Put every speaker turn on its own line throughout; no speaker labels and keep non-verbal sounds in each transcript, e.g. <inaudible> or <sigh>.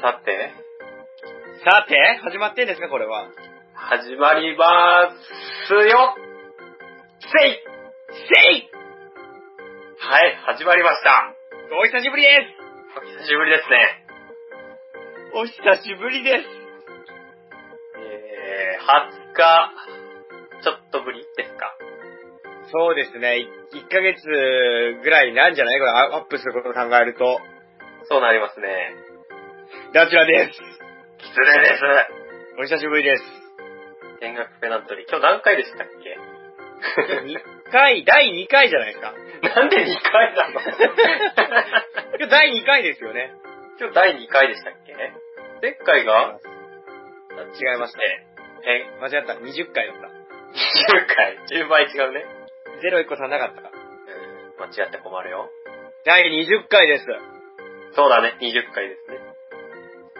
さて、
さて、始まってんですか、これは。
始まりまーすよせい
せい
はい、始まりました。
お久しぶりで
お久しぶりですね。
すお久しぶりです
えー、20日、ちょっとぶりですか。
そうですね、1ヶ月ぐらいなんじゃないこれ、あアップすることを考えると。
そうなりますね。
ダチュラで
失
す
礼です。
お久しぶりです。
見学ペナントリー、今日何回でしたっけ
2回、第2回じゃないです
<laughs>
か。
なんで2回なの
今日第2回ですよね。
今日第2回でしたっけ前回が
違いました。
え、
間違った、20回だった。
10回。10倍違うね。
01個足んなかった。
間違って困るよ。
第20回です。
そうだね、20回ですね。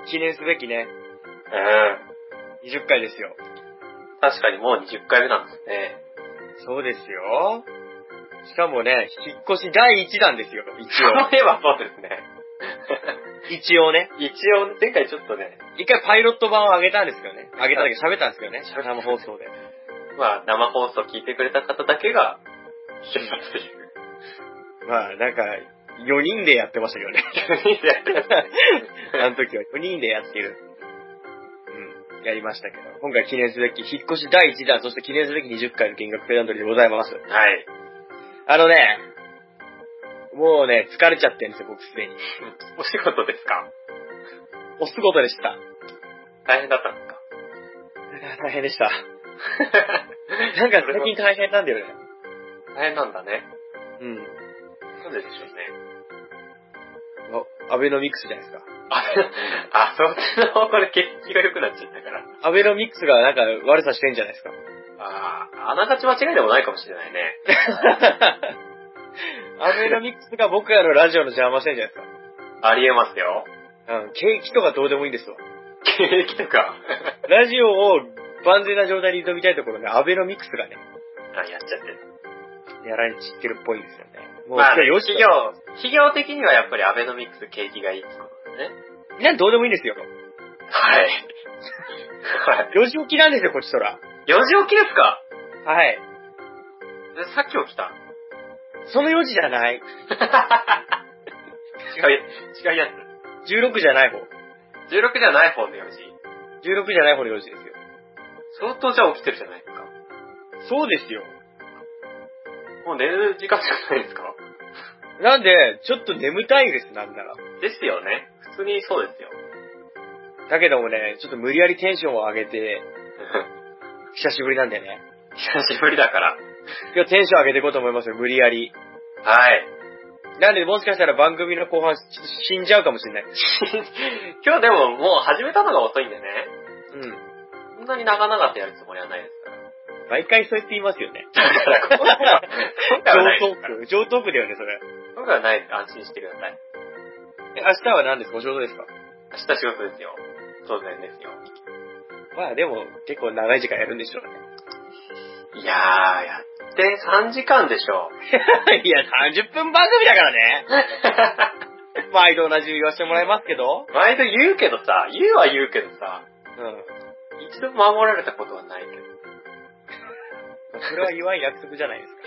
記念すべきね、
うん。
20回ですよ。
確かにもう20回目なんですね。
そうですよ。しかもね、引っ越し第1弾ですよ、一応。
そういえばそうですね。
一応ね。
<laughs> 一応、前回ちょっとね、
一回パイロット版を上げたんですけどね。上げただけ喋ったんですけどね。
喋った
生放送で。
まあ、生放送聞いてくれた方だけが、聞けたっていう。
まあ、なんか、4人でやってましたけどね。あの時は4人でやってる。うん。やりましたけど。今回記念すべき、引っ越し第1弾、そして記念すべき20回の見学ペダントリーでございます。
はい。
あのね、もうね、疲れちゃってるんですよ、僕すでに。
お仕事ですか
お仕事でした。
大変だったんですか
大変でした。
<laughs>
なんか最近大変なんだよね。
大変なんだね。
うん。
なんででしょうね。
あアベノミクスじゃないですか。
あ、あ、そっちの方向で血気が良くなっちゃったから。
アベノミクスがなんか悪さしてんじゃないですか。
ああ、あながち間違いでもないかもしれないね。
アベノミクスが僕らのラジオの邪魔してんじゃないです
ありえますよ。
か。うん、景気とかどうでもいいんですわ。
景気とか。
ラジオを万全な状態で挑みたいところで、アベノミクスがね、
あやっちゃってる。
やられちってるっぽいんですよね。もう、
まあ、
よ
企業、企業的にはやっぱりアベノミクス景気がいいってことですね。
なんどうでもいいんですよ。
はい。はい。
4時起きなんですよ、こっちとら。
4時起きですか
はい。
えさっき起きた。
その4時じゃない。
違う、違うやつ。
16じゃない方。
16じゃない方の4時。
16じゃない方の4時ですよ。
相当じゃあ起きてるじゃないですか。
そうですよ。
もう寝る時間しかないですか
なんで、ちょっと眠たいです、なんなら。
ですよね。普通にそうですよ。 <laughs>
だけどもね、ちょっと無理やりテンションを上げて、久しぶりなんでね。
久しぶりだから。
今日テンション上げていこうと思いますよ、無理やり。
はい。
なんで、もしかしたら番組の後半、ちょっと死んじゃうかもしれない。
今日でももう始めたのが遅いんでね。
うん。
そんなに長々とやるつもりはないですから。
毎回そうやって言いますよ <laughs> ね。
だから、今回は、今回はない
上
で
ト
すから。
ーク。上トークだよね、それ。
今回はないですから。安心してください。
え明日は何ですかお仕事ですか
明日仕事ですよ。当然ですよ。
まあでも、結構長い時間やるんでしょう
いやー、やって3時間でしょ。 <laughs>
ね。 <laughs> いや、30分番組だからね。毎度同じ言わせてもらいますけど。
毎度言うけどさ、言うは言うけどさ、
うん。
一度も守られたことはない <laughs> けど。
まあそれは言わん約束じゃないですか。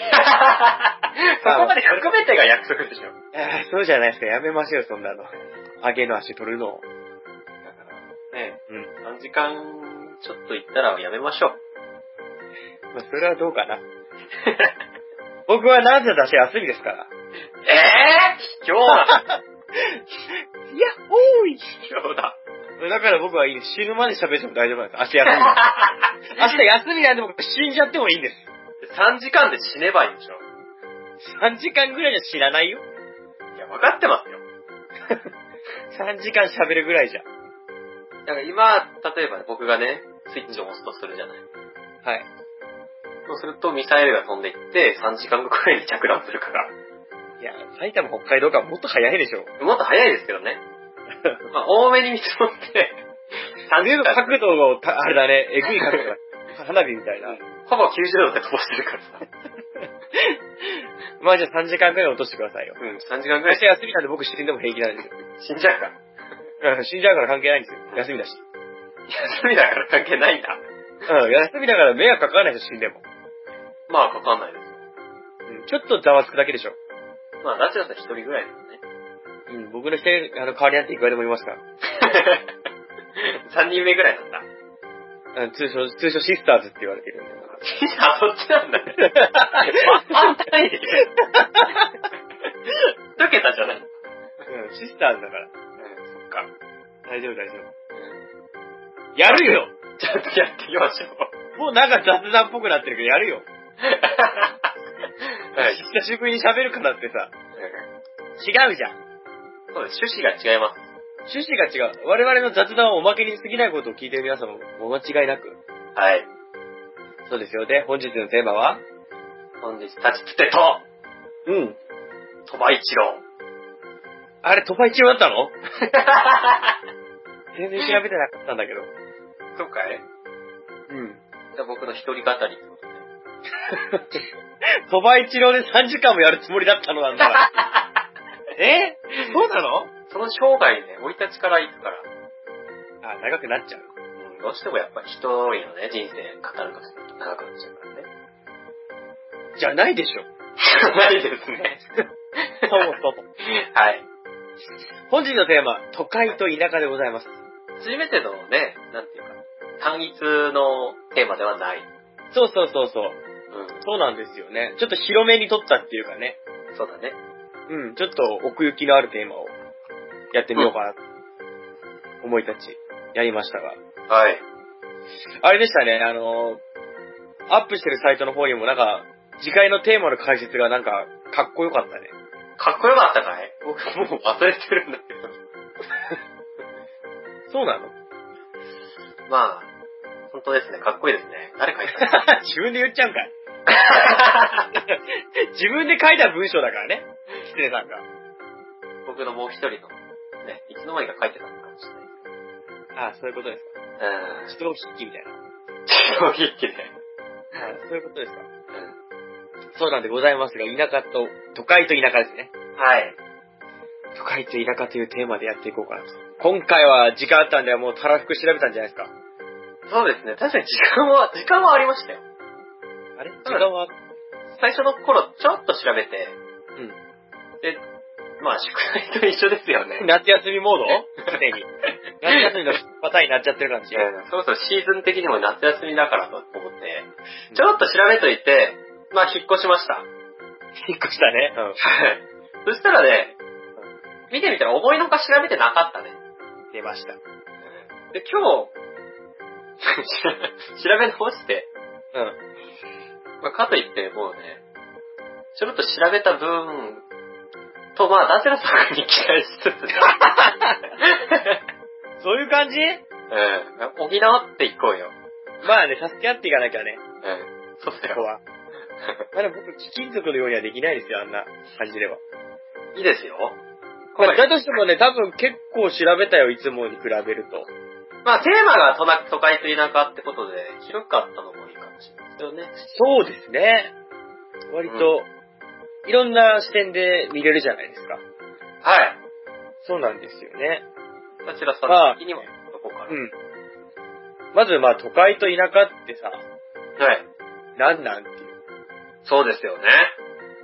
そこまで含めてが約束でしょ。
あ <laughs> ーそうじゃないですか。やめましょう、そんなの。上げの足取るのを。
だから、ね、
うん。
3時間ちょっと行ったらやめましょう。
まあ、それはどうかな。 <laughs> 僕はなぜだし休みですから。
えぇ、ー、卑怯だ。
いや、おい
卑怯だ。
だから僕はいいです死ぬまで喋っても大丈夫なんです。明日休みなんで <laughs> 明日休みなんで僕死んじゃってもいいんです。
3時間で死ねばいいんでしょ。
3時間ぐらいじゃ知らないよ。
いや、分かってますよ。
3時間喋るぐらいじゃ。
だから今、例えばね僕がね、スイッチを押すとするじゃない。
はい。
そうするとミサイルが飛んでいって、3時間後くらいに着弾するから。
いや、埼玉、北海道からもっと早いでしょ。
もっと早いですけど <laughs> ね。まあ、多めに見積もって、3時間、
角度をた、あれだね、えぐい角度が。 <laughs> 花火みたいな。
ほぼ90度で飛ばしてるからさ。
まあじゃあ3時間ぐらい落としてくださいよ。
うん、3時間く
明
らい
日休みなんで僕死んでも平気なんですよ。
死んじゃうから。
うん、死んじゃうから関係ないんですよ。休みだし。
休みだから関係ないんだ。
うん、休みだから迷惑かからないでしょ、死んでも。
まあ、かかんないです。
うん、ちょっとざわつくだけでしょ。
まあ、ラジオさん一人ぐらいですね。 <laughs>
うん、僕の人、あの、代わりなんていくらでもいますから。
3人目ぐ <laughs> らいなんだ。
うん通称、通称シスターズって言われてるんで。
あ、そっちなんだ。あ、あ、単位で。一桁じゃない。
うん、シスターズだから。
うん、そっか。
大丈夫、大丈夫。やるよ
ちゃんとやっていきましょう。
もうなんか雑談っぽくなってるけど、やるよ。
はい。
久しぶりに喋るからってさ、違うじゃん。
そうです。趣旨が違います。
趣旨が違う。我々の雑談をおまけに過ぎないことを聞いている皆様もお間違いなく。
はい。
そうですよね。本日のテーマは
本日、立ちつてと、
うん。
鳥羽一郎。
あれ、鳥羽一郎だったの全然調べてなかったんだけど。
そうかい
うん。
じゃあ僕の一人語りってことで。
鳥羽一郎で3時間もやるつもりだったのなん <laughs> だ。えそうなの
その生涯ね、生い立ちから行くから、
あ、長くなっちゃう。
うん、どうしてもやっぱり一人のね、人生語るかすると長くなっちゃうからね。
じゃないでしょ。
ないですね。
そうそう
はい。
<laughs> 本日のテーマ、都会と田舎でございます。
初めてのね、なんていうか、単一のテーマではない。
そうそうそうそう。
うん。
そうなんですよね。ちょっと広めに撮ったっていうかね。
そうだね。
うん、ちょっと奥行きのあるテーマをやってみようかな。思い立ち、やりましたが。
はい。
あれでしたね、あのーアップしてるサイトの方にもなんか、次回のテーマの解説がなんか、かっこよかったね。
かっこよかったかい僕もう忘れてるんだけど。
そうなの
まあ、本当ですね。かっこいいですね。誰か
<laughs>
いた <laughs>
自分で言っちゃうんかい。 <laughs> 自分で書いた文章だからね。失礼さんが。
僕のもう一人の、ね、いつの間にか書いてたのかもしれない
ああ、そういうことですか。
うん。
人を筆記みたいな。
白ひっきりね。
ああ、そういうことですか。そうなんでございますが、田舎と、都会と田舎ですね。
はい。
都会と田舎というテーマでやっていこうかなと。今回は時間あったんで、もうたらふく調べたんじゃないですか。
そうですね。確かに時間は、時間はありましたよ。
あれ時間は、
最初の頃、ちょっと調べて、
う
で、まあ、宿題と一緒ですよね。
ん。夏休みモード常 <laughs> に。夏休みのパターンになっちゃってる感じ。
いやいやそろそろシーズン的にも夏休みだからと思って、ちょっと調べといて、まあ、引っ越しました。
引っ越したね。うん。
そしたらね、見てみたら思いのほか調べてなかったね。
出ました。
で、今日、 <laughs> 調べ直して、
うん。
まあ、かといってもうね、ちょろっと調べた分、と、まあ、ダンセラさんに期待しつつね、
そういう感じ
うん、補っていこうよ。
まあね、助け合っていかなきゃね、
うん、そうだ
ここ
よ。
は。まだ僕、貴金属のようにはできないですよ、あんな感じでは。
いいですよ。
ま
は
あ、
い
だとしてもね、多分結構調べたよ、いつもに比べると。
まあ、テーマが都な都会と田舎ってことで、広かったのもいいかもしれないですよね。
そうですね。割と、いろんな視点で見れるじゃないですか。
はい。
そうなんですよね。
ダチラさ
まあ
ん的には、どこから、
うん。まず、まあ、都会と田舎ってさ、
はい。
なんなんっていう。
そうですよね。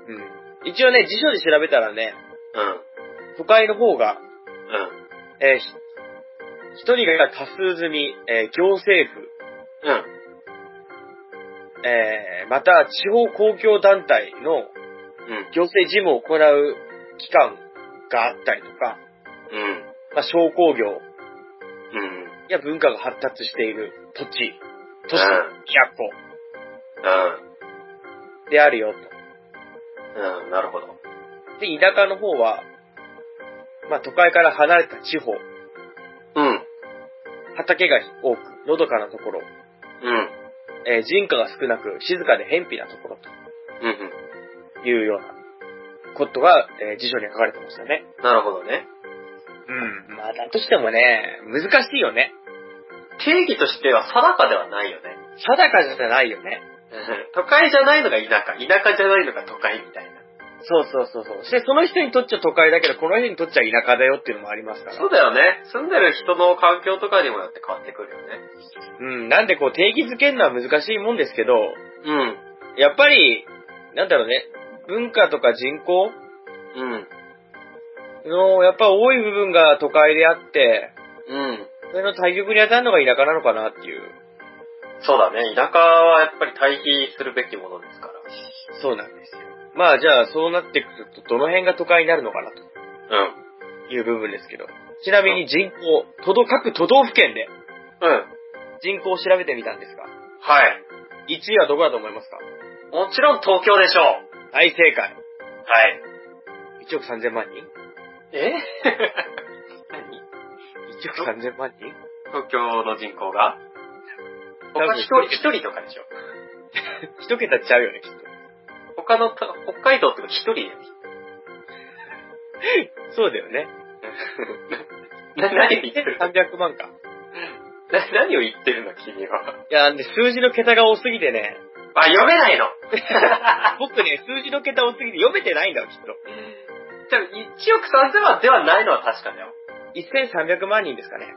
うん。一応ね、辞書で調べたらね、
うん。
都会の方が、
うん。
えーひ一人が多数済み、えー行政府、
うん。
えーまた地方公共団体
う
の
ん。
行政事務を行う機関があったりとか、
うん。
まあ、商工業
うん。
や文化が発達している土地、都市
うん
100個
う
であるよと。
ん。うん。なるほど。うん。
で、田舎の方は、まあ都会から離れた地方、
うん。
畑が多く、のどかなところ、
うん。
えー人家が少なく、静かで偏僻なところ
うん。
というようなことが、えー辞書に書かれてましたね。
なるほどね。
うん。まあだとしてもね、難しいよね。
定義としては定かではないよね。 <laughs>
定かじゃないよね。
都会じゃないのが田舎、田舎じゃないのが都会みたいな。
そうそうそうそう。して、その人にとっちゃ都会だけど、この人にとっちゃ田舎だよっていうのもありますから。
そうだよね。住んでる人の環境とかにもよって変わってくるよね。
うん、なんでこう定義づけるのは難しいもんですけど、
うん。
やっぱり、なんだろうね、文化とか人口
うん。
の、やっぱ多い部分が都会であって、
うん。
それの対極に当たるのが田舎なのかなっていう。
そうだね。田舎はやっぱり対比するべきものですから。
そうなんですよ。まあじゃあそうなってくると、どの辺が都会になるのか
う
な
ん。
という部分ですけど。ちなみに人口、都道、各都道府県で
うん。
人口を調べてみたんですが、
はい。
1位はどこだと思いますか
もちろん東京でしょう。
大正解。
はい。
1億3000万人
え <laughs> 何
?1 億3000万人
東京の人口が
多分
他一人、一人とかでしょ。
一桁ちゃうよね、きっと。
他のた北海道ってこと一人だよ。
<laughs> そうだよね。
な何を言ってる
300万か。
な何を言ってるの君は。
いや、で数字の桁が多すぎてね、
あ、読めないの。
僕ね、数字の桁多すぎて読めてないんだわ、きっと。
じゃあ、1億3000万ではないのは確かだよ。
1300万人ですかね。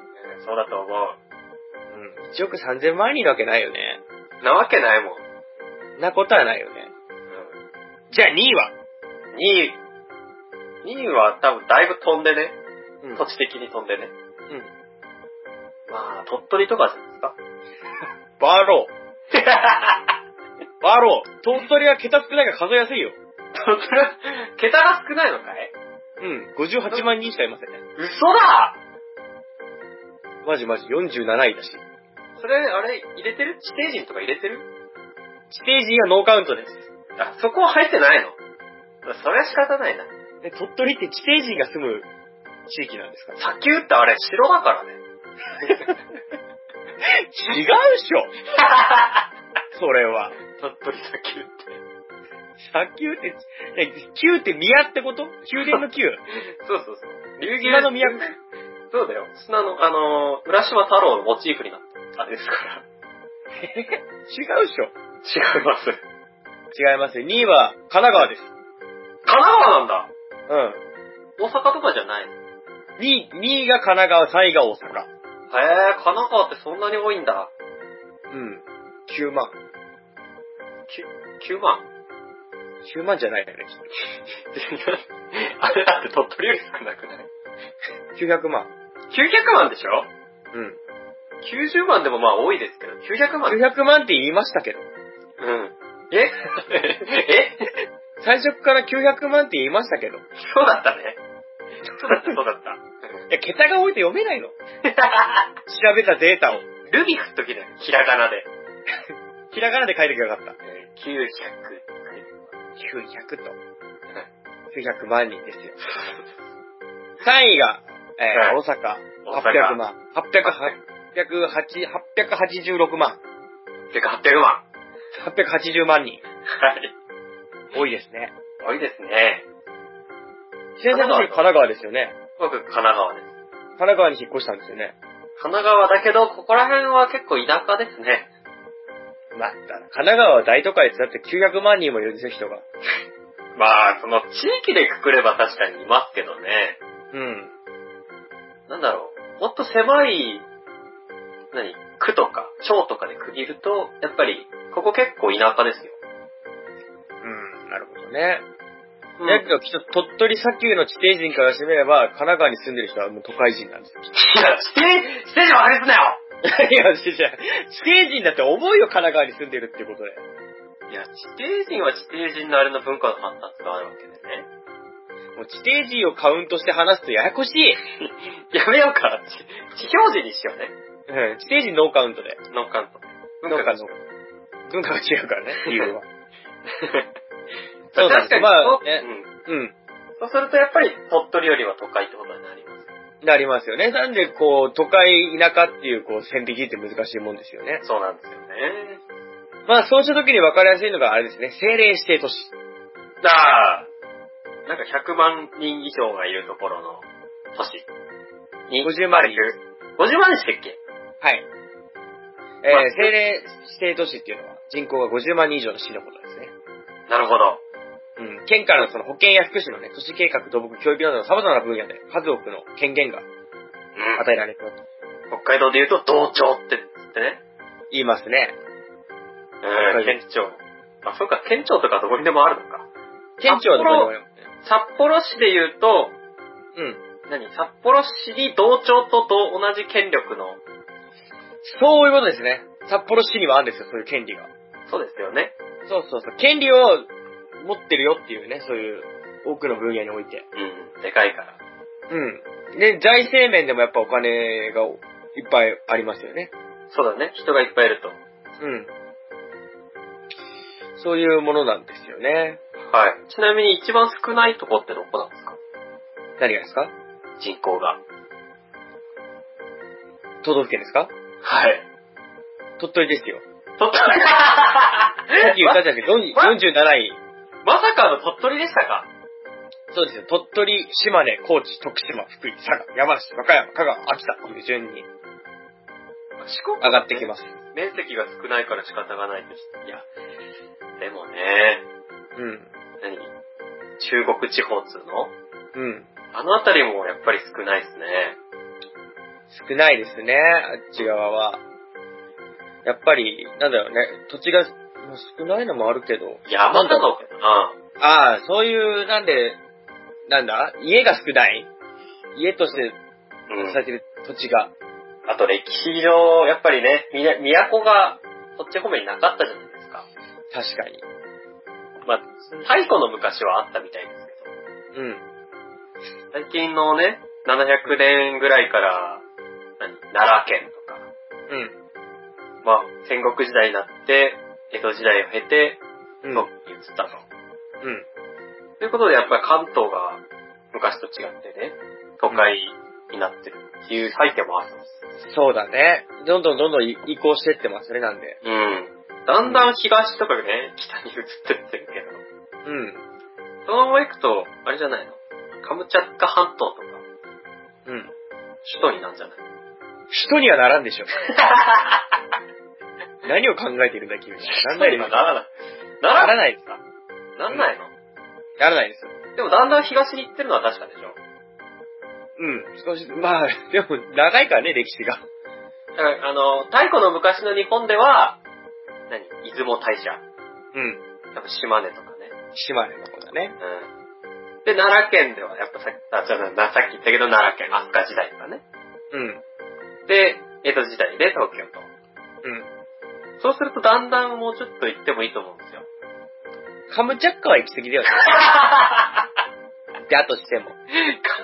うんそうだと思う。
うん。1億3000万人なわけないよね。
なわけないもん。う
なことはないよね。
ん。
じゃあ2位は
2位。2位は多分だいぶ飛んでね。
う
土地的に飛んでね。
うん。
まあ、鳥取とかじゃないですか。 <laughs>
バーロー。 <laughs> バーロー。鳥取は桁少ないから数えやすいよ。
鳥取は桁が少ないのかい
うん。58万人しかいませんね。
嘘だ
マジマジ、47位だし。
それ、あれ、入れてる地底人とか入れてる
指定人はノーカウントです。
あ、そこは入ってないのそれは仕方ないな。
え鳥取って地底人が住む地域なんで
<laughs>
すか
砂丘ってあれ、城だからね。
違うっしょそれは。
鳥取砂丘って。
砂丘って、え宮って宮ってこと宮殿の宮。
そうそうそう。竜
砂の都。
そうだよ。砂の、あのー、浦島太郎のモチーフになった。あれですから。
違うっしょ。
違います。神
違いますよ。2位は神奈川です。
奈川なんだ
うん。
大阪とかじゃないのへ
2位、2位が神奈川、3位が大阪。
え、神奈川ってそんなに多いんだ。
うん。9万。
きゅ9万。
9万じゃないよね、
<laughs>
き
あれだって鳥取より少なくない
っと。900万。
?900 万でしょ
うん。
90万でもまあ多いですけど、900万。
900万って言いましたけど。
うん。え <laughs> え
最初から900万って言いましたけど。い
そうだったね。そうだった、そうだっ
や、桁が多いと読めないの。調べたデータを。
た。ルビ振っときだよ、ひらがなで。
ひらがなで書いてきゃよかった。
900。
900と。900万人ですよ。3位が、えー
はい
大阪。
大阪
800万。800、886万。
てか800万。
880万人。
はい。
多いですね。
多いですね。
ちなみに神奈川ですよね。
僕、神奈川です。
神奈川に引っ越したんですよね。
神奈川だけど、ここら辺は結構田舎ですね。
まったら神奈川は大都会です。だって900万人もいるんですよ、人が。
まあ、その地域でくくれば確かにいますけどね。
うん。
なんだろう。もっと狭い、何区とか、町とかで区切ると、やっぱり、ここ結構田舎ですよ。
うん、なるほどね。
うん
だけど、きっと鳥取砂丘の地底人からしてみれば、神奈川に住んでる人はもう都会人なんですよ。
いや、指定、指定で悪いすなよ
いや、違う違う地底人だって思うよ、神奈川に住んでるってことで。
いや、地底人は地底人のあれの文化の発達があるわけですね。
もう地底人をカウントして話すとややこしい。
やめようか。地地表示にしようね。
うん、地底人ノーカウントで。
ノッカンと。
ノーカウント
文化が。
文化が違うからね、理由は。そうな
確
んです
かに、
まあ
<laughs> そう
ね
うん
うん。
そうするとやっぱり鳥取よりは都会ってことになります。
なりますよね。なんで、こう、都会、田舎っていう、こう、線引きって難しいもんですよね。
そうなんですよね。
まあ、そうした時に分かりやすいのがあれですね。政令指定都市。
ああなんか100万人以上がいるところの都市。
50万人
人。50万人してっけ
はい。えー
まあ
政令指定都市っていうのは、人口が50万人以上の市のことですね。
なるほど。
うん、県からのその保健や福祉のね、都市計画、土木、教育などの様々な分野で数多くの権限が与えられていると
北海道で言うと、道庁って、つってね。
言いますね。
うん、県庁。あ、そうか、県庁とかどこにでもあるのか。
県庁はどこにもありますね。
札幌市で言うと、
うん。
何札幌市に同庁と同同じ権力の、
そういうことですね。札幌市にはあるんですよ、そういう権利が。
そうですよね。
そうそうそう。権利を持ってるよっていうね、そういう多くの分野において。
うん、でかいから。
うん。で、財政面でもやっぱお金がいっぱいありますよね。
そうだね、人がいっぱいいると。
うん。そういうものなんですよね。
はい。ちなみに一番少ないとこってどこなんですか
何がですか
人口が。
都道府県ですか
はい。
鳥取ですよ。
鳥取
さっき言ったじゃないですか、40
<laughs>
47位。
まさかの鳥取でしたか
そうですよ。鳥取、島根、高知、徳島、福井、佐賀、山梨、和歌山、香川、秋田という順に
四国
上がってきます。
面積が少ないから仕方がないです。いや、でもね、
うん。
何中国地方っつうの
うん。
あの辺りもやっぱり少ないですね。
少ないですね、あっち側は。やっぱり、なんだろうね、土地がもう少ないのもあるけど。
山
なんだ
な
ろ
のかな
うああ、そういう、なんで、なんだ家が少ない家として
うん。
されてる土地が。
あと歴史上、やっぱりね、みな都が、こっち方面になかったじゃないですか。
確かに。
まあ、太古の昔はあったみたいです
うん。
けど、最近のね、700年ぐらいから、何奈良県とか、
うん。
まあ、戦国時代になって、江戸時代を経て、
う
東
ん。
京に移ったと。
うん。
ということで、やっぱり関東が昔と違ってね、都会になってるっていう背景もあるんです。
そうだね。どんどんどんどん移行してってますね、なんで。
うん。だんだん東とかね、北に移ってってるけど、
うん。
そのまま行くと、あれじゃないのカムチャッカ半島とか、
うん。
首都になんじゃない
人にはならんでしょ。
<laughs>
何を考えてるんだ、君は。なんだ
首都に
よ
は
な
ならない。ならな
ら
い
ないです。
なんないの、
ならないです。
でもだんだん東に行ってるのは確かでしょ
うん。少し、まあ、でも、長いからね、歴史が。
だから、あの、太古の昔の日本では、何出雲大社。
うん。
やっぱ島根とかね。
島根の方だね。
うん。で、奈良県では、やっぱさっき、あ、じゃあなさっき言ったけど奈良県、飛鳥時代とかね。
うん。
で、江戸時代で東京と。
うん。
そうするとだんだんもうちょっと行ってもいいと思うんですよ。
カムチャッカは行き過ぎだよね。だとしても。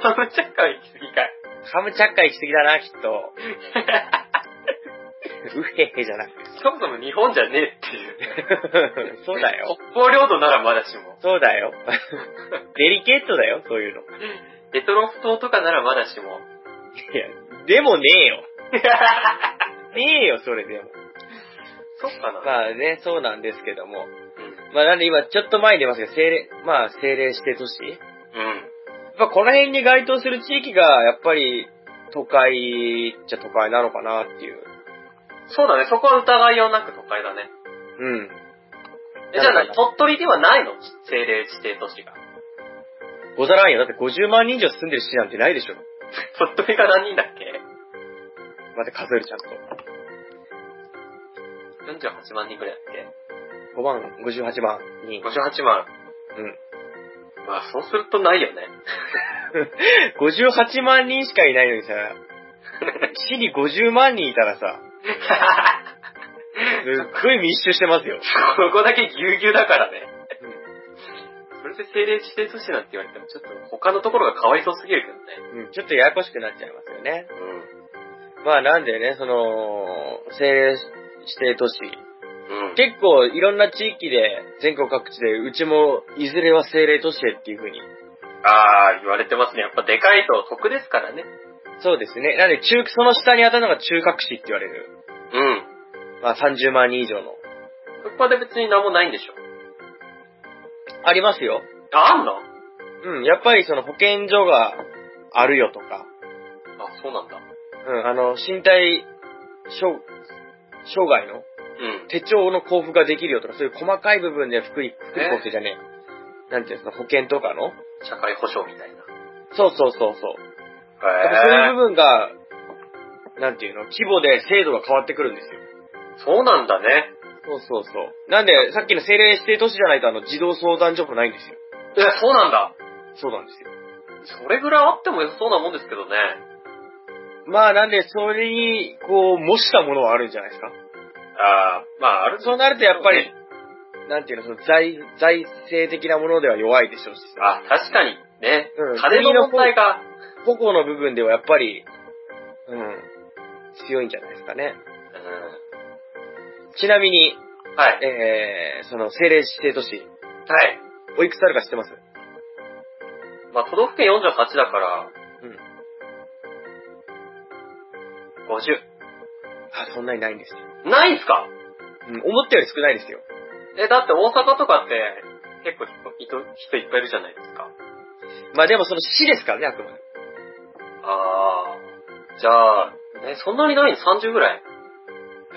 カムチャッカは行き過ぎかい。
カムチャッカ行き過ぎだな、きっ
<laughs>
と。うへへじゃなくて。 <laughs>
そもそも日本じゃねえっていう。
そうだよ。
北方領土ならまだしも。
そうだ <laughs> よ。デリケートだよ、そういうの。
レトロフ島とかならまだしも。 <laughs>
いや、でもねえよ。ねえよ、それでも。
そっかな。
まあね、そうなんですけども。
うん。
まあなんで今、ちょっと前に出ますけど、政令、まあ政令指定都市
うん。
やっぱこの辺に該当する地域が、やっぱり、都会っちゃ都会なのかなっていう。
そうだね、そこは疑いようなく都会だね。
うん。
え、じゃあ
なん
何
か
鳥取ではないの政令指定都市が。
ござらんよ。だって50万人以上住んでる市なんてないでしょ。
鳥取が何人だっけ
待って数えるちゃんと。
48万人くらいだっけ
5万、58万人。
58万。
うん。
まあ、そうするとないよね。 <laughs>
58万人しかいないのにさ、市に50万人いたらさ、すっごい密集してますよ。
ここだけぎゅうぎゅうだからね。それで政令指定都市なんて言われても、ちょっと他のところがかわいそうすぎるけどね。
うん。ちょっとややこしくなっちゃいますよね。
う
まあなんでね、その、政令指定都市。
ん。うん。
結構いろんな地域で、全国各地で、うちもいずれは政令都市へっていう風に。
ああ、言われてますね。やっぱでかいと得ですからね。
そうですね。なんで中、その下に当たるのが中核市って言われる。
うん。
まあ30万人以上の。
ここで別に何もないんでしょ。
ありますよ。
あ、あんの
うん、やっぱりその保健所があるよとか、
あ、そうなんだ。
うん、あの、身体障、障害の
うん。
手帳の交付ができるよとか、そういう細かい部分で福利、福利厚生じゃねなんていうんですか、保険とかの
社会保障みたいな。
そうそうそうそう。やっぱそういう
へ
部分が、なんていうの、規模で制度が変わってくるんですよ。
え。そうなんだね。
そうそうそう。なんで、さっきの政令指定都市じゃないと、あの、児童相談所もないんですよ。
え、そうなんだ。
そうなんですよ。
それぐらいあっても良さそうなもんですけどね。
まあ、なんで、それに、こう、模したものはあるんじゃないですか。
ああ、まあ、ある
そうなると、やっぱり、なんていうの、その財、財政的なものでは弱いでしょうしさ。
あ、確かに。ね。
うん
金の問題が。
個々の部分ではやっぱり、うん、強いんじゃないですかね。
う
ちなみに、
ん。はい。
えー、その、政令指定都市、
はい。
おいくつあるか知ってます
まあ、都道府県48だから、
うん。
50。
あ、そんなにないんですよ。
ないんすか
うん、思ったより少ないですよ。
え、だって大阪とかって、結構人人いっぱいいるじゃないですか。
まあでもその市ですからね、あくまで。
ああ。じゃあ、ね、そんなにないの ?30 ぐらい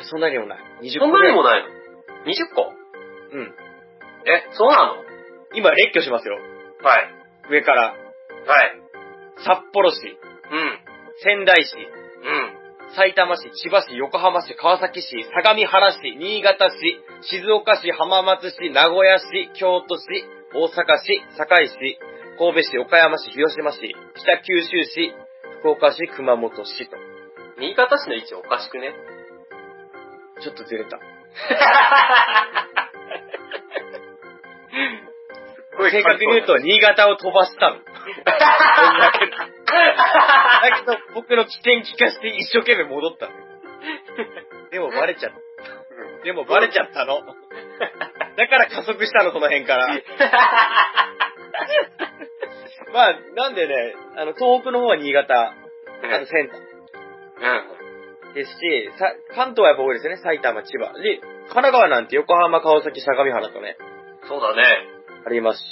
そんなにもない。20
そ
個
ん
ぐ
な
らい
にもないの ?20 個
うん。
え、そうなの
今列挙しますよ。
はい。
上から。
はい。
札幌市、
うん。
仙台市、
うん。
埼玉市、千葉市、横浜市、川崎市、相模原市、新潟市、静岡市、浜松市、名古屋市、京都市、大阪市、堺市、神戸市、岡山市、広島市、北九州市、福岡市、熊本市と。
新潟市の位置おかしく
<laughs>
ね
ちょっとずれた。
すっごい
正確に言うと、新潟を飛ばしたの。だけどだけど、僕の起点聞かして一生懸命戻ったのよ。でもバレちゃった。でもバレちゃったの。 <laughs> だから加速したの、その辺
<laughs>
から。まあ、なんでね、あの、東北の方は新潟、
うん
あの、仙
う
台ですし、さ関東はやっぱ多いですよね。埼玉、千葉。で、神奈川なんて横浜、川崎、相模原と
ん。
ね、
そうだね。
ありますし、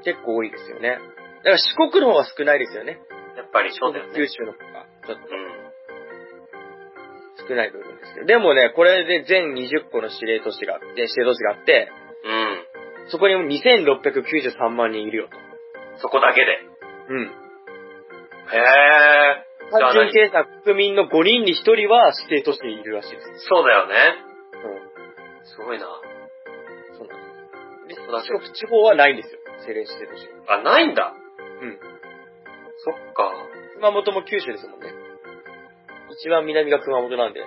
う
結構多いですよね。だから四国の方が少ないですよね。
ん。やっぱりそうだよ
九
ね。
州の方が、ちょっと。
うん。
少ない部分ですけど。でもね、これで全20個の指令都市が、で指定都市があって、
うん。
そこにも2693万人いるよと。
そこだけで。
うん。
へえ。じゃあ
単
何
純計算国民の5人に1人は指定都市にいるらしいです。
そうだよね。
う
すごいな。
ん。そうなんです。
そ
で、
うだ
四国地方はないんですよ。政令指定都市
あ、ないんだ。
うん。
そっか。
熊本も九州ですもんね。一番南が熊本なんで。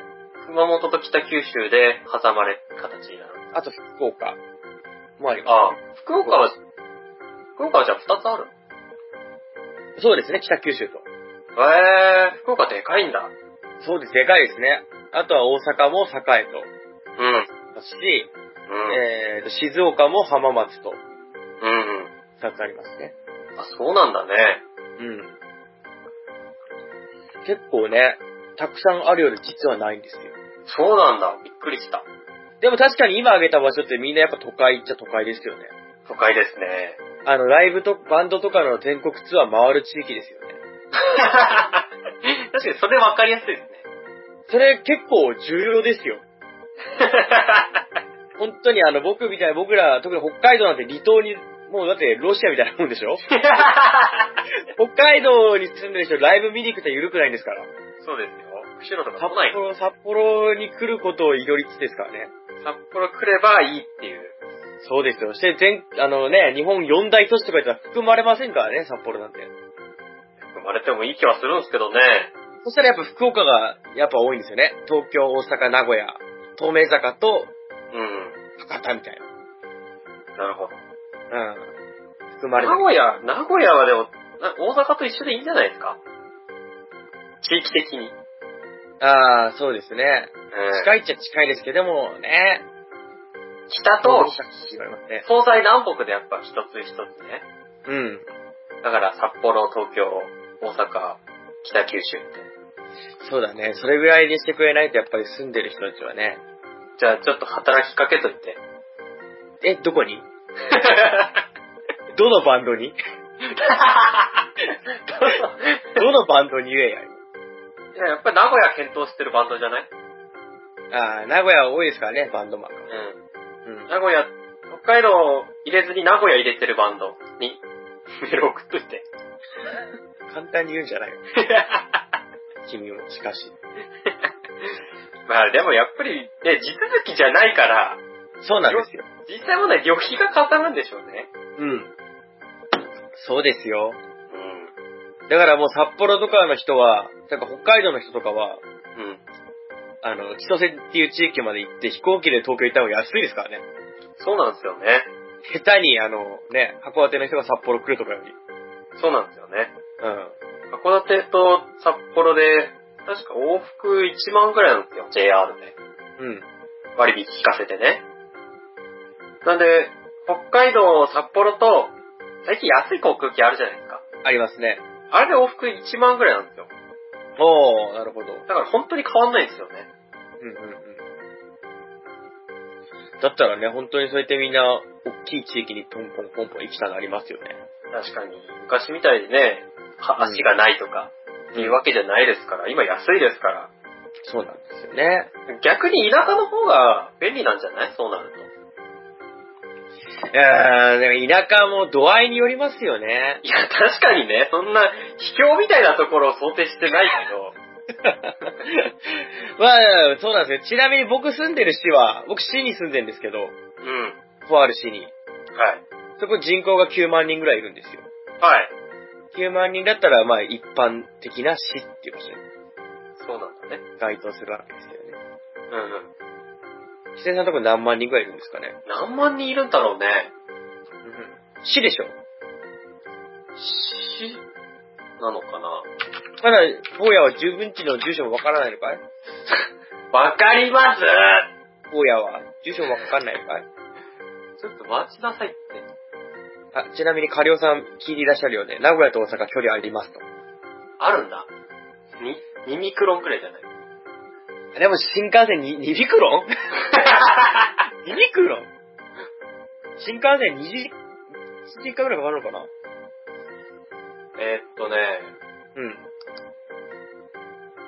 熊本と北九州で挟まれる形になる。
あと福岡もありま
あ、福岡は、福岡はじゃあ2つある
す。そうですね、北九州
へ
と。
え、福岡でかいんだ。
そうです、でかいですね。あとは大阪も栄と。
うん。
だし、
うん。
えーと、静岡も浜松
う
と。
んうん。
二つありますね。
あ、そうなんだね。
うん。結構ね、たくさんあるより実はないんですよ。
そうなんだ。びっくりした。
でも確かに今挙げた場所ってみんなやっぱ都会っちゃ都会ですよね。
都会ですね。
あの、ライブと、バンドとかの全国ツアー回る地域ですよね。
確かにそれ分かりやすいですね。
それ結構重要ですよ。本当にあの、僕みたいな、僕ら、特に北海道なんて離島に、もうだってロシアみたいなもんでしょ北海道に住んでる人ライブ見に行くと緩くないんですから。
そうですよ。釧路とか
札
来ない。
幌、札幌に来ることを祈りつつですからね。
札幌来ればいいっていう。
そうですよ。して、全、あのね、日本四大都市とか言ったら含まれませんからね、札幌なんて。
生まれてもいい気はするんですけどね。
そしたらやっぱ福岡が、やっぱ多いんですよね。東京、大阪、名古屋、東名坂と
うん。
博多みたい
なるほど。
な。うん。含
名
まれない。
古屋、名古屋はでも、な大阪と一緒でいいんじゃないですか地域的に。
ああ、そうですね。近
い。
いっちゃ近いですけども、ね。
北と、
言われますね。
東西南北でやっぱ一つ一つね。
うん。
だから札幌、東京、大阪、北九州って。
そうだね。それぐらいにしてくれないと、やっぱり住んでる人たちはね。
じゃあちょっと働きかけとい <laughs> て。
え、どこにどのバンドにどのバンドに言えや。
いや、やっぱり名古屋検討してるバンドじゃない
ああ、名古屋多いですからね、バンドマンが。
う
うん
ん。名古屋、北海道を入れずに名古屋入れてるバンドに <laughs> メール送っといて。
簡単に言うんじゃないよ。君も、しかし。
<laughs> まあでもやっぱり、ね、地続きじゃないから、
そうなんですよ。
実際問題旅費がかさるんでしょうね。
うん。そうですよ。
うん。
だからもう札幌とかの人は、なんか北海道の人とかは、
うん。
あの、千歳っていう地域まで行って飛行機で東京行った方が安いですからね。
そうなんですよね。
下手に、あの、ね、函館の人が札幌来るとかより。
そうなんですよね。
うん。
函館と札幌で、確か往復1万くらいなんですよ、JR で。
うん。
割引聞かせてね。なんで、北海道、札幌と、最近安い航空機あるじゃないですか。
ありますね。
あれで往復1万くらいなんですよ。
おー、なるほど。
だから本当に変わんないんですよね。
うんうんうん。だったらね、本当にそうやってみんな、大きい地域にポンポンポンポン行きたがりますよね。
確かに、昔みたいにね、は
うん
足がないとか、っていうわけじゃないですから、今安いですから。
そうなんですよね。
逆に田舎の方が便利なんじゃないそうなると。
いやー、でも田舎も度合いによりますよね。
いや、確かにね、そんな、秘境みたいなところを想定してないけど、
まあ、そうなんですよ。ちなみに僕住んでる市は、僕市に住んでるんですけど、
うん。
とある市に。
はい。
そこ人口が9万人ぐらいいるんですよ。
はい。
9万人だったら、まあ一般的な市っていう場所に
そうなんだね。
該当するわけですよね。
うんうん。
自然さんのところ何万人ぐらいいるんですかね。
何万人いるんだろうね。
市でしょ
死なのかな
まだ、坊やは十分地の住所もわからないのかい
わかります
坊やは住所もわかんないのかい
ちょっと待ちなさいって。
あ、ちなみに、カリオさん聞いていらっしゃるようで、名古屋と大阪距離ありますと。
あるんだ。に、2ミクロンくらいじゃない
でも新幹線に、2ミク <laughs> ロン ?2 ミクロン新幹線2時、1時間ぐらいかかるのかな
えーっとね、
うん。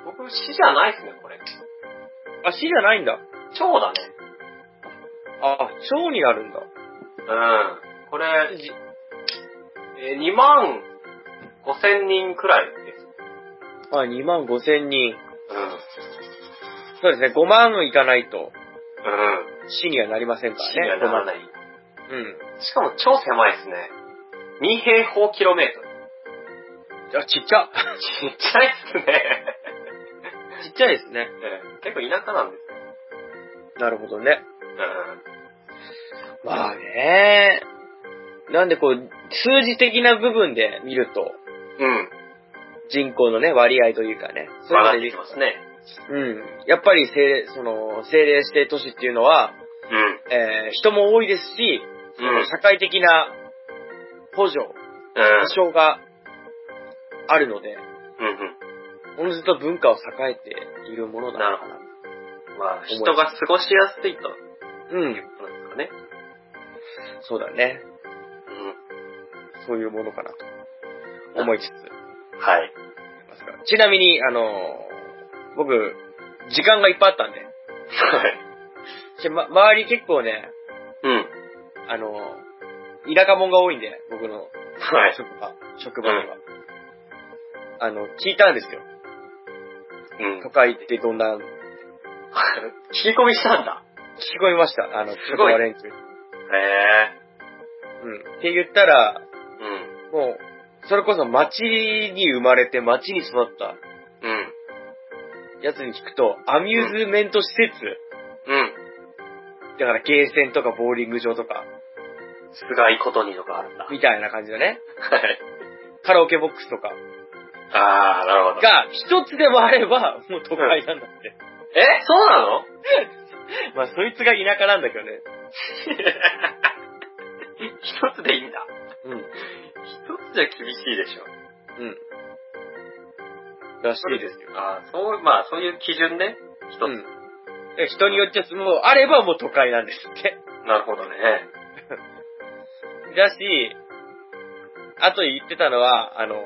僕死じゃないっすね、これ。
あ、市じゃないんだ。
蝶だね。
あ、町になるんだ。
うん。これ、
じ
え2万5千人くらいです。
あ、2万5千人。
うん。
そうですね、5万いかないと、
うん。
市にはなりませんか
死には
らね。。
ならないい。
うん。
しかも超狭いですね。2平方キロメートル。
あ、ちっちゃ。
ちっちゃいっすね。
<laughs>
<laughs>
ちっちゃいですね。
結構田舎なんですよ。
なるほどね。
うん。
まあね。なんでこう、数字的な部分で見ると、
うん。
人口のね、割合というかね。
上が
う
っ
い
て
う
き
の
ますね。
うん。やっぱり政、その、政令指定都市っていうのは、
うん。
えー、人も多いですし、その
うん
社会的な補助、
うん
保障があるので、
うん
おのずと文化を栄えているものだ
なるほどうん。まあ、人が過ごしやすいと
うん。
なんですかね。
そうだね。
う
そういうものかなと思いつつ。
ん。はい。
ますからちなみに、あのー僕、時間がいっぱいあったんで、
はい。
ちょま、周り結構ね、
<laughs> うん。
あのー田舎者が多いんで、僕の
はい。
職場、職場には。あの、聞いたんですよ。
うん。
都会ってど
<laughs>
んな、聞
聞き込みしたんだ。
き込みました。あの、
す
職
ごい
場連中。
へえ。
うん。って言ったら、
うん。
もう、それこそ街に生まれて街に育った
うん。
やつに聞くと、アミューズメント施設、
うん。
だからゲーセンとかボーリング場とか、
すがいことにとかあるんだ。は
みたいな感じだね。
い。
カラオケボックスとか
あー、なるほど。
が一つでもあれば、もう都会なんだって。
えそうな <laughs> の
まあ、そいつが田舎なんだけどね。
一つでいいんだ。
う
一つじゃ厳しいでしょ。
ん。うん。らしいですよ。
あーそう、まあ、そういう基準ね。一つ。
うん。え人によっては、もう、あればもう都会なんですって。
なるほどね。
だし、あと言ってたのは、あの、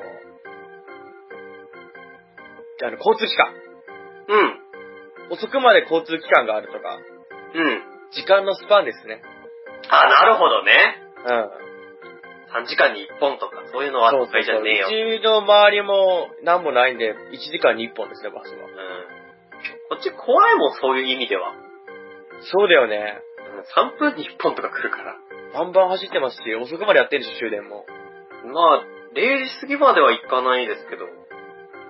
あの、交通機関。
うん。
遅くまで交通機関があるとか、
うん。
時間のスパンですね。
あ、なるほどね。
うん。
3時間に1本とか、そういうのは
そ
都
うそう
会じ
そ
ゃ
う。
ねえよ。
うちの周りも何もないんで、1時間に1本ですね、バスは。
うん。こっち怖いもん、そういう意味では。
そうだよね。
3分に1本とか来るから。
バンバン走ってますし、遅くまでやってるでしょ、終電も。
まあ、0時過ぎまでは行かないですけど、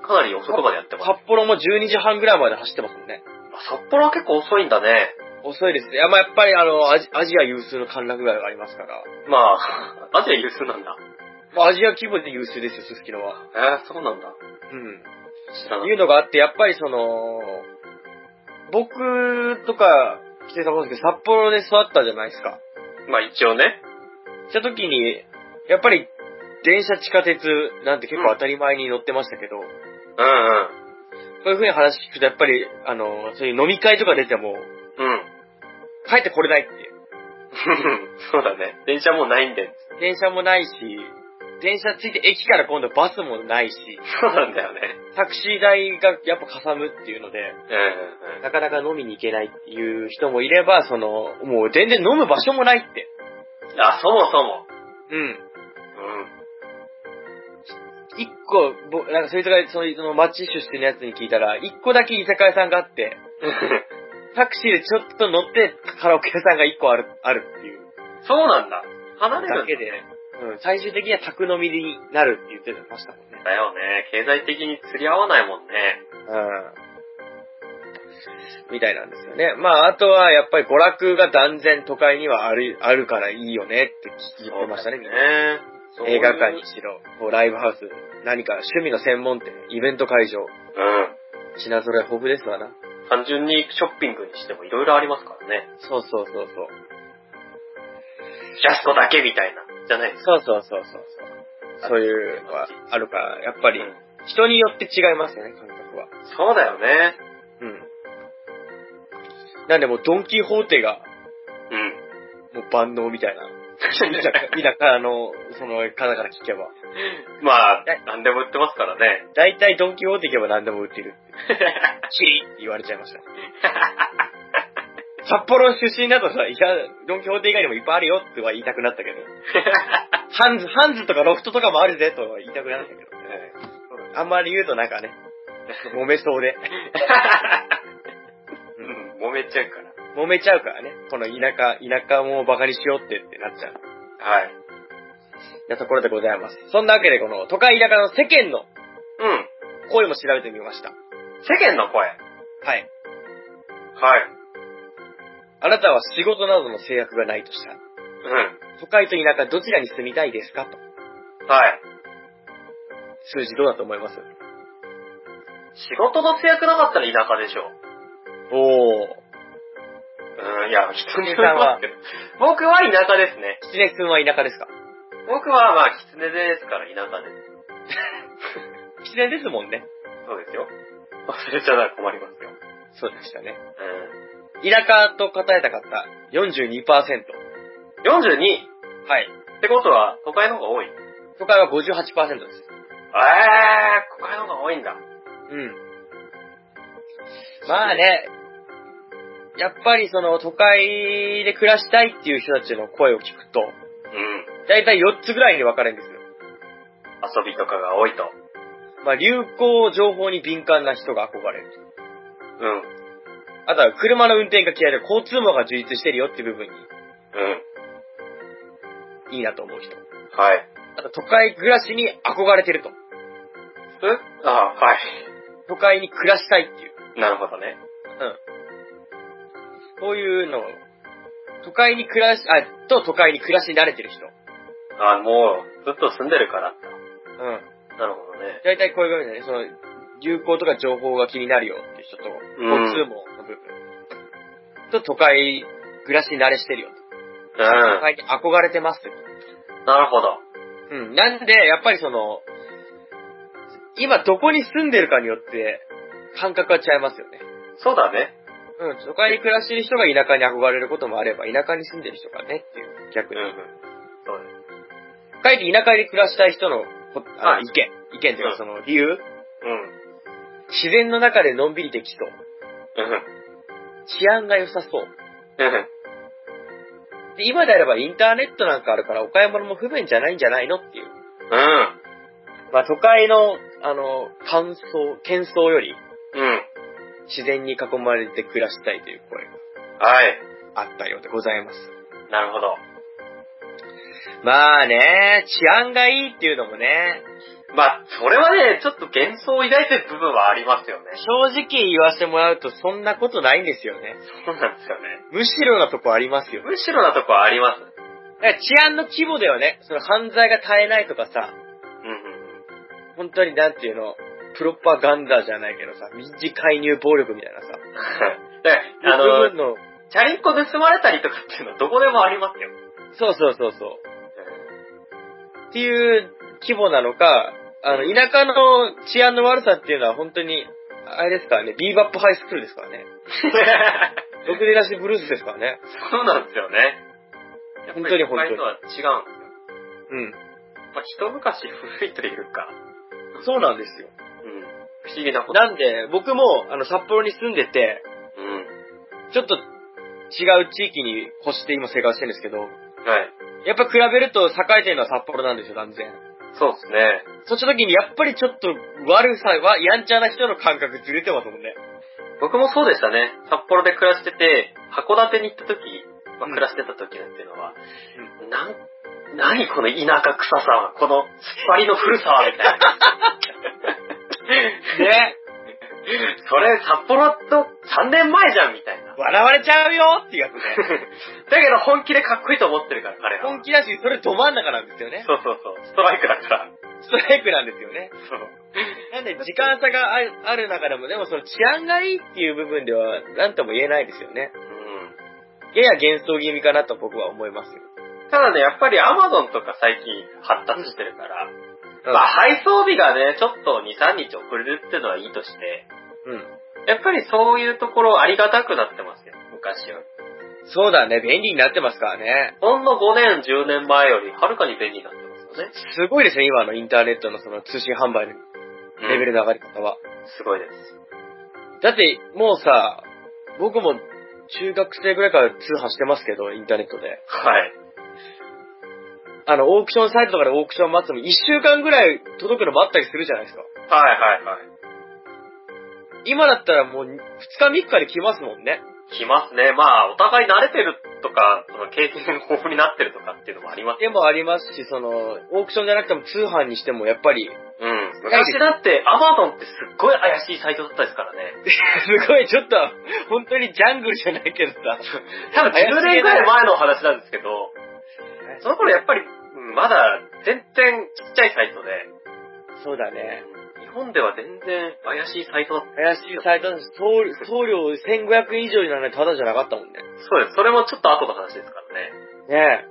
かなり遅くまでやってます。
札幌も12時半ぐらいまで走ってますもんね。
札幌は結構遅いんだね。
遅いですね。まあ、やっぱりあの、アジアジア有数の歓楽街がありますから。
まあ、 <laughs> アジア有数なんだ。
まあ、アジア規模で有数ですよ、すすきのは。
えー、そうなんだ。
うん。
知らな
いう
い。
のがあって、やっぱりその、僕とか来てたことですけど、札幌で座ったじゃないですか。
まあ一応ね。
した時に、やっぱり電車、地下鉄なんて結構当たり前に乗ってましたけど、
うんうん。
こういう風に話聞くと、やっぱり、あの、そういう飲み会とか出ても、
うん。 <laughs>
帰ってこれないっていう。
そうだね。電車もうないんで。
電車もないし、電車ついて駅から今度バスもないし、
そうなんだよね。
タクシー代がやっぱかさむっていうので、
うんうんうん。
なかなか飲みに行けないっていう人もいれば、その、もう全然飲む場所もないって。
あ、そもそも。
うん。
うん。 <laughs>
一個、ぼなんかそいつが、その、その町出身のやつに聞いたら、一個だけ居酒屋さんがあって、タクシーでちょっと乗ってカラオケ屋さんが一個ある、あるっていう。
そうなんだ。離れるんだ
だけで、うん、最終的には宅飲みになるって言ってましたもんね。
だよね。経済的に釣り合わないもんね。
うん。みたいなんですよね。まあ、あとは、やっぱり娯楽が断然都会にはある、あるからいいよねって聞いてましたね、みんな
そうだね
映画館に。しろ、こうライブハウス、何か趣味の専門店、イベント会場、
う
品揃え豊富ですわな。
ん。単純にショッピングにしてもいろいろありますからね。
そうそうそうそう。
ジャスコだけみたいな。じゃないですか。
そうそうそうそうそう。そういうのはあるから、やっぱり
うん
人によって違いますよね、感覚は。
そうだよね。
うん。なんでもうドンキホーテが
うん。
もう万能みたいな。 <laughs> 田舎の、その、かなから聞けば。
まあ
え、
何でも売ってますからね。
だいたいドンキホーテ行けば何でも売ってる。キリって言われちゃいました。札幌出身だとさ、いや、ドンキホーテ以外にもいっぱいあるよっては言いたくなったけど。ハンズ、ハンズとかロフトとかもあるぜとは言いたくなったけど。あんまり言うとなんかね、揉めそうで。
うん、揉めちゃうから。
揉めちゃうからね。この田舎、田舎もバカにしようってってなっちゃう。
はい。
なところでございます。そんなわけでこの都会田舎の世間の
うん。
声も調べてみました。
世間の声。はい。
はい。あなたは仕事などの制約がないとしたら、
う
都会と田舎どちらに住みたいですかと。
ん。はい。
数字どうだと思います
仕事の制約なかったら田舎でしょう。
おー。
うん、いや、人によりますけど。僕は田舎ですね。
きつねくんは田舎ですか
僕はまあ、狐ですから田舎です。
きつねですもんね。
そうですよ。忘れちゃったら困りますよ。
そうでしたね。
う
田舎と答えた方、42%。
ん。42!
はい。
ってことは、都会の方が多い。え
都会は58%です。
ー、都会の方が多いんだ。
うん。まあね、やっぱりその都会で暮らしたいっていう人たちの声を聞くと、
うん。
だいたい4つぐらいに分かれるんですよ。
遊びとかが多いと。
まあ流行情報に敏感な人が憧れる。
うん。うん。
あとは車の運転が嫌いで交通網が充実してるよって部分にいいなと思う人。
はい。
あと都会暮らしに憧れてると。
えあはい。
都会に暮らしたいっていう。
なるほどね。
うん。こういうのを、都会に暮らし、あ、と都会に暮らしに慣れてる人。
あもう、ずっと住んでるから。
うん。
なるほどね。
大体こういう感じだね。その、流行とか情報が気になるよっていう人と、
ん
交通網の部分。と、都会暮らしに慣れしてるよ。
う
都
ん。
会に憧れてます。
なるほど。
うん。なんで、やっぱりその、今どこに住んでるかによって、感覚は違いますよね。
そうだね。
うん。都会に暮らしてる人が田舎に憧れることもあれば、田舎に住んでる人がねっていう、逆
うん。
に。
そうです。
都会で田舎で暮らしたい人のこ、あの
はい
意見。意見という
う
か
ん
その理由
うん。
自然の中でのんびりできそう。
うん。
治安が良さそう。
うん。
でで、今であればインターネットなんかあるからお買い物も不便じゃないんじゃないのっていう。
うん。
まあ都会の、あの、乾燥、喧騒より
うん。
自然に囲まれて暮らしたいという声
はい。
があったようでございます。
なるほど。
まあね、治安がいいっていうのもね、
まあ、それはね、ちょっと幻想を抱いてる部分はありますよね。
正直言わせてもらうとそんなことないんですよね。
そうなんですよね。
むしろなとこありますよ。
むしろなとこはあります。
だから治安の規模ではね、その犯罪が絶えないとかさ、
うんうん。
本当になんていうの、プロパガンダじゃないけどさ、民事介入暴力みたいなさ、
だから、あ
部
の、
分の、
チャリンコ盗まれたりとかっていうのはどこでもあります
<laughs>
よ。
そうそうそうそう。っていう規模なのか、あの、田舎の治安の悪さっていうのは本当に、あれですからね、ビーバップハイスクールですからね。独立なしブルースですからね。
そうなんですよね。やっぱり
本当に本当
都
に
会とは違うんですよ。
うん。
まあ、一昔古いというか、
そうなんですよ。
うん。不思議なこと。
なんで、僕も、あの、札幌に住んでて、
うん。
ちょっと違う地域に越して今生活してるんですけど、
はい。
やっぱ比べると栄えてるのは札幌なんですよ、断然。
そうですね。
そっちの時にやっぱりちょっと悪さは、やんちゃな人の感覚ずれてますもんね。
僕もそうでしたね。札幌で暮らしてて、函館に行った時、まあ、暮らしてた時なんていうのは、なん、なにこの田舎臭さ、この突っ張りの古さは、みたい
<laughs>
な。
ね。
それ、札幌と3年前じゃん、みたいな。
笑われちゃうよっていうやつね。
だけど本気でかっこいいと思ってるから、彼らは。
本気だし、それど真ん中なんですよね。
そうそうそう。ストライクだから。
ストライクなんですよね。
そう。
なんで、時間差があるある中でも、でもその治安がいいっていう部分では、なんとも言えないですよね。
うん。
やや幻想気味かなと僕は思いますよ。
ただね、やっぱりアマゾンとか最近発達してるから、
う
ま
ん
あ配送日がね、ちょっと2、3日遅れるってのはいいとして、
うん。
やっぱりそういうところありがたくなってますよ、昔より。
そうだね、便利になってますからね。
ほんの5年、10年前よりはるかに便利になってますよね。
すごいですね、今のインターネットのその通信販売のレベル
だ。
の上がり方は。
すごいです。
だって、もうさ、僕も中学生ぐらいから通販してますけど、インターネットで。
はい。
あの、オークションサイトとかでオークション待つのも1週間ぐらい届くのもあったりするじゃないですか。
はいはいはい。
今だったらもう2日3日で来ますもんね。
来ますね。まあ、お互い慣れてるとか、その経験豊富になってるとかっていうのもあります
でもありますし、その、オークションじゃなくても通販にしてもやっぱり、 <laughs>
うん。
ないです
昔だって、アマゾンってすっごい怪しいサイトだったですからね。
すごいちょっと、本当にジャングルじゃないけどさ。
多分10年ぐらい前のお話なんですけど、その頃やっぱり、うんまだ全然ちっちゃいサイトで、
そうだね。
日本では全然怪しいサイトだった。
怪しいサイトだし、送送料1500円以上にならないとただじゃなかったもんね。
そうです。それもちょっと後の話ですからね。
ね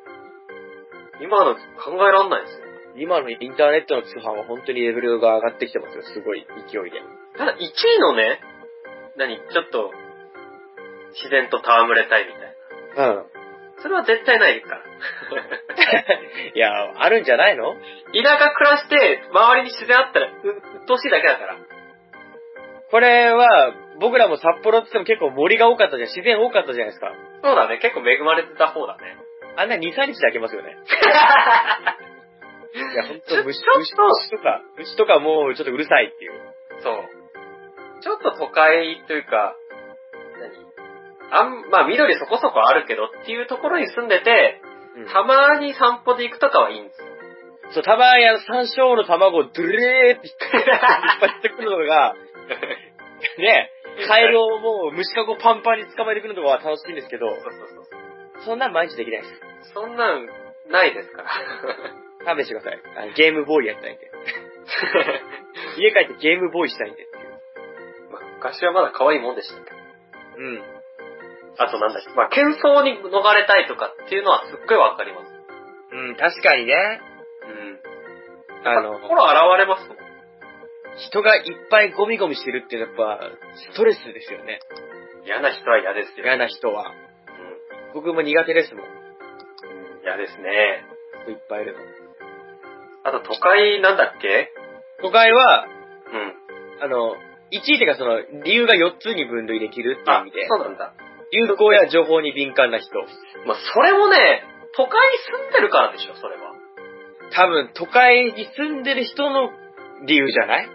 今の考えらんないですよ。
え。今のインターネットの通販は本当にレベルが上がってきてますよ。すごい勢いで。
ただ1位のね、何、ちょっと、自然と戯れたいみたいな。
うん。
それは絶対ないですから。
いや、あるんじゃないの
田舎暮らして、周りに自然あったら、う、うっとうしいだけだから。
これは、僕らも札幌って言っても結構森が多かったじゃん。自然多かったじゃないですか。
そうだね、結構恵まれてた方だね。
あんな2、3日で開けます
<laughs>
よね。いや、ほんと虫、
ちょ
虫
ちょっと
虫とか、虫とかもうちょっとうるさいっていう。
そう。ちょっと都会というか、何あん、まあ緑そこそこあるけどっていうところに住んでて、たまに散歩で行くとかはいいんですよ。 <laughs>
そう、たまにあの、山椒の卵をドゥレーって引っ張ってくるのが、ね、カエルをもう虫かごパンパンに捕まえてくるのが楽しいんですけど、
そうそうそうそう。
そんなん毎日できないです。
そんなん、ないですから。 <laughs>
勘弁してください。あのゲームボーイやったいんで。家帰ってゲームボーイしたいんでっていう。
まあ昔はまだ可愛いもんでしたけど。
うん。
あとなんだっけ、まあ喧騒に逃れたいとかっていうのはすっごいわかります。
うん、確かにね。
うん。
あの、
心現れますもん。
人がいっぱいゴミゴミしてるってやっぱ、ストレスですよね。
嫌な人は嫌ですよ。
嫌な人は。
う
僕も苦手ですもん。
ん。嫌ですね。
いっぱいいるの。
あと都会なんだっけ
都会は、
うん。
あの、1位っていうかその、理由が4つに分類できるっていう意
あ
味で、、
そうなんだ。
流行や情報に敏感な人。
まあ、それもね、都会に住んでるからでしょ、それは。
多分、都会に住んでる人の理由じゃない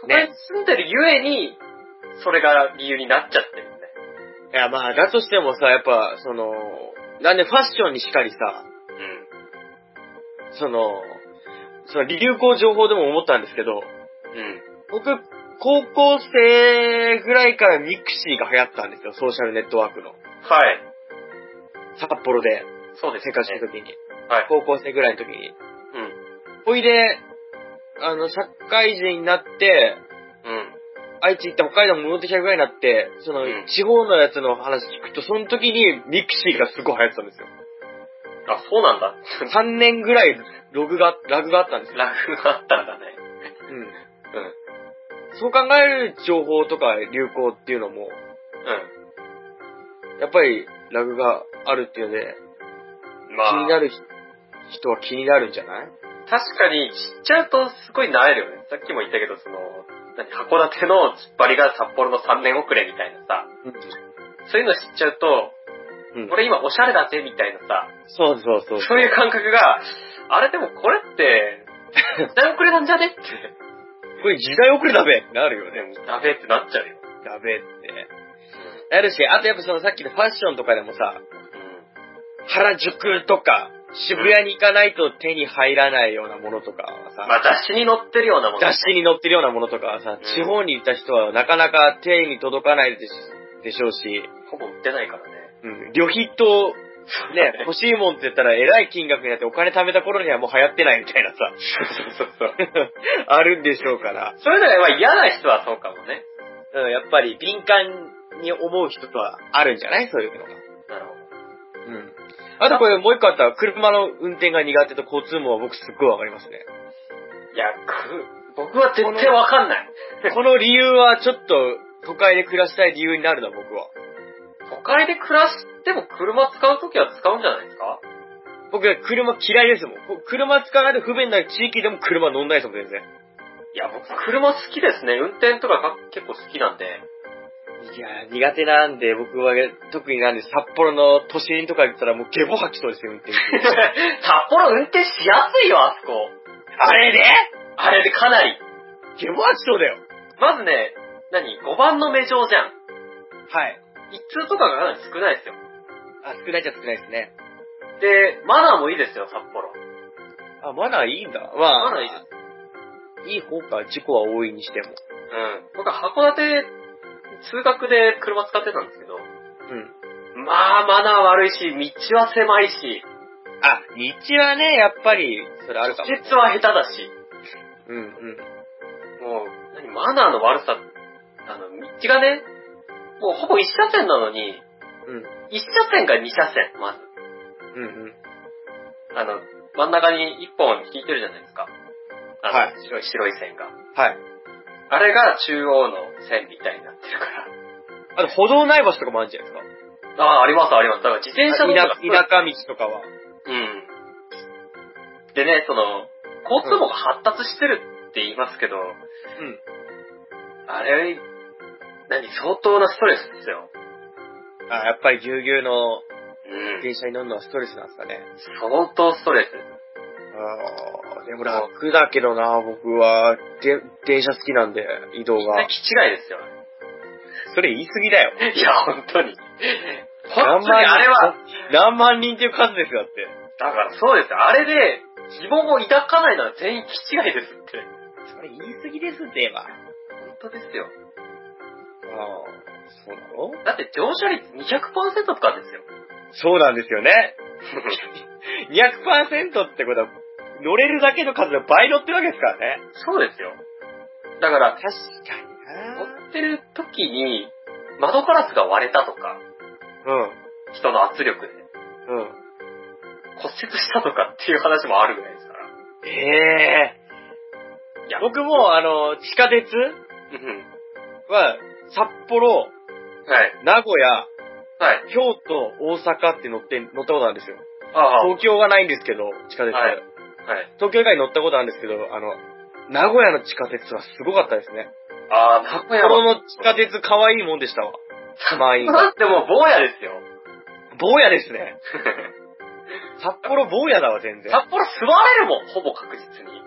都会に住んでるゆえに、それが理由になっちゃってるんで。
いや、まあ、だとしてもさ、やっぱ、その、なんでファッションにしかりさ、
うん。
その、その流行情報でも思ったんですけ
う
ど、
ん。
僕、高校生ぐらいからミクシーが流行ったんですよ、ソーシャルネットワークの。
はい。
札幌で、
そうです
生
ね。
活した時に。
はい。
高校生ぐらいの時に。
うん。
ほいで、あの、社会人になって、
うん。
愛知行って北海道戻ってきたぐらいになって、その
うん、
地方のやつの話聞くと、その時にミクシーがすごい流行ってた
<laughs>
んですよ。
あ、そうなんだ。
3年ぐらい、ログが、ラグがあったんですよ。
ラグがあったんだね。
うん。
うん。
そう考える情報とか流行っていうのも、やっぱりラグがあるっていうので、
うん。
気
まあ、
になる人は気になるんじゃない
確かに知っちゃうとすごい萎えるよね。さっきも言ったけど、その、何、函館の突っ張りが札幌の3年遅れみたいなさ、そういうの知っちゃうと、
うん。
俺今おしゃれだぜみたいなさ、
そうそうそう。
そういう感覚が、あれでもこれ <laughs> って、時代遅れなんじゃねって、
これ時代遅れだべってなるよね。
ダメってなっちゃうよ。
だべって。なるし、あとやっぱそのさっきのファッションとかでもさ、
う
原宿とか、渋谷に行かないと手に入らないようなものとかは
ん。まあ
さ、
雑誌に載ってるようなもの。
雑誌に載ってるようなものとかはさ、
ん
地方にいた人はなかなか手に届かないでしでしょうし、
ほぼ売ってないからね。
うん、旅費と、ね、欲しいもんって言ったら、えらい金額になってお金貯めた頃にはもう流行ってないみたいなさ、 <laughs>
そうそうそう。
あるんでしょうから、
そういうのがまあ嫌な人はそうかもね。
うん、やっぱり敏感に思う人とはあるんじゃないそういうのが。
なるほど。
うん。あとこれもう一個あったら、車の運転が苦手と交通網は僕すっごいわかりますね。
いや、く、僕は絶対わかんない。
この理由はちょっと都会で暮らしたい理由になるな、僕は。
都会で暮らしても車使うときは使うんじゃないですか
僕は車嫌いですもん。こ車使わないと不便な地域でも車乗んないですもん、全然。
いや、僕車好きですね。運転とかが結構好きなんで。
いやー、苦手なんで、僕は特になんで、札幌の都心とか行ったらもうゲボ吐きそうですよ、運
<laughs>
転
札幌運転しやすいよ、あそこ。
あれね
あれでかなり。
ゲボ吐きそうだよ。
まずね、何 ?5 番の目状じゃん。
はい。
一通とかがかなり少ないですよ。
あ、少ないっちゃ少ないですね。
で、マナーもいいですよ、札幌。
あ、マナーいいんだ。まあ、
マナーいいです。
いい方か、事故は多いにしても。
うん。僕は函館、通学で車使ってたんですけど、
うん。
まあ、マナー悪いし、道は狭いし、
あ、道はね、やっぱり、それあるかも。
除雪は下手だし、
うんうん。
もう、何、マナーの悪さ、あの、道がね、もうほぼ一車線なのに、
うん。
一車線が二車線、まず。
うんうん。
あの、真ん中に一本引いてるじゃないですか。あの、
はい
白い、白い線が。
はい。
あれが中央の線みたいになってるか
あと、歩道ない場所とかもあるんじゃないです
ら。ああ、ありますあります。だから自転車の
か。田田舎道とかは。
うん。でね、その、交通網が発達してるって言いますけど、
うん。
あれ、何、相当なストレスですよ。
あ、やっぱりぎゅうぎゅうの
うん。
電車に乗るのはストレスなんですかね。
相当ストレスです。
あーでも楽だけどな、僕は。で、電車好きなんで、移動が。
気違いですよ。 <laughs>
それ言い過ぎだよ。
いや、本当に。本
何
当に
万人
あれは、
何万人っていう数ですよ、だって。
だからそうですよ。あれで、疑問を抱かないのは全員気違いですって。
それ言い過ぎですって言えば。あ
本当ですよ。
あ、そうなの
だって乗車率200%とか <laughs> ですよ。
そうなんですよね。200%ってことは、乗れるだけの数の倍乗ってるわけですからね。
そうですよ。だから、
確か
乗ってる時に、窓ガラスが割れたとか、人の圧力で
うん。うん。
骨折したとかっていう話もあるぐらいですから。
ええ
いや、
僕も、あの、地下鉄
うん。
は、札幌、
はい。
名古屋、
はい。
京都、大阪って乗って、乗ったことあるんですよ。
ああ、はい。
東京はないんですけど、地下鉄。
はい
東京以外に乗ったことあるんですけど、あの、名古屋の地下鉄はすごかったですね。
ああ、名古
札
屋
幌
は、
の地下鉄可愛いもんでしたわ。満員が。
<laughs> でも、坊やですよ。
坊やですね。
<laughs>
札幌坊やだわ、全然。
札幌座れるもん、ほぼ確実に。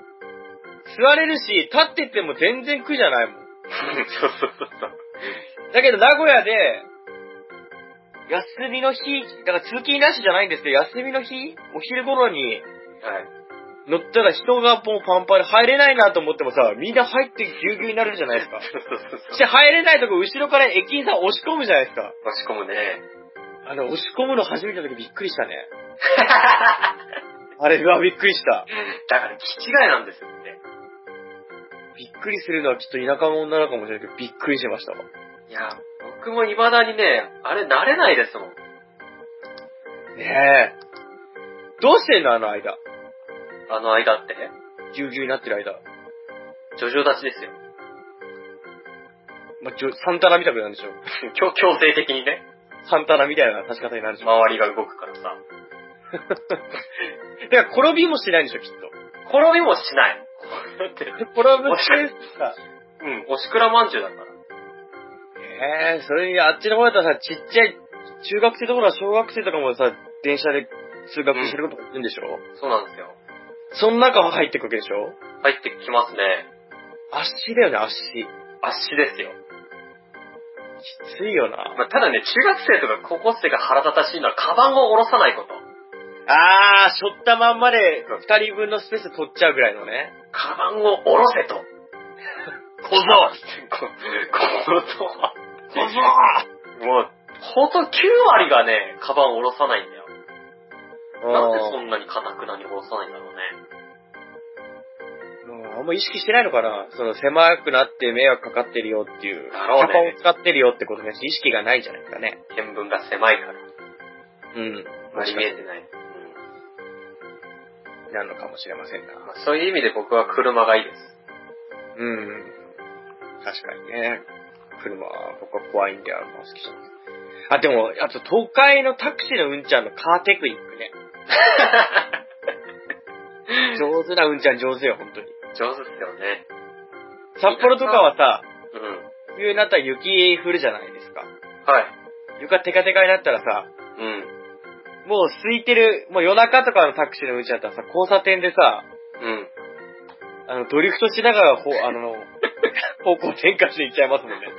座れるし、立ってても全然苦じゃないもん。
そうそうそうそう。
だけど名古屋で、休みの日、だから通勤なしじゃないんですけど、休みの日、お昼頃に
はい。
乗ったら人がもうパンパンで入れないなと思ってもさ、みんな入ってぎゅうぎゅうになるじゃないですか。
そうそうそう
そして入れないとこ後ろから駅員さん押し込むじゃないですか。
押し込むね。
あの、押し込むの初めての時びっくりしたね。 <laughs> あれはびっくりした。
だから、気違いなんですよね。
びっくりするのはきっと田舎の女の子かもしれないけど、びっくりしましたわ。
いや、僕も未だにね、あれ慣れないですもん。
ねえ。どうしてんのあの間。
あの間って。
ぎゅうぎゅうになってる間。
ジョジョ立ちですよ。
まあ、ちょサンタナみたくなるんでしょ。
<laughs> 強強制的にね、
サンタナみたいな立ち方になるんでしょ。
周りが動くからさ。
だから転びもしないんでしょ、きっと。
転びもしない。 <laughs> だって、
転ぶってさ。
うん、おしくらまんじゅうだから。
ええそれにあっちの方だったらさ、ちっちゃい、中学生とか小学生とかもさ、電車で通学してることもいるんでしょ、
そうなんですよ。
その中入ってくわけでしょ
入ってきますね。
足だよね、足。
足ですよ。
きついよな。
まあ、ただね、中学生とか高校生が腹立たしいのは、カバンを下ろさないこと。
あー、しょったまんまで、二人分のスペース取っちゃうぐらいのね。
カバンを下ろせと。小僧こ、小
小僧
僧もう、ほんと9割がね、カバンを下ろさないんだよ。なんでそんなにかたくなに下ろさないんだろうね。
うんあんま意識してないのかなその狭くなって迷惑かかってるよっていう。
だろうね
キャパを使ってるよってことだし、意識がないんじゃないですかね。
見分が狭いから。
うん。
あまり見え
もして
ない。
かしたらなのかもしれません
うん
な。
まあそういう意味で僕は車がいいです。
うん。確かにね。車、僕は怖いんで、あんま好きじゃない。あ、でも、あと東海のタクシーのうんちゃんのカーテクニックね。上手なうんちゃん上手よ、本当に。
上手ですよね。
札幌とかはさ、
うん。
冬になったら雪降るじゃないですか。
はい。
床テカテカになったらさ、
うん。
もう空いてる、もう夜中とかのタクシーのうちだったらさ、交差点でさ、
<laughs> うん。
あの、ドリフトしながら、ほ、あの、方向転換していっちゃいますもんね。
滑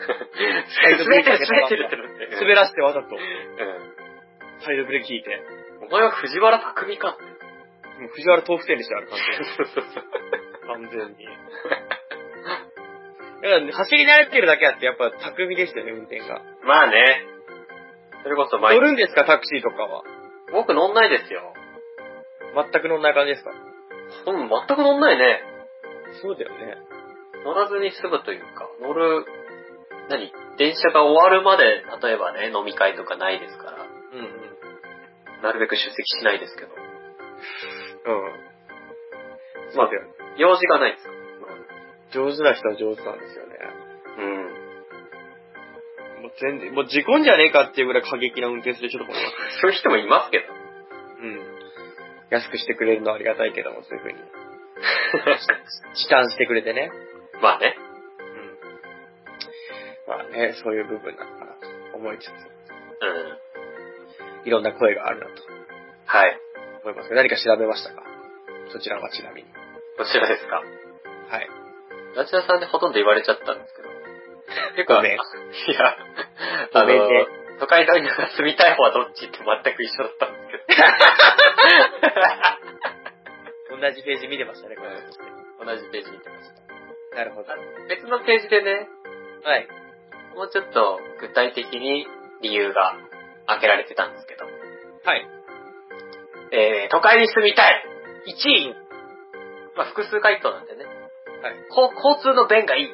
ってる、滑ってるってなって。
滑らしてわざと、
うん。
サイドブレーキ引いて。
お前は藤原匠か。
もう藤原豆腐店でしたよ、あれ完全に。完全に。だからね、走り慣れてるだけあって、やっぱ巧みですよね、運転が。
<laughs> まあね。それこそ毎
乗
日
るんですか、タクシーとかは。
僕乗んないですよ。
全く乗んない感じですか
うん、全く乗んないね。
そうだよね。
乗らずに済むというか、乗る、何電車が終わるまで、例えばね、飲み会とかないですから、
うんうん。うん。
なるべく出席しないですけど。
そうだよね。
用事がないですか
上手な人は上手なんですよね。
うん。
もう全然、もう事故んじゃねえかっていうぐらい過激な運転する人とかもいます。
そういう人もいますけど。
うん。安くしてくれるのはありがたいけども、そういう風 <laughs> に。時短してくれてね。
まあね。
うん。まあね、そういう部分なのかなと思いつ
うん。
つ、いろんな声があるなと
はい。
思いますけど、何か調べましたかそちらはちなみに。
こちらですか。
はい。
ラチナさんでほとんど言われちゃったんですけど。結構、
ごめん
いや、あ
ごめん
の、
ね
都会の田舎住みたい方はどっちって全く一緒だったんですけど。
同じページ見てましたね、これ。 <laughs>
同じページ見てました。
なるほど。
別のページでね、
はい。
もうちょっと具体的に理由が挙げられてたんですけど。
はい。
えー、都会に住みたい !1 位まあ、複数回答なんでね。
はい。
こ交通の便がいい。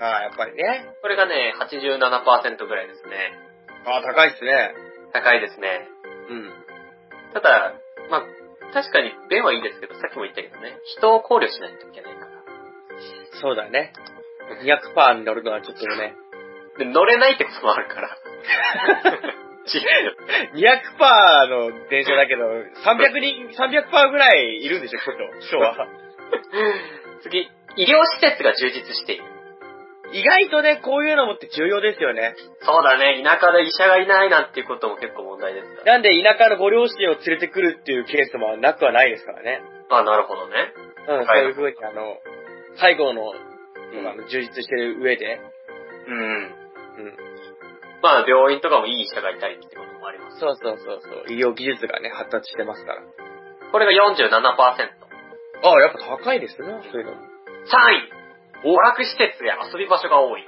ああ、やっぱりね。
これがね、87%ぐらいですね。
ああ、高いっすね。
高いですね。
うん。
ただ、まあ、確かに便はいいですけど、さっきも言ったけどね、人を考慮しないといけないから。
そうだね。200%に乗るのはちょっとね。
で、乗れないってこともある
<laughs>
から。違うよ。
200%の電車だけど、300人、300%ぐらいいるんでしょ、ちょっと、人は。
次、医療施設が充実している。
<laughs> 意外とね、こういうのもって重要ですよね。
そうだね、田舎で医者がいないなんていうことも結構問題ですから。
なんで田舎のご両親を連れてくるっていうケースもなくはないですからね。
あ、なるほどね。
うん、
はい
そういうふうにあの、介護の、
うん
あの充実してる上で、
うん。
う
まあ、病院とかもいい医者がいたりってこともありま
ん。
す。
そうそうそうそう。医療技術がね、発達してますから。
これが47%。
ああ、やっぱ高いですね、そういうの。
3位娯楽施設や遊び場所が多い。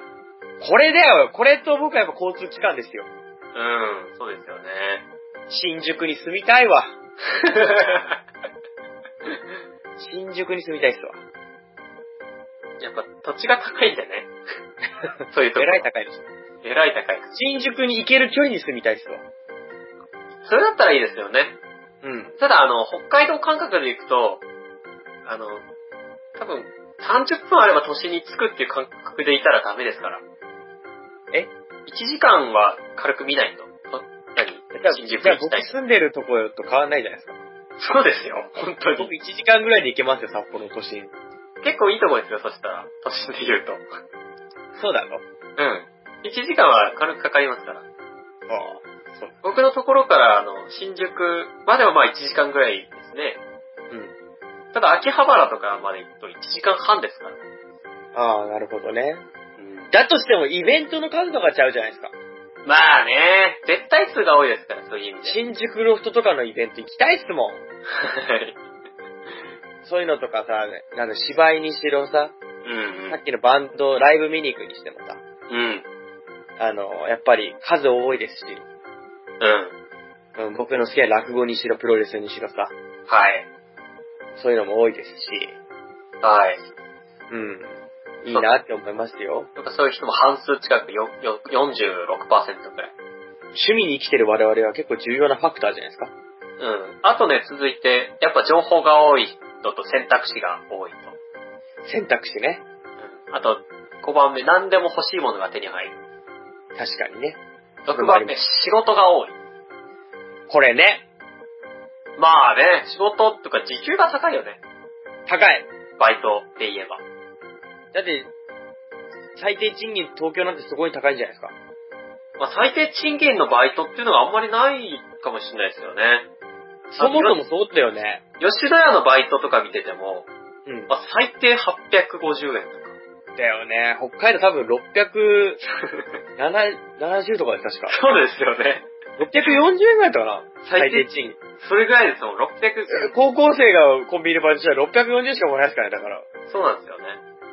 これだよ、これと僕はやっぱ交通機関ですよ。
うん、そうですよね。
新宿に住みたい <laughs> わ。新宿に住みたいっすわ。
やっぱ土地が高いんだ <laughs> ね。そういうと
え
こ。
らい高いです。
えらい高い。
新宿に行ける距離に住みたいっすわ。
それだったらいいですよね。
うん。
ただ、あの、北海道感覚で行くと、あの、多分、30分あれば都心に着くっていう感覚でいたらダメですから。
え
?1 時間は軽く見ないと。あ
じゃあ、
何新宿
じゃあ
行きた
僕
い。
住んでるところと変わんないじゃないですか。
そうですよ、本当に
僕。1時間ぐらいで行けますよ、札幌都心。
結構いいとこですよ、そしたら。都心で言うと。う
そうだろ
ん。1時間は軽くかかりますから。
ああ、そう。
僕のところから、あの、新宿まではまあ1時間ぐらいですね。
うん。
ただ、秋葉原とかまで行くと1時間半ですから。
ああ、なるほどね。
うん。
だとしても、イベントの数とかちゃうじゃないですか。
まあね、絶対数が多いですから、そういう意味で。
新宿ロフトとかのイベント行きたいっすもん。そういうのとかさ、なんだ、芝居にしろさ、
<laughs> うん
さっきのバンド、ライブ見に行くにしてもさ、
うん。うん。
あの、やっぱり数多いですし、
うん。
うん、僕の好きな落語にしろ、プロレスにしろさ、
はい。
そういうのも多いですし、
はい。
うん。いいなって思いますよ。
なんかそういう人も半数近く、よよ46%くらい。
趣味に生きてる我々は結構重要なファクターじゃないですか。
うん。あとね、続いて、やっぱ情報が多いのと選択肢が多いと。
選択肢ね。
うん。あと、5番目、何でも欲しいものが手に入る。
確かにね。
6番目、仕事が多い。
これね、
まあね、仕事とか時給が高いよね。
高い。
バイトで言えば。
だって、最低賃金東京なんてすごい高いんじゃないですか。
まあ最低賃金のバイトっていうのがあんまりないかもしれないですよね。
そもそもそうだよね。
吉田屋のバイトとか見てても、
うん。
まあ、最低850円とか。
だよね。北海道多分670 70とかで確か。
そうですよね。
640円ぐらいだったかな
最
最
低
低賃金。
それぐらいですもん、600。
高校生がコンビニでバイトしたら640しかもらえないですからね、だから。
そうなんですよね。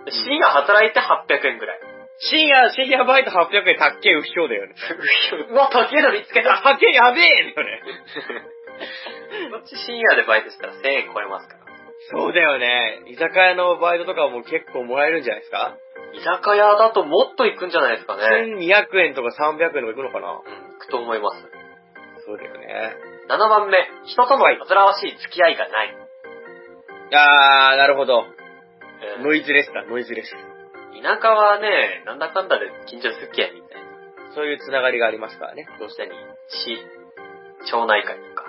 で深夜働いて800円ぐらい。
深夜、深夜バイト800円、たっけえ、不況だよね。
<laughs> うわ、高えの見つけた。
たっけえ、やべえだよね。
こっち深夜でバイトしたら1000円超えますから。
そうだよね。居酒屋のバイトとかも結構もらえるんじゃないですか
居酒屋だともっと行くんじゃないですかね。
?1200 円とか300円とかいくのかな
うん、行くと思います。
そうだよね。
7番目、人との煩わしい付き合いがない。
あー、なるほど。
うん
ノイズレスだ、ノイズレス。
田舎はね、なんだかんだで近所付き合いみたいな。
そういうつながりがありますからね。
どうしたに、市、町内会とか。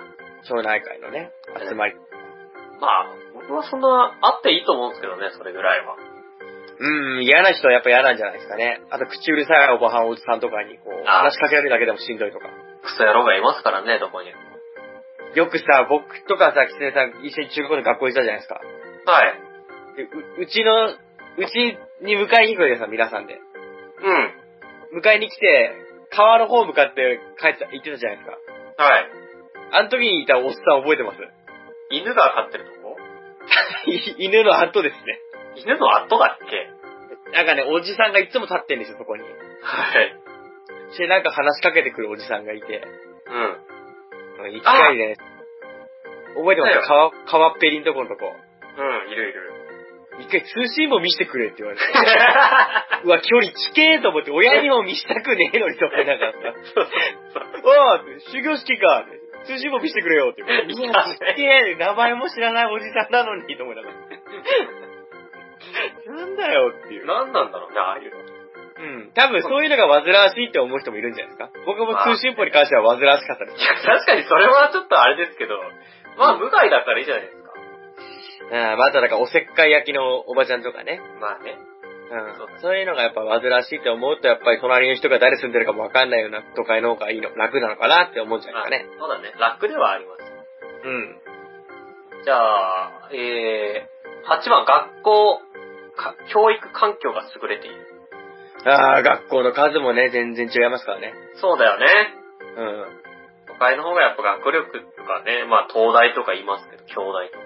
町内会のね、集まり。
まあ、僕はそんな、あっていいと思うんですけどね、それぐらいは。
うん、嫌な人はやっぱ嫌なんじゃないですかね。あと、口うるさいおばはん、おじさんとかに、こう、
あー
話しかけられるだけでもしんどいとか。
クソ野郎がいますからね、どこに。はい。
よくさ、僕とかさ、きつねさん、一緒に中学校で学校行ったじゃないですか。でううちの、うちに迎えに行くわけですよ、皆さんで。
うん。
迎えに来て、川の方向かって帰ってた、行ってたじゃないですか。
はい。
あの時にいたおっさん覚えてます <laughs>
犬が飼ってるとこ
い犬の後ですね。
犬の後だっけ
なんかね、おじさんがいつも立ってんですよ、そこに。
はい。
して、なんか話しかけてくるおじさんがいて。
うん。
うん一回ね、覚えてま
は
す
い
よ川、川っぺりんとこのとこ。
うん、いるい <laughs> る。
一回通信簿見せてくれって言わ <laughs> れて。うわ、距離近えと思って、親にも見したくねえのにと思いながらさ。 <laughs> おう、修行式か。通信簿 <laughs> 見せてくれよって言われて。
いうや
わ、すげえ、名前も知らないおじさんなのにと思いながら。 <laughs> なんだよっていう。
何なんだろうね、ああいうの。
うん。多分そういうのが煩わしいって思う人もいるんじゃないですか。僕も通信簿に関しては煩わしかったです
い。や、確かにそれはちょっとあれですけど、まあ、無害だからいいじゃないですか。
うん、まただからおせっかい焼きのおばちゃんとかね。
まあね。
うん。そういうのがやっぱ煩わしいって思うと、やっぱり隣の人が誰住んでるかもわかんないような都会の方がいいの、楽なのかなって思うんじゃないかね。
まあそうだね。楽ではあります。
うん。
じゃあ、えー、8番、学校、か教育環境が優れている。
ああ、学校の数もね、全然違いますからね。
そうだよね。
うん。
都会の方がやっぱ学力とかね、まあ東大とか言いますけど、京大とか、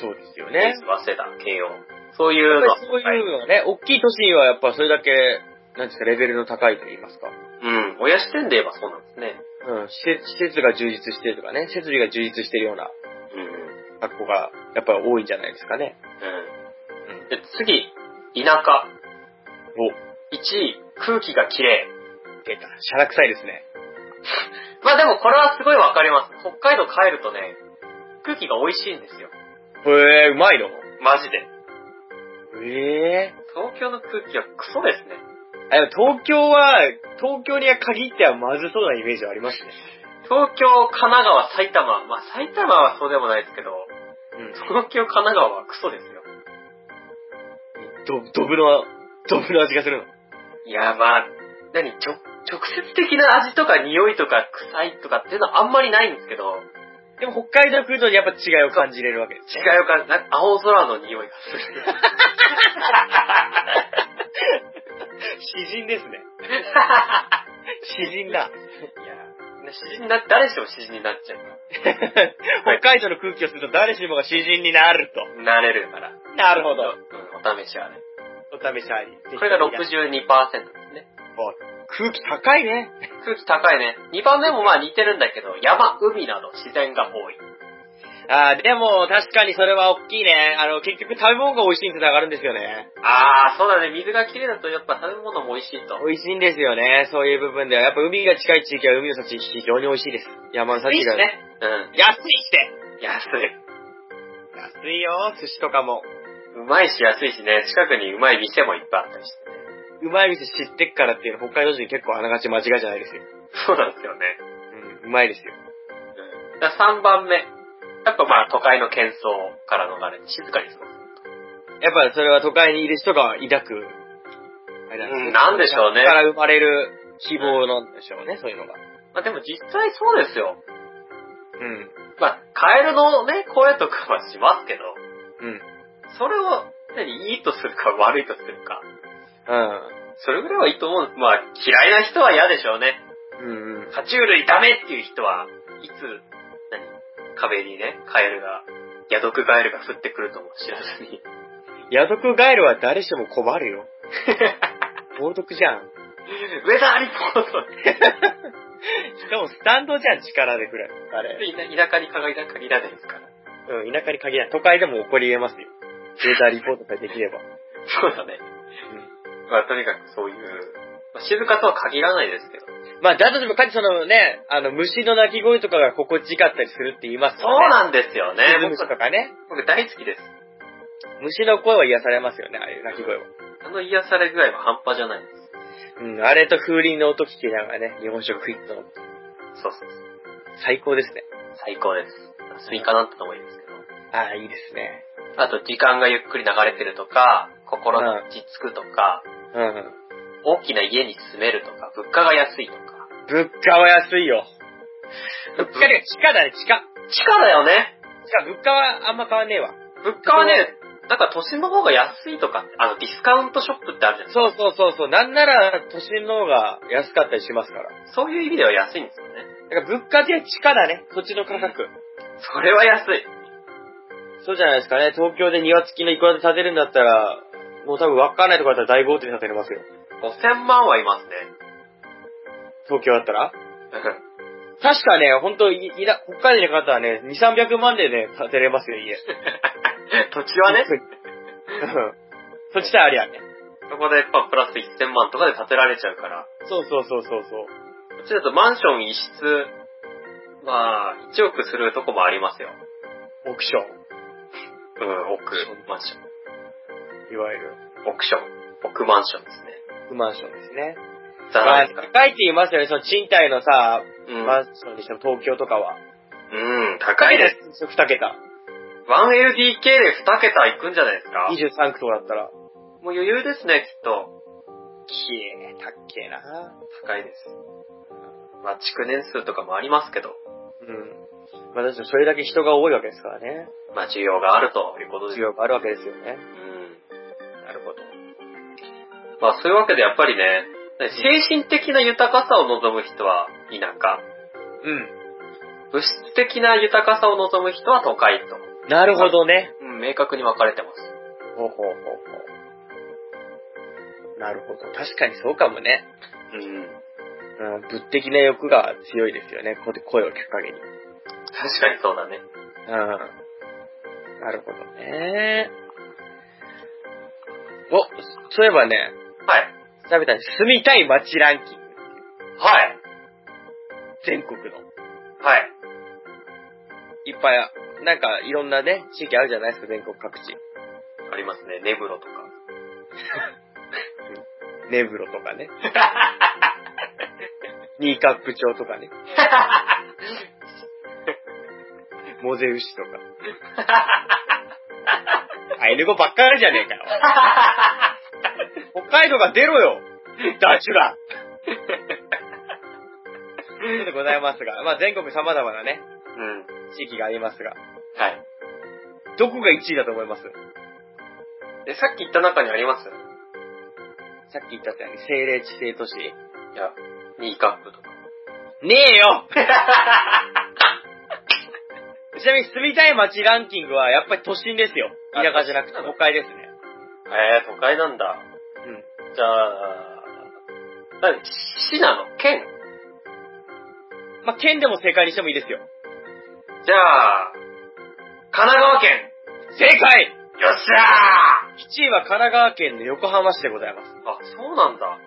そうですよ
ね
ね。、
早稲田、慶応。そうい
や
う
っぱ
の
りそういうのはね、大きい都市はやっぱそれだけ、なんですか、レベルの高いと言いますか。
うん、親視点で言えばそうなんですね。
うん、施設施設が充実してるとかね、設備が充実してるような
うん。う
学校がやっぱり多いんじゃないですかね。
ん。で、次、田舎。
お、
1位、空気がきれい。
出た。シャラ臭いですね。
まあでもこれはすごいわかります。北海道帰るとね、空気が美味しいんですよ。
へえ、うまいの
マジで。
ええ
東京の空気はクソですね。
あ東京は、東京に限ってはまずそうなイメージはありますね。
東京、神奈川、埼玉。まあ埼玉はそうでもないですけど、
うん。
東京、神奈川はクソですよ。
ど、ドブの、ドブの味がするの。
いや、まあ、何、ちょ、直接的な味とか匂いとか臭いとかっていうのはあんまりないんですけど、
でも北海道来るとやっぱ違いを感じれるわけです。
違うか、なんか青空の匂いがす <laughs> る。
詩人ですね。詩人だ。
いや、ね詩人にな、誰しも詩人になっちゃうか
北海道の空気をすると誰しもが詩人になると。
ら。なれるから。
なる
う
ほ
ん
ど。
お試しあれ。
お試しあり。
これが62%ですね。
空気高いね。
空気高いね。2番目もまあ似てるんだけど、山、海など自然が多い。
あーでも確かにそれは大きいね。あの、結局食べ物が美味しいにつながるんですよね。
あー、そうだね。水がきれいだとやっぱ食べ物も美味しいと。
美味しいんですよね。そういう部分では。やっぱ海が近い地域は海の幸非常に美味しいです。山
い
の幸
い
が。
しね。うん。
安いして
安
安いよ、寿司とかも。
い。うまいし安いしね。近くにうまい店もいっぱいあったりしてね。
うまい店知ってっからっていうの北海道人結構あながち間違いじゃないですよ。
そうなんですよね。
うん、うまいですよ。
うん。だ3番目。やっぱまあ都会の喧騒から逃れて静かに過ごす。
やっぱそれは都会にいる人が抱く、あれ
うんなんでしょうね
から生まれる希望なんでしょうね、そういうのが。
まあでも実際そうですよ。
うん。
まあカエルのね、声とかはしますけど、
うん。
それを何、いいとするか悪いとするか。
うん。
それぐらいはいいと思う。まあ、嫌いな人は嫌でしょうね。
うんうん。
爬虫類ダメっていう人は、いつ、何壁にね、カエルが、ヤドクガエルが降ってくるとも知らずに。 <laughs>
ヤドクガエルは誰しも困るよ。猛毒じゃん。
ウェザーリポート
しかもスタンドじゃん、力でくらい。あれ。
田舎に限ら限らないですから。
うん、田舎に限らない。都会でも起こり得ますよ。データリポートさえできれば。
そうだね。まあ、とにかくそういう、まあ、静かとは限らないですけど。
まあ、だとでもかにそのね、あの、虫の鳴き声とかが心地よかったりするって言います
そ
か
うな
らね。
んですよね。
ね。虫
僕
とかね。
僕大好きです。
虫の声は癒されますよね、ああいう鳴き声は。
あの癒され具合は半端じゃないです。
うん、あれと風鈴の音聞きながらね、日本食食いの
そうそうそう。
最高ですね。
最高です。スイカなんてのもいいですけど。
ああ、いいですね。
あと、時間がゆっくり流れてるとか、心が落ち着くとか、
うん。
大きな家に住めるとか、物価が安いとか。
物価は安いよ。物価で、地下だね、地下。
地下だよね。
地下、物価はあんま変わんねえわ。
物価はね、なんか都心の方が安いとか、あの、ディスカウントショップってあるじゃないですか。
そうそうそうそう。なんなら、都心の方が安かったりしますから。
そういう意味では安いんですよね。
だから物価って地下だね。土地の価格。
それは安い。
そうじゃないですかね。東京で庭付きのいくらで建てるんだったら、もう多分稚内とかだったら大豪邸で建てれますよ。
5000万はいますね。 <laughs>
東京だったら。確かね、ほんと、い、いな、北海道の方はね、2、300万でね、建てれますよ、家。
土地 <laughs> はね、
うん。そっちさえありゃね。
そこでやっぱプラス1000万とかで建てられちゃうから、
そうそうそうそうそう。
こっちだとマンション一室、まあ、1億するとこもありますよ。
オークション。
うん、億マンション。
いわゆる。
億ション。億マンションですね。
マンションですね。
ザ
ま
ラ
あ、
ですから。
高いって言いますよね、その賃貸のさ、
うん
マンションにしても東京とかは。
うん、高いです。
す。2桁。
1LDK で2桁いくんじゃないですか
23区とかだったら。
もう余裕ですね、きっと。
きえ、たっけえな。
高いです。まあ、築年数とかもありますけど、
うん。まあ、確かにそれだけ人が多いわけですからね。
まあ、需要があるということです。
需要があるわけですよ
う
ね。
ん。なるほど。まあ、そういうわけでやっぱりね、精神的な豊かさを望む人は田舎、
うん。
物質的な豊かさを望む人は都会と、
なるほどね。
うん、明確に分かれてます。
ほうほうほうほう。なるほど。確かにそうかもね。
うん。
うん、物的な欲が強いですよね。こ声を聞く限り。う
確かにそうだね。
ん。なるほどね。お、そういえばね、
はい。
調べたんです。住みたい街ランキング。
はい。
全国の。
はい。
いっぱいあ、なんかいろんなね、地域あるじゃないですか、全国各地。
ありますね。根室とか。
根室とかね。ニーカップ町とかね。モゼウシとか。アイヌ語ばっかりじゃねえかよ。北海道が出ろよダチュラということでございますが、まあ全国様々なね、
うん。
地域がありますが、
はい。
どこが1位だと思います
え、さっき言った中にあります
さっき言ったように、政令地政都市。ね
いや、ニーカップとか。
えよちなみに住みたい街ランキングはやっぱり都心ですよ。田舎じゃなくて
あ
都会ですね。
えー、都会なんだ。
うん。
じゃあ、何市なの県
まあ、県でも正解にしてもいいですよ。
じゃあ、神奈川県
正解
よっしゃ
!1 位は神奈川県の横浜市でございます。
ーあ、そうなんだ。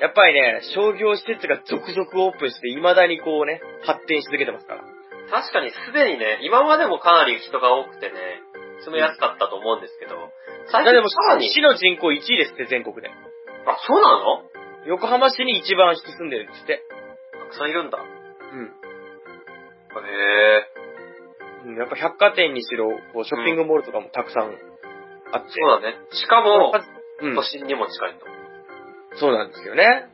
やっぱりね、商業施設が続々オープンして、未だにこうね、発展し続けてますから。
確かにすでにね、今までもかなり人が多くてね、住めやすかったと思うんですけど、最
い
近
やでも、
さらに、
市の人口1位ですって、全国で。
あ、そうなの
横浜市に一番人住んでるんですって。
たくさんいるんだ。へえ。
うん。やっぱ百貨店にしろ、こうショッピングモールとかもたくさんあって。
そうだね。しかも、
う
都心にも近いと。
ん。そうなんですよね。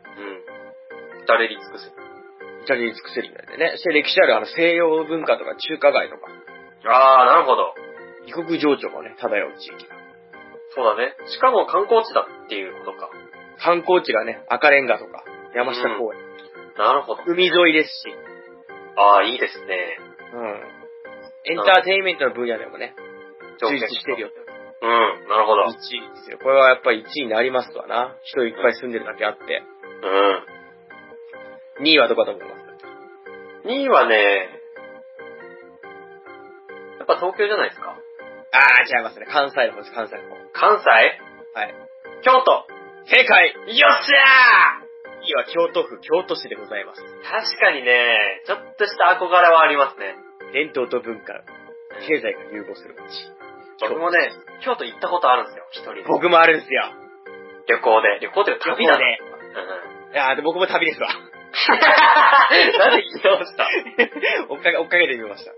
うん。至れり尽くせ。
イタリアに尽くせるみたいでね。そして歴史あるあの西洋文化とか中華街とか、
ああ、なるほど。
異国情緒がね、漂う地域が。
そうだね。しかも観光地だっていうことか。
観光地がね、赤レンガとか、山下公園、
なるほど。
海沿いですし、
ああ、いいですね。
うん。エンターテインメントの分野でもね、充実してるよ。
うん、なるほど。
1位ですよ。これはやっぱり1位になりますわな。人いっぱい住んでるだけあって。
うん。
2位はどこだと思います
2位はね、やっぱ東京じゃないですか。
あー、違いますね。関西の方です、関西の方。
関西
はい。
京都
正解
よっしゃ
!2 位は京都府京都市でございます。
ー確かにね、ちょっとした憧れはありますね。
伝統と文化、経済が融合する街。
僕もね、京都行ったことあるんですよ、一人で。
僕もあるんですよ。
旅行で。旅行というか旅だね。
ね。
うん。
いやーで僕も旅ですわ。 <laughs>
なん <laughs> で聞き直した
追っかけ、追っかけてみました。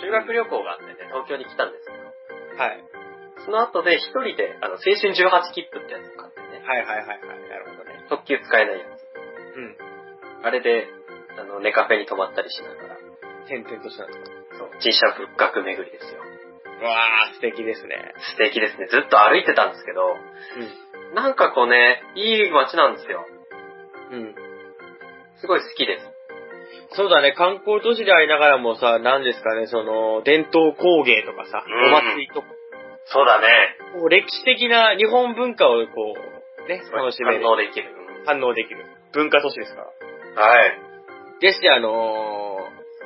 修学旅行があってね、東京に来たんですけど、
はい。
その後で一人で、あの、青春18切符ってやつを買ってね、
はいはいはいはい。なるほどね。
特急使えないやつ。
うん。
あれで、あの、ネカフェに泊まったりしながら、
転々としたんですか
そう、自社仏閣巡りですよ。
わー、素敵ですね。
素敵ですね。ずっと歩いてたんですけど、なんかこうね、いい街なんですよ。
うん。うん。
すごい好きです。
そうだね、観光都市でありながらもさ、何ですかね、その、伝統工芸とかさ、
うん
お祭りとか、
そうだね。
こう歴史的な日本文化をこう、ね、楽しめる
反。応できる。
反応できる。文化都市ですから。
はい。
ですし、あの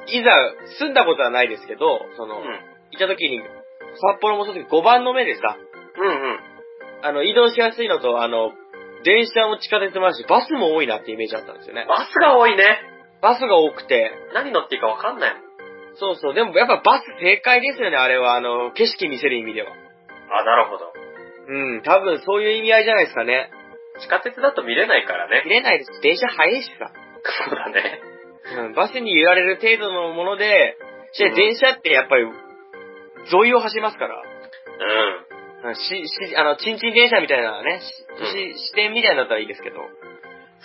ーいざ、住んだことはないですけど、そうの、
ん。
いた時に、札幌もその時5番の目でさ、
うんうん。
あの、移動しやすいのと、あの、電車も地下鉄もあるし、バスも多いなってイメージあったんですよね。
バスが多いね。
バスが多くて、
何乗っていいかわかんないもん。
そうそう、でもやっぱバス正解ですよね、あれは。あの、景色見せる意味では。
あ、なるほど。
うん、多分そういう意味合いじゃないですかね。
地下鉄だと見れないから
見
ね。
れないです。電車早いしさ。
そうだね。
うん、バスに揺られる程度のもので、して
うん
電車ってやっぱり、沿いを走りますから。
うん。
うん、し、し、あの、チンチン電車みたいなね、
うん
し、し、視点みたいになったらいいですけど。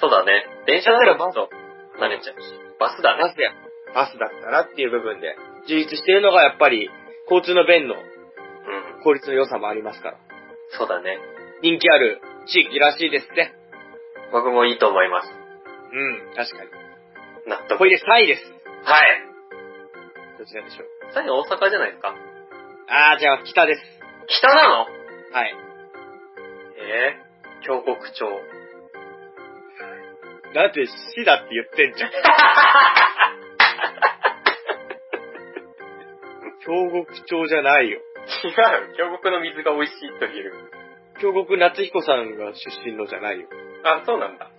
そうだね。電車だったらバスと離れちゃうし。バスだね。
バスや、バスだったらっていう部分で、充実しているのがやっぱり、交通の便の
うん。
効率の良さもありますから。
そうだね。
人気ある地域らしいですね。
僕もいいと思います。
うん、確かに。
納得。
これで3位です。
はい。
どちらでしょう。
最後大阪じゃないですか。
あー、じゃあ、北です。
北なの
はい。
ええ峡谷町。
だって、市だって言ってんじゃ <laughs> ん。京極町じゃないよ。
違う。峡谷の水が美味しいという。
京極夏彦さんが出身のじゃないよ。
あ、そうなんだ。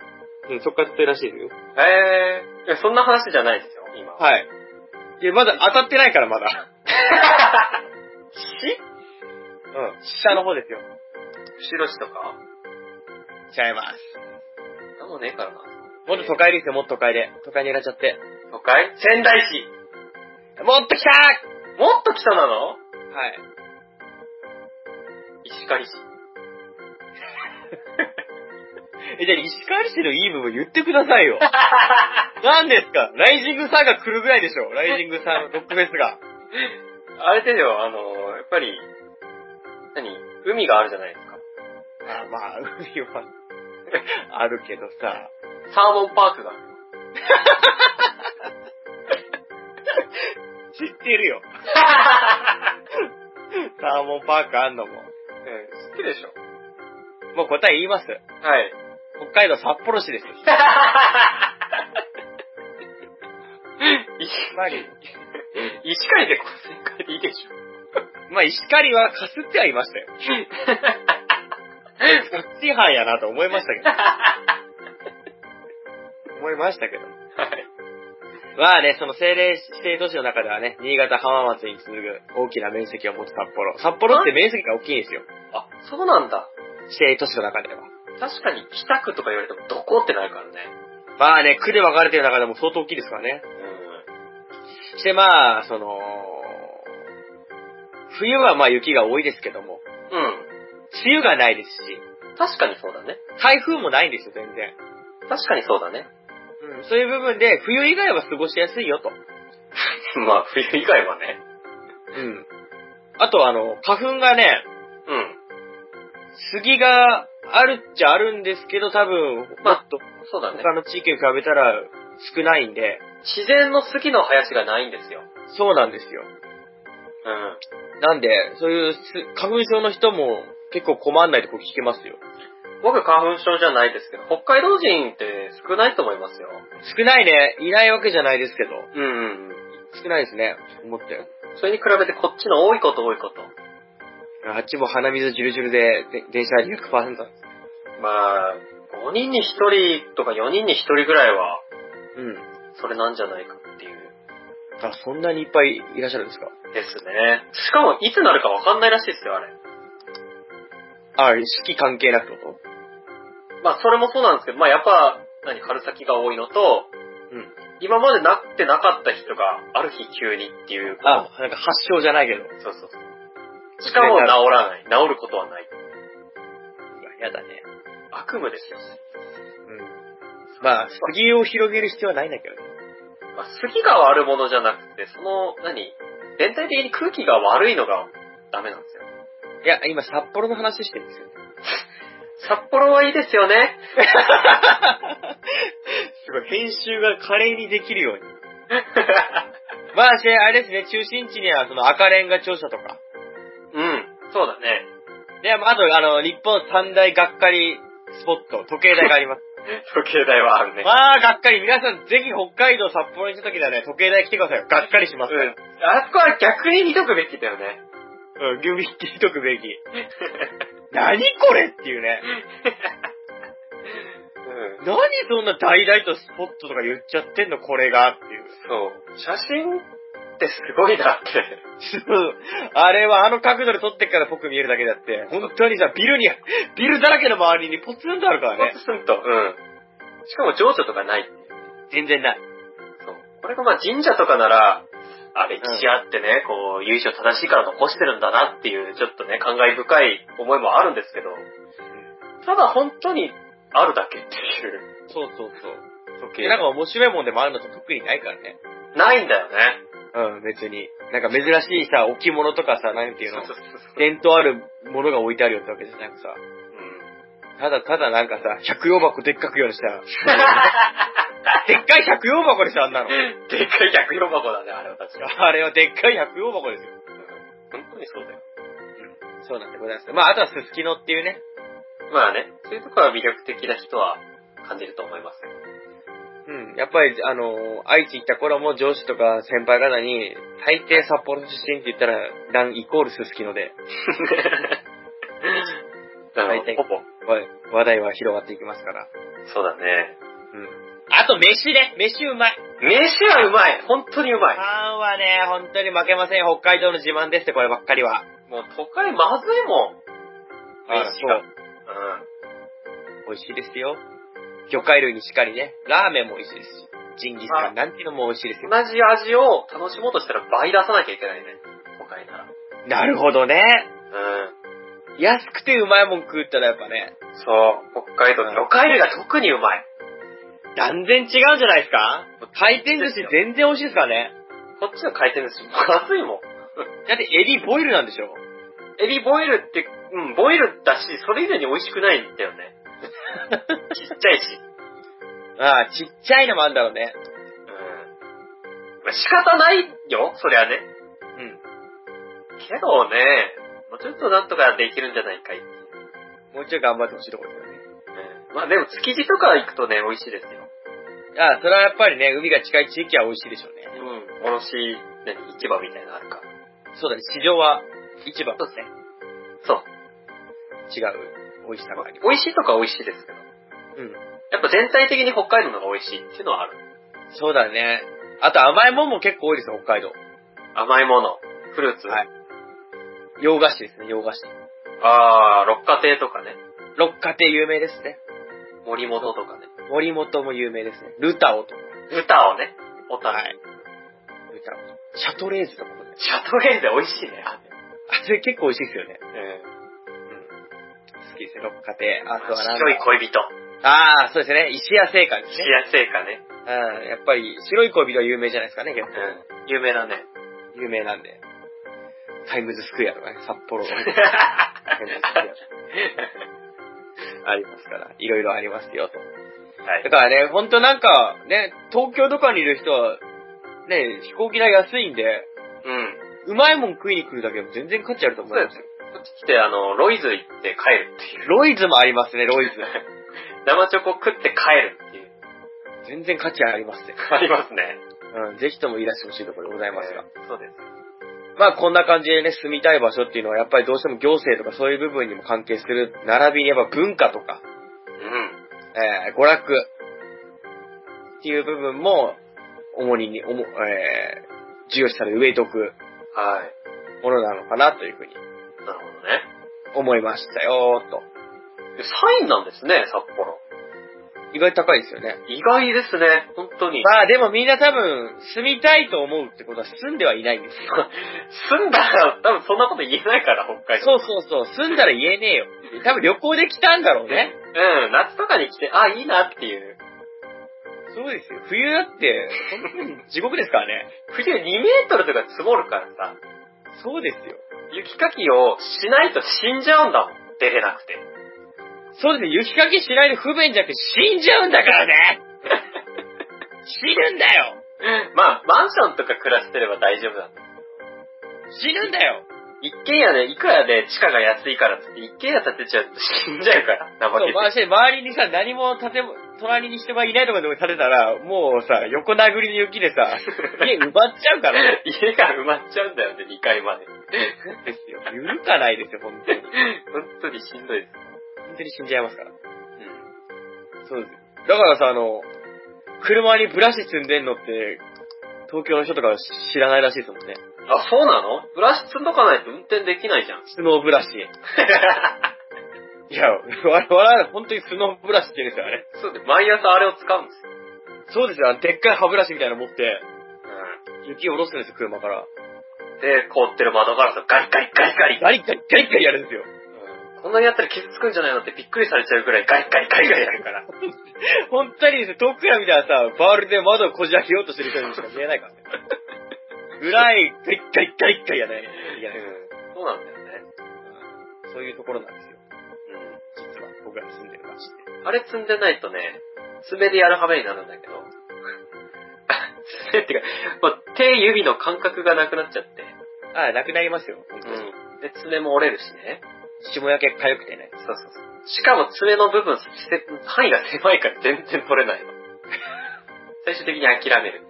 うん、そっからずっといらしいですよ。
ええいやそんな話じゃないですよ、今。い。
はい。いや、まだ当たってないから、ま <laughs> だ。うん。下の方ですよ。
釧路市とか
違います。
なんもねえからな。
もっと都会ですよ、もっと都会で。都会にいらっちゃって。
都会仙台市。
もっと来た
もっと北なの
はい。
石狩市。
え、じゃあ、石川市のいい部分言ってください <laughs> よ。何ですかライジングサンが来るぐらいでしょライジングサン、ロックフェスが。
あれですよ、あの、やっぱり、何海があるじゃないですか。
あまあ、海は、あるけどさ。
サーモンパーク <laughs> がある。
知ってるよ。サーモンパークあんのも。
うん知ってるでしょ
もう答え言います。
はい。
北海道札幌市です。
<laughs>
<laughs>
石 <laughs>
まり。
石狩でこ正解でいいでしょ。
まあ、石狩はかすってはいまし
<laughs>
たよ。そっち派やなと思いましたけど。思いましたけど。
はい。
まあね、その政令指定都市の中ではね、新潟浜松に続く大きな面積を持つ札幌。札幌って面積が大きいんですよ。
あ、そうなんだ。
指定都市の中では。
確かに北区とか言われてもどこってなるからね。
まあね、区で分かれてる中でも相当大きいですからね。してまあ、その、冬はまあ雪が多いですけども、
うん。
梅雨がないですし、
うん。確かにそうだね。
台風もないんですよ、全然。
確かにそうだね。 <laughs>
うん、そういう部分で、冬以外は過ごしやすいよと。
まあ、冬以外はね。
うん。あと、あの、花粉がね、
うん。
杉があるっちゃあるんですけど、多分、も
まあ
っと
そうだね。
他の地域に比べたら少ないんで、
自然の杉の林がないんですよ。
そうなんですよ。
うん。
なんで、そういうす花粉症の人も結構困んないとこ聞けますよ。
僕花粉症じゃないですけど、北海道人って少ないと思いますよ。
少ないね。いないわけじゃないですけど、
うん、うん。
少ないですね。思ったよ。
それに比べてこっちの多いこと多いこと。
あっちも鼻水ジュルジュルで、で電車200%なんです。
まあ、5人に1人とか4人に1人ぐらいは、
うん。
それなんじゃないかっていう。
あ、そんなにいっぱいいらっしゃるんですか
ですね。しかも、いつなるかわかんないらしいですよ、あれ。
あ、式関係なくってこ
まあ、それもそうなんですけど、まあ、やっぱ、何、春先が多いのと、
とうん。
今までなってなかった人が、ある日急にっていうこと。
あ、なんか発症じゃないけど。
そうそうそう。しかも治らない。治ることはない。
やだね。
悪夢ですよ。
うん。まあ、杉を広げる必要はないんだけどね。
まあ、杉が悪者じゃなくて、その、何全体的に空気が悪いのがダメなんですよ。
いや、今札幌の話してるんですよ。
札幌はいいですよね。 <laughs>
すごい、編集が華麗にできるように。まあ、して、あれですね、中心地には、その赤レンガ庁舎とか。
うん。そうだね。
で、まああと、あの、日本三大がっかりスポット、時計台があります。
時計台はあるね。
まあ、がっかり、皆さん、ぜひ北海道札幌に行った時はね、時計台来てくださいよ。がっかりしますから。
うん。あそこは逆にひどくべきだよ <laughs> ね。
うん、グミって言っとくべき。何これっていうね。
うん。
何そんな大々とスポットとか言っちゃってんの、これがっていう。
そう。写真ってすごいなって。
あれはあの角度で撮ってっからぽく見えるだけだって、本当にさ、ビルに、ビルだらけの周りにポツンとあるから
ほん
ね
と。すんと。うん。しかも情緒とかないっていう。
全然ない。
そう。これがまあ神社とかなら、あ、歴史あってね、こう、由緒正しいから残してるんだなっていう、ちょっとね、感慨深い思いもあるんですけど、ただ本当にあるだけっていう
そうそうそう。
時
で、なんか面白いもんでもあるのと特にないからね。
ないんだよね。
うん、別に。なんか珍しいさ、置物とかさ、なんていうの
そ、うそうそう
伝統あるものが置いてあるよってわけじゃなくさ、
うん <laughs>
ただただなんかさ、百葉箱でっかくようにした。 <laughs> でっかい百葉箱でしょ、あんなの。
<laughs> でっかい百葉箱だね、あれは確か。
あれはでっかい百葉箱ですよ。
本当にそうだよ。
そうなんでございます。まあ、あとはすすきのっていうね。
まあね、そういうところは魅力的な人は感じると思いますけど。 <laughs>
うん。やっぱり、あのー愛知行った頃も上司とか先輩方に、大抵札幌出身って言ったら、ランイコールすすきので、
大
体
体ほぼ。
わ話題は広がっていきますから。
そうだね。
うん。あと、飯ね飯うまい
飯はうまい本当にうまい
パンはね、本当に負けません。北海道の自慢ですって、こればっかりは。
もう都会まずいもん。
あ
飯が。
そう
うん。
美味しいですよ。魚介類にしっかりね、ラーメンも美味しいですし、ジンギスカンなんていうのも美味しいですよ。
同じ味を楽しもうとしたら倍出さなきゃいけないね。都会なら。
なるほどね。
うん。
安くてうまいもん食ったらやっぱね、
そう。北海道、
うん
魚介類が特にうまい。
断然違うんじゃないですか回転寿司全然美味しいですからね。
こっちの回転寿司まずいもん。
だってエビボイルなんでしょ
エビボイルって、うん、ボイルだし、それ以上に美味しくないんだよ <laughs> ね。ちっちゃいし。
ああ、ちっちゃいのもあんだろうね。
うん。まあ仕方ないよ、そりゃね。
うん。
けどね、もうちょっとなんとかできるんじゃないかい。
もうちょい頑張ってほしいところですよね。
うん。まあでも、築地とか行くとね、美味しいですよ。
ああ、それはやっぱりね、海が近い地域は美味しいでしょうね。
うん。卸し、何、市場みたいなのあるか。
そうだね、市場は市場とね、
そう。
違う美味しさがありま
美味しいとか美味しいですけど。
す。うん。
やっぱ全体的に北海道の方が美味しいっていうのはある。
そうだね。あと甘いもんも結構多いですよ、北海道。
甘いもの、フルーツ。
はい洋菓子ですね、洋菓子。
あー、六花亭とかね。
六花亭有名ですね。
森本とかね。
森本も有名ですね。ルタオとか。
歌をね。おた
はい。ルタオ。シャトレーズとかもね。
シャトレーゼ美味しいね。
あ、それ結構美味しいですよね。
うん。
好きですね、六花亭。あとはなん
白い
だ
恋人。
ああ、そうですね。石屋製菓です
冷
ね。
や製菓ね。
うん。やっぱり、白い恋人は有名じゃないですかね、結構。
うん。有名だね。
有名なんで。タイムズスクエアとかね、札幌のねタイムズスク
<laughs>
エ
は
ア <laughs> ありますから、いろいろありますよ、と。
い
だ。からね、ほんとなんか、ね、東京とかにいる人は、ね、飛行機代安いんで、
うん。
うまいもん食いに来るだけでも全然価値あると思いますよ。
こっち来て、あの、ロイズ行って帰るっていう。
ロイズもありますね、ロイズ。
生チョコ食って帰るっていう。
全然価値ありますね。
ありますね。
うん、ぜひともいらしてほしいところでございますが。
えーそうです。
まあこんな感じでね、住みたい場所っていうのはやっぱりどうしても行政とかそういう部分にも関係する、並びにやっぱ文化とか、
うん。
えー、娯楽っていう部分も、主にに、おもえー、重要視される植えとく
はい。
ものなのかなというふうに
なるほどね。
思いましたよーと。
サインなんですね、札幌。
意外と高いですよね。
意外ですね、本当に。
まあでもみんな多分住みたいと思うってことは住んではいないんですよ。
住んだら、多分そんなこと言えないから、北海道。
そうそうそう、住んだら言えねえよ。多分旅行で来たんだろうね。
うん、夏とかに来て、あ、いいなっていう。
そうですよ。冬だって、本当に地獄ですからね。
冬2メートルとか積もるからさ、
そうですよ。
雪かきをしないと死んじゃうんだもん。出れなくて。
そうですね、雪かきしないで不便じゃなくて死んじゃうんだから <laughs> ね死ぬんだよ
まあ、マンションとか暮らしてれば大丈夫だ。
死ぬんだよ
一軒家で、いくらで地価が安いからっつって、一軒家建てちゃうと死んじゃうから、
そ
怠け
<laughs>
て。
う、まあ、して周りにさ、何も建物、隣に人がいないところでも建てたら、もうさ、横殴りの雪で <laughs> さ、家奪っちゃうからね。
家が埋まっちゃうんだよね、2階まで。
ですよ。揺るかないですよ、本当に。
本当にしんどいです。
本当に死んじゃいますから。
うん。
そうですよ。だからさ、あの、車にブラシ積んでんのって、東京の人とかは知らないらしいですもんね。
あ、そうなのブラシ積んどかないと運転できない
<laughs>
じゃん。
スノーブラシ。いや、我々は本当にスノーブラシって言うんですよ、あれ。
そうで、毎朝あれを使うんですよ。
そうですよ、あのでっかい歯ブラシみたいなの持って、
う
雪を下ろすんですよ、車から。
で、凍ってる窓ガラスをガリガリガリガリ。
ガリガリガリガリやるんですよ。
うんこんなにやったら傷つくんじゃないのってびっくりされちゃうぐらいガリガリガリガリやるから。
本当にですね、遠くから見たらさ、バールで窓をこじ開けようとしてる人にしか見えないからね。ぐらい、ガリッガリッガリッガリやらないといけない、
うんそうなんだよね。
そういうところなんですよ。実は、僕が住んでる街って。
うん。あれ積んでないとね、爪でやる羽目になるんだけど。爪っていうか、まあ、手指の感覚がなくなっちゃって。
ああ、なくなりますよ、本当に。
で、爪も折れるしね。
下焼け痒くてね。
そうそうそう。しかも爪の部分、せ範囲が狭いから全然取れないの。最終的に諦める。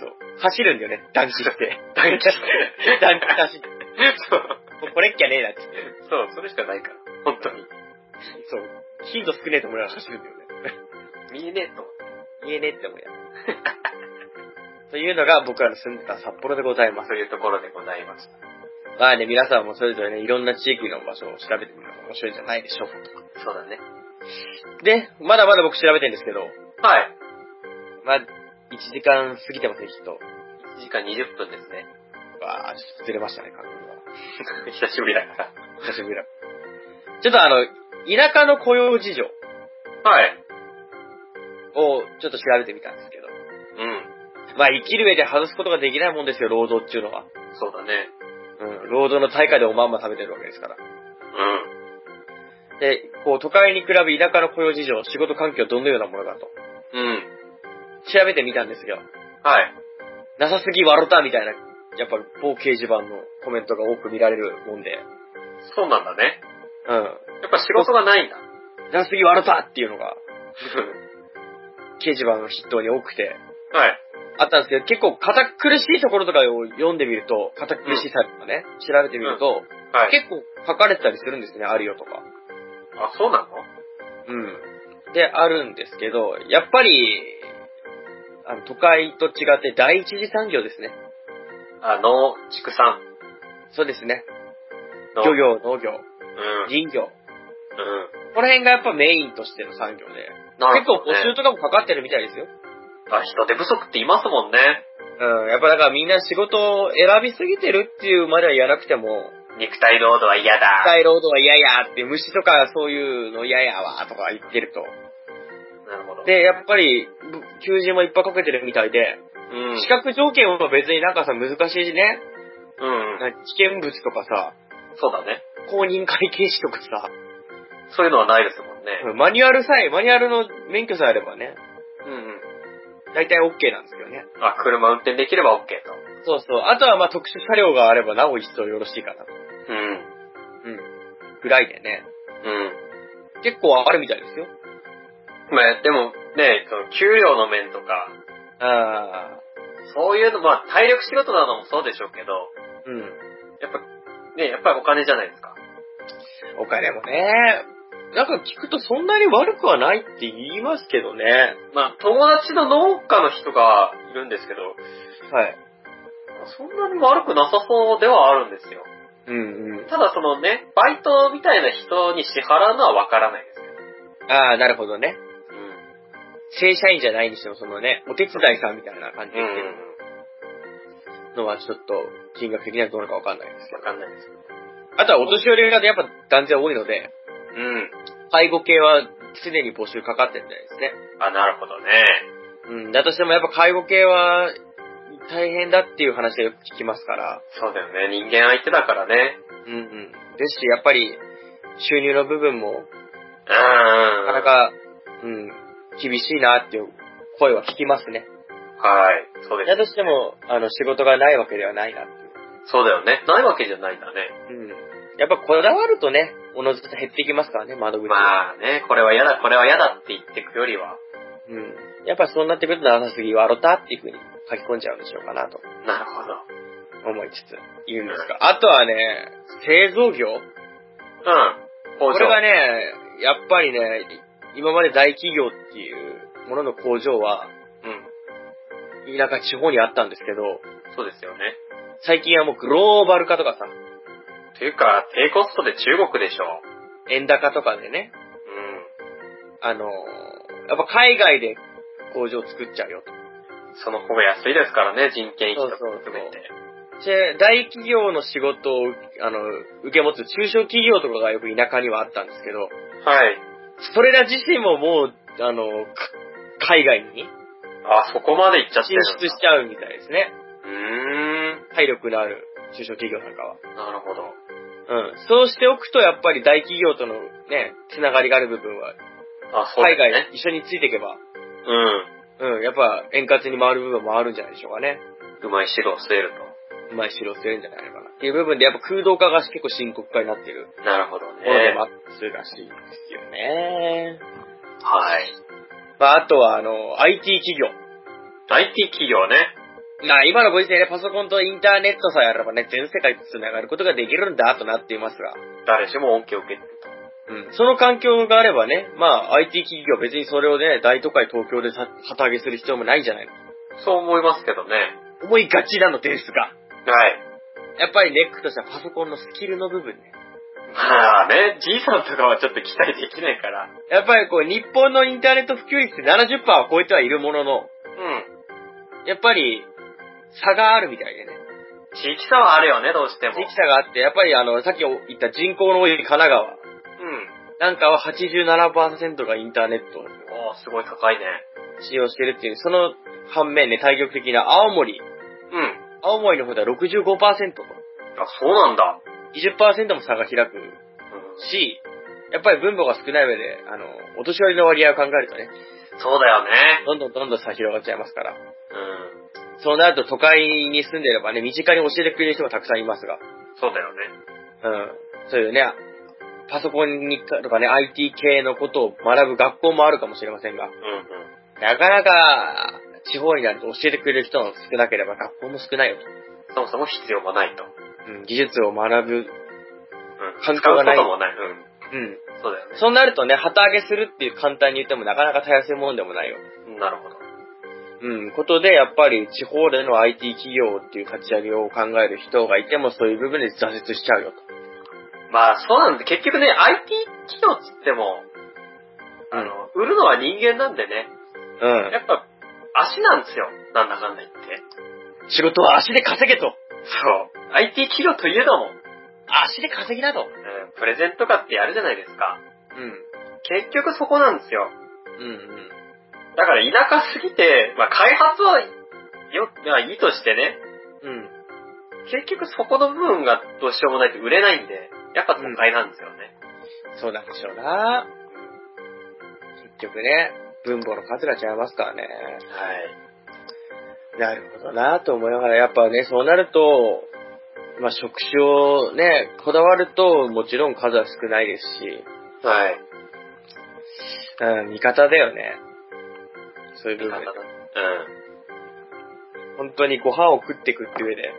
そう。走るんだよね、断地して。
断地して
断地走って。
<laughs> そう。
もうこれっきゃねえなっつって。
そう、それしかないから。本当に。
そう。頻度少ねえと思いながら走るんだよね。
見えねえと思って。
言えねえって思いながら。というのが僕らの住んでた札幌でござい
ま
ま
あ
す
そ。ういうところでございました。
まあね、皆さんもそれぞれね、いろんな地域の場所を調べてみるのが面白いんじゃないでしょうか。
そうだね。
で、まだまだ僕調べてるんですけど、
はい。
まあ、1時間過ぎてますね、きっと。
1時間20分ですね。 <laughs>
わあ、ちょっとずれましたね、感覚が。
久しぶりだか
久しぶりだ。ちょっとあの、田舎の雇用事情
ら。はい。
をちょっと調べてみたんですけど、
うん。
まあ生きる上で外すことができないもんですよ、労働っていうのは。
そうだね。
うん、労働の対価でおまんま食べてるわけですから。
うん。
で、こう、都会に比べ田舎の雇用事情、仕事環境どのようなものかと、
うん。
調べてみたんですが、
はい。
なさすぎ笑ったみたいな、やっぱ某掲示板のコメントが多く見られるもんで、
そうなんだね。
うん。
やっぱ仕事がないんだ。 <laughs>
なさすぎ笑ったっていうのが、掲示板の筆頭に多くて、
はい。
あったんですけど、結構堅苦しいところとかを読んでみると、堅苦しいサイトとかね、調べてみると、
はい。
結構書かれてたりするんですね、あるよとか。
あ、そうなの
うん。で、あるんですけど、やっぱり、あの都会と違って第一次産業ですね。
あの、畜産
そうですね。
の。
漁業、農業、
うん。
林業。
うん。
この辺がやっぱメインとしての産業で、
なる
結構
ほど、
募
ね。
集とかもかかってるみたいですよ。
あ、人手不足って言いますもんね。
うん、やっぱだからみんな仕事を選びすぎてるっていうまでは言わなくても、
肉体労働は嫌
機
だ。
械労働は嫌やって、虫とかそういうの嫌やわとか言ってると。
なるほど。、
で、やっぱり、ぶ求人もいっぱいかけてるみたいで、
うん。
資格条件は別になんかさ、難しいしね、
うん。
なんか危険物とかさ、
そうだね。
公認会計士とかさ、
そういうのはないですもんね。
マニュアルさえ、マニュアルの免許さえあればね、
うんうん。
大体 OK なんですけどね。
あ、車運転できれば OK と。
そうそう。あとはまあ特殊車両があればなお一層よろしいかなと。
うん。
うん。ぐらいでね。
うん。
結構あるみたいですよ。
まあ、でもね、その給料の面とか、
ああ。
そういうの、まあ、体力仕事なのもそうでしょうけど、
うん。
やっぱ、ね、やっぱりお金じゃないですか。
お金もね、なんか聞くとそんなに悪くはないって言いますけどね。
まあ、友達の農家の人がいるんですけど、
はい。
そんなに悪くなさそうではあるんですよ。
うんうん。
ただそのね、バイトみたいな人に支払うのはわからないですよ。
ああ、なるほどね。
うん。
正社員じゃないにしても、そのね、お手伝いさんみたいな感じで
う
言ってる
ん。
のはちょっと金額的にはどうなのかわかんないですけ
わ
ど。
かんないですけど。
あとはお年寄りがやっぱ男性多いので、
うん。
介護系は常に募集かかってるみたいですね。
あ、なるほどね。
うん。だとしてもやっぱ介護系は大変だっていう話はよく聞きますから。
そうだよね。人間相手だからね。
うんうん。ですし、やっぱり収入の部分も
うん。
なかな。か、うん、厳しいなっていう声は聞きますね。
はい。そうで
だ
す。
としても、あの、仕事がないわけではないなって
そうだよね。ないわけじゃないんだね。
いう。うん。やっぱこだわるとね、おのずと減っていきますからね、窓口。
まあね、これは嫌だ、これは嫌だって言ってくよりは。
うん。やっぱそうなってくると長さすぎ笑ったっていう風に書き込んじゃうんでしょうかなと
なるほど。
思いつつ言うんですが。あとはね、製造業
うん。工場。
これがね、やっぱりね、今まで大企業っていうものの工場は、
うん。
田舎地方にあったんですけど、
そうですよね。
最近はもうグローバル化とかさ、
というか、低コストで中国でしょ。
円高とかでね、
う
あのーやっぱ海外で工場作っちゃうよと。
ん。その方が安いですからね、人件費とか
そうそう
含めて。
で、大企業の仕事を、あの、受け持つ中小企業とかがよく田舎にはあったんですけど、
はい。
それら自身ももう、あの、か海外に
あ、そこまで行っちゃって
進
る。
出しちゃうみたいですね。
うーん。
体力のある中小企業なんかは。
なるほど。
うん。そうしておくと、やっぱり大企業とのね、つながりがある部分は、
あ、そうです
海
ね。
外一緒についていけば、
うん。
うん、やっぱ円滑に回る部分もあるんじゃないでしょうかね。
うまい指導を据える
うまい指導してるんじゃないのかな。っていう部分で、やっぱ空洞化が結構深刻化になってる
と。なるほど
もので
ね
も。あるらしいですよね。
はい。
まあ、あとは、あの、IT 企業。
IT 企業ね。
まあ、今のご時世でパソコンとインターネットさえあればね、全世界と繋がることができるんだとなっていますが、
誰しも恩恵を受けてると。
うん。その環境があればね、まあ、IT 企業は別にそれをね、大都会東京でさ旗揚げする必要もないんじゃないの
そう思いますけどね。
思いがちなのですが、
はい。
やっぱりネックとしてはパソコンのスキルの部分ね。
まあね、じいさんとかはちょっと期待できないから。
やっぱりこう、日本のインターネット普及率って70%は超えてはいるものの、
うん。
やっぱり、差があるみたいでね。
地域差はあるよね、どうしても。
地域差があって、やっぱりあの、さっき言った人口の多い神奈川
うん。
なんかは87%がインターネットを
おー、すごい高いね。
使用してるっていう、その反面ね、対極的な青森。
うん。
青森の方では65%と、
あ、そうなんだ。
20%も差が開く
うん、
し、やっぱり分母が少ない上で、あの、お年寄りの割合を考えるとね、
そうだよね。
どんどんどんどん差広がっちゃいますから。
うん。
そうなると都会に住んでればね、身近に教えてくれる人がたくさんいますが、
そうだよね。
うん。そういうね、パソコンにとかね、IT 系のことを学ぶ学校もあるかもしれませんが、
うんうん。
なかなか地方になると教えてくれる人も少なければ学校も少ないよと。
そもそも必要がないと。う
うん、技術を学ぶ。
ん
環境がない
使うこともない。うん。
うん。
そうだよね。
そうなるとね、旗揚げするっていう簡単に言ってもなかなかたやすいものでもないよ。
なるほど。
うん。ことで、やっぱり地方での IT 企業っていう立ち上げを考える人がいてもそういう部分で挫折しちゃうよと。
まあ、そうなんで、結局ね、IT 企業っつっても、あの、売るのは人間なんでね、
うん。
やっぱ、足なんですよ。なんだかんだ言って。
仕事は足で稼げと。
そう。IT 企業といえども、
足で稼ぎなと。
うんプレゼントかってやるじゃないですか。
うん。
結局そこなんですよ。
うんうん。
だから田舎すぎて、まあ、開発は、よ、まあ、いいとしてね、
うん。
結局そこの部分がどうしようもないと売れないんで、やっぱ都会なんですよね。
そうなんでしょうな。結局ね、分母の数が違いますからね。
はい。
なるほどなと思いながら、やっぱね、そうなると、まあ、職種をね、こだわると、もちろん数は少ないですし、
はい。
うん、味方だよね。そういう部
味
分
方。だ。うん。
本当にご飯を食っていくって上で、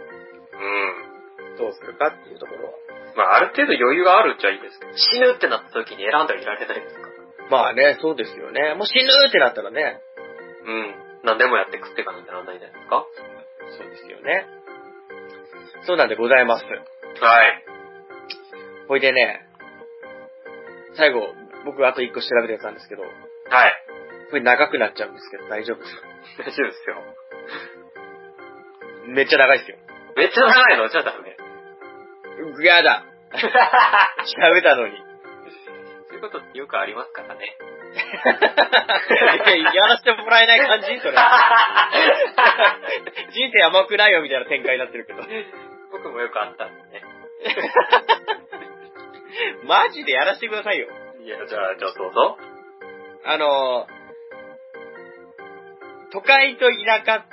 うん。
どうするかっていうところは。
まあ、ある程度余裕があるっちゃいいですけど、死ぬってなった時に選んではいられないですから。
まあね、そうですよね。もう死ぬってなったらね、
うん。何でもやって食っていかなんてなんないじゃないですか。
そうですよね。そうなんでございます。
はい。
ほいでね、最後、僕あと一個調べてたんですけど、
はい。
これ長くなっちゃうんですけど、大丈夫ですか
<laughs> 大丈夫ですよ。
めっちゃ長いですよ。
めっちゃ長いのじゃあ <laughs> ダメ。
うやだ調べたのに。
そういうことってよくありますから <laughs> ね。
いややらせてもらえない感じ <laughs> それ。人生甘くないよみたいな展開になってるけど。
僕もよくあったんでね。
マジでやらせてくださいよ。
いや、じゃあ、じゃあどうぞ。
あのー、都会と田舎っ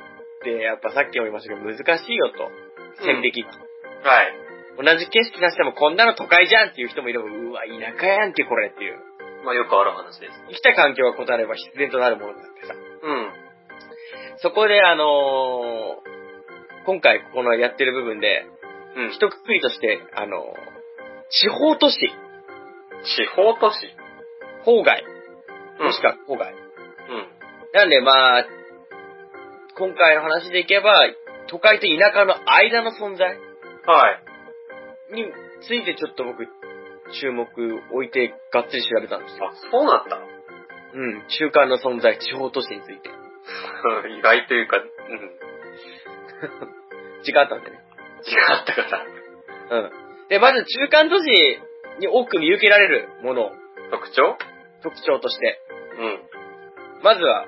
てやっぱさっきも言いましたけど難しいよと。線引き。
はい。
同じ景色出してもこんなの都会じゃんっていう人もいれば、うわ、田舎やんけこれっていう。
まあよくある話です。
生きた環境が異なれば必然となるものだってさ。
うん。
そこであのー今回このやってる部分で、
うん。
一括りとして、あの、地方都市、
地方都市。
郊外、
うん
もしくは郊
う
外。
ん。
なんでまあ、今回の話でいけば、都会と田舎の間の存在
はい。
についてちょっと僕、注目置いてがっつり調べたんですよ。
あ、そうなんだ。
うん、中間の存在、地方都市について。
<laughs> 意外というか、うん。
時間あったんでね。
違かったから。
うん。で、まず中間都市に多く見受けられるもの、
特徴
特徴として、
うん。
まずは、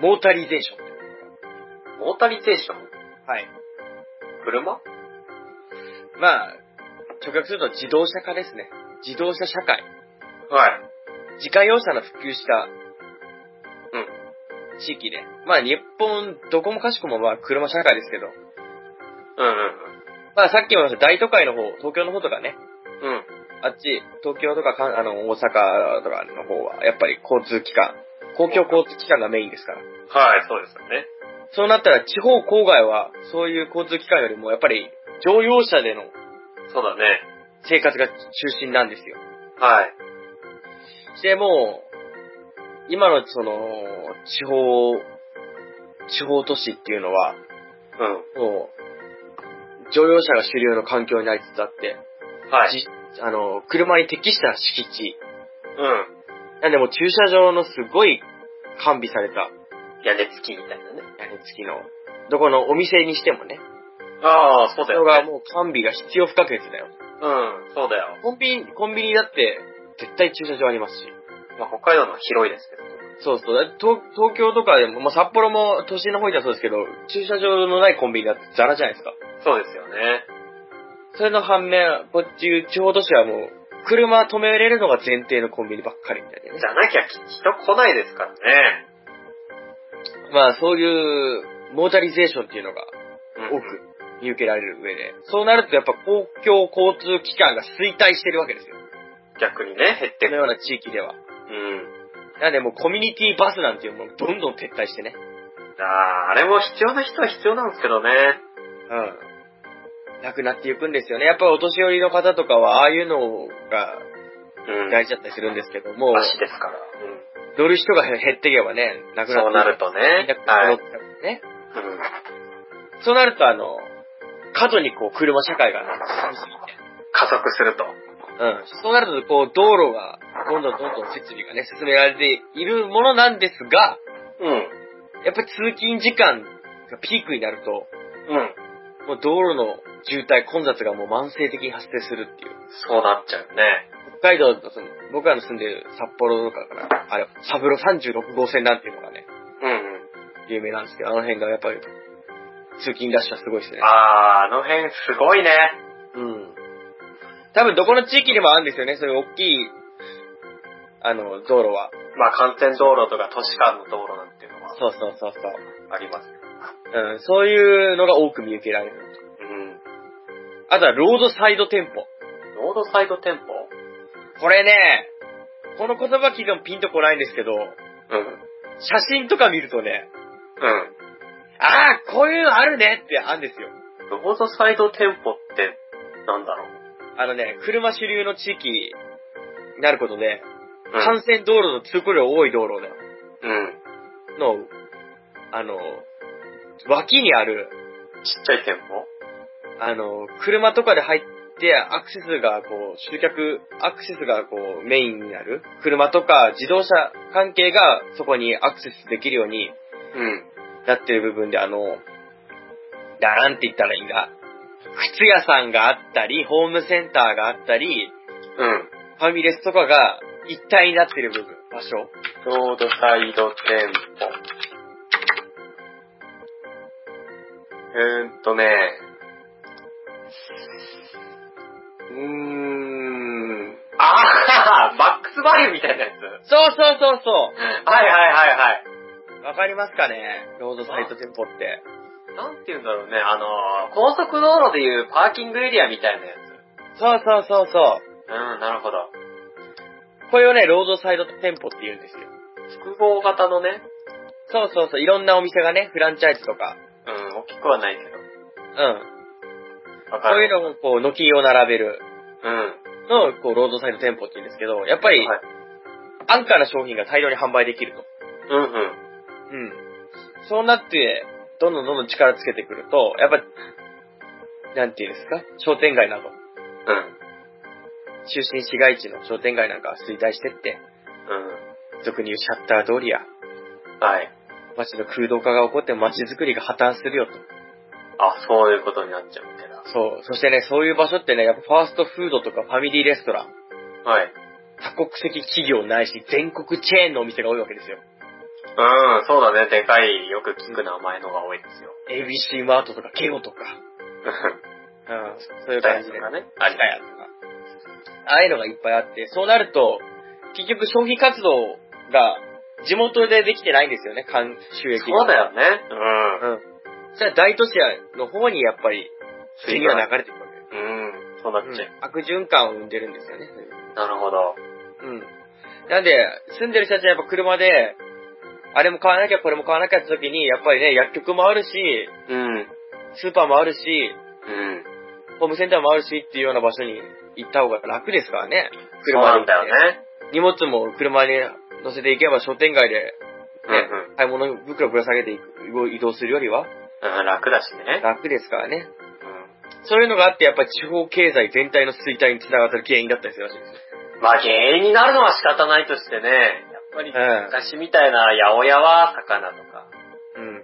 モータリゼーションっていう
モータリゼーション
のが。はい。
車
まあ、直訳すると自動車化ですね。自動車社会。
はい。
自家用車の普及し
う
た
ん。
地域で。まあ、日本、どこもかしこもまあ、車社会ですけど。
うん
まあ、さっきも言いました大都会の方、東京の方とかね、
うんうん。うん。
あっち、東京とかかん、あの、大阪とかの方は、やっぱり交通機関、公共交通機関がメインですから。
はい、そうですよね。
そうなったら、地方郊外は、そういう交通機関よりも、やっぱり、乗用車での
そうだね。
生活が中心なんですよ。
はい。
して、もう、今のその、地方、地方都市っていうのは、
う
もう、乗用車が主流の環境になりつつあっ
ん。
て、
はい。
じあの、車に適した敷地、
う
なんでもう駐車場のすごい完備された
ん。屋根付きみたいなね。
屋根付きの、どこのお店にしてもね、
ああ、そうだ
人
よ、
が
ね。
もう完備が必要不可欠だよ。
うん、そうだよ。
コンビニ、コンビニだって絶対駐車場ありますし。
まあ、北海道のは広いですけど。
そうそう。だ東東京とかでも、まあ、札幌も都心の方にはそうですけど、駐車場のないコンビニだってザラじゃないですか。
そうですよね。
それの反面、こっち地方都市はもう、車止めれるのが前提のコンビニばっかりみたいでね
じ。ゃなきゃき人来ないですからね。
まあそういうモータリゼーションっていうのが
うん
多く見受けられる上で、そうなるとやっぱ公共交通機関が衰退してるわけですよ。
逆にね、減って
この
る。
ような地域では。
うん。
なんでもうコミュニティバスなんていうものどんどん撤退してね。
ああ、あれも必要な人は必要なんですけどね。
うん。なくなっていくんですよね。やっぱりお年寄りの方とかはああいうのが
うん。
大事だったりするんですけども、
足ですから。うん。
乗る人が減っていけばね、なくなっていく
そうなるとね
みんな
はい
乗っちゃうね。
うん。
そうなるとあの、過度にこう車社会が進みすぎて、
加速すると。
うん。そうなると、こう、道路が、どんどんどんどん設備がね、進められているものなんですが、
うん。
やっぱり通勤時間がピークになると、
うん。
もう道路の渋滞、混雑がもう慢性的に発生するっていう。
そうなっちゃうね。
北海道のその、僕らの住んでる札幌とかから、あれ、サブロ36号線なんていうのがね、
うん。
有名なんですけど、あの辺がやっぱり、通勤ラッシュはすごいですね。
あー、あの辺すごいね。
うん。多分どこの地域でもあるんですよね、そういう大きい、あの、道路は。
まあ、幹線道路とか都市間の道路なんていうのは
そうそうそうそう。
あります。
うん、そういうのが多く見受けられる。
うん。
あとはロードサイド店舗。
ロードサイド店舗
これね、この言葉聞いてもピンとこないんですけど、
うん。
写真とか見るとね、
うん。
ああ、こういうのあるねってあるんですよ。
ロードサイド店舗って、なんだろう。
あのね、車主流の地域になることで、
うん
幹線道路の通行量多い道路の、
うん。
のあの、脇にある、
ちっちゃい店舗
あの、車とかで入って、アクセスがこう、集客、アクセスがこう、メインになる。車とか自動車関係がそこにアクセスできるように
うん。
なってる部分で、あの、なんて言ったらいいんだ。靴屋さんがあったり、ホームセンターがあったり、
うん。
ファミレスとかが一体になってる部分、場所。
ロードサイド店舗。えーっとね、うーん。あー、マックスバリューみたいなやつ。
そうそうそうそ
はいはいはいは
うわかりますかねロードサイト店舗って。
い。なんて言うんだろうね、あのー、高速道路でいうパーキングエリアみたいなやつ。
そうそうそうそう。
うん、なるほど。
これをね、ロードサイド店舗って言うんですよ。
複合型のね、
そうそうそう、いろんなお店がね、フランチャイズとか、
うん、大きくはないけど。
うん。
わか
そうい
る。
うのをこう、軒を並べる
うん。
のをこう、ロードサイド店舗って言うんですけど、やっぱり、
はい
安価な商品が大量に販売できると。
うんうん。
うん。そうなって、どんどんどんどん力つけてくると、やっぱ、なんていうんですか商店街など、
うん。
中心市街地の商店街なんかは衰退してって、
う
俗に言うシャッター通りや、
ん。はい。
街の空洞化が起こって街づくりが破綻するよと。
あ、そういうことになっちゃうみたいな。
そう。そしてね、そういう場所ってね、やっぱファーストフードとかファミリーレストラン、
はい。
多国籍企業ないし、全国チェーンのお店が多いわけです
う
よ。
ん、そうだね。でかい、よく聞く名前のが多いですよ。
ABC マートとかケオとか、うん、そういう感じで。
がね。
ありだよとか。ああいうのがいっぱいあって、そうなると、結局消費活動が地元でできてないんですよね、関収益
そうだ
が。
よね。うん。
うん。じゃあ大都市の方にやっぱり、
次
銭が流れていくわけです。
うん、そうなっちゃう。
悪循環を生んでるんですよね。
なるほど。
うん。なんで、住んでる人たちはやっぱ車で、あれも買わなきゃこれも買わなきゃって時に、やっぱりね、薬局もあるし、
うん。うん。
スーパーもあるし、ホームセンターもあるしっていうような場所に行った方が楽ですからね。
そう
車
な
で行
ん
って
だよね。
荷物も車に乗せていけば商店街で、ね
うんうん
買い物袋ぶら下げていく移動するよりは
うん、楽だしね。
楽ですからね。
う
そういうのがあって、やっぱり地方経済全体の衰退につながる原因だったりするらしいですよ。
ん。まあ原因になるのは仕方ないとしてね、やっぱり
う
昔みたいな八百屋は魚とか、
ん。うん。
何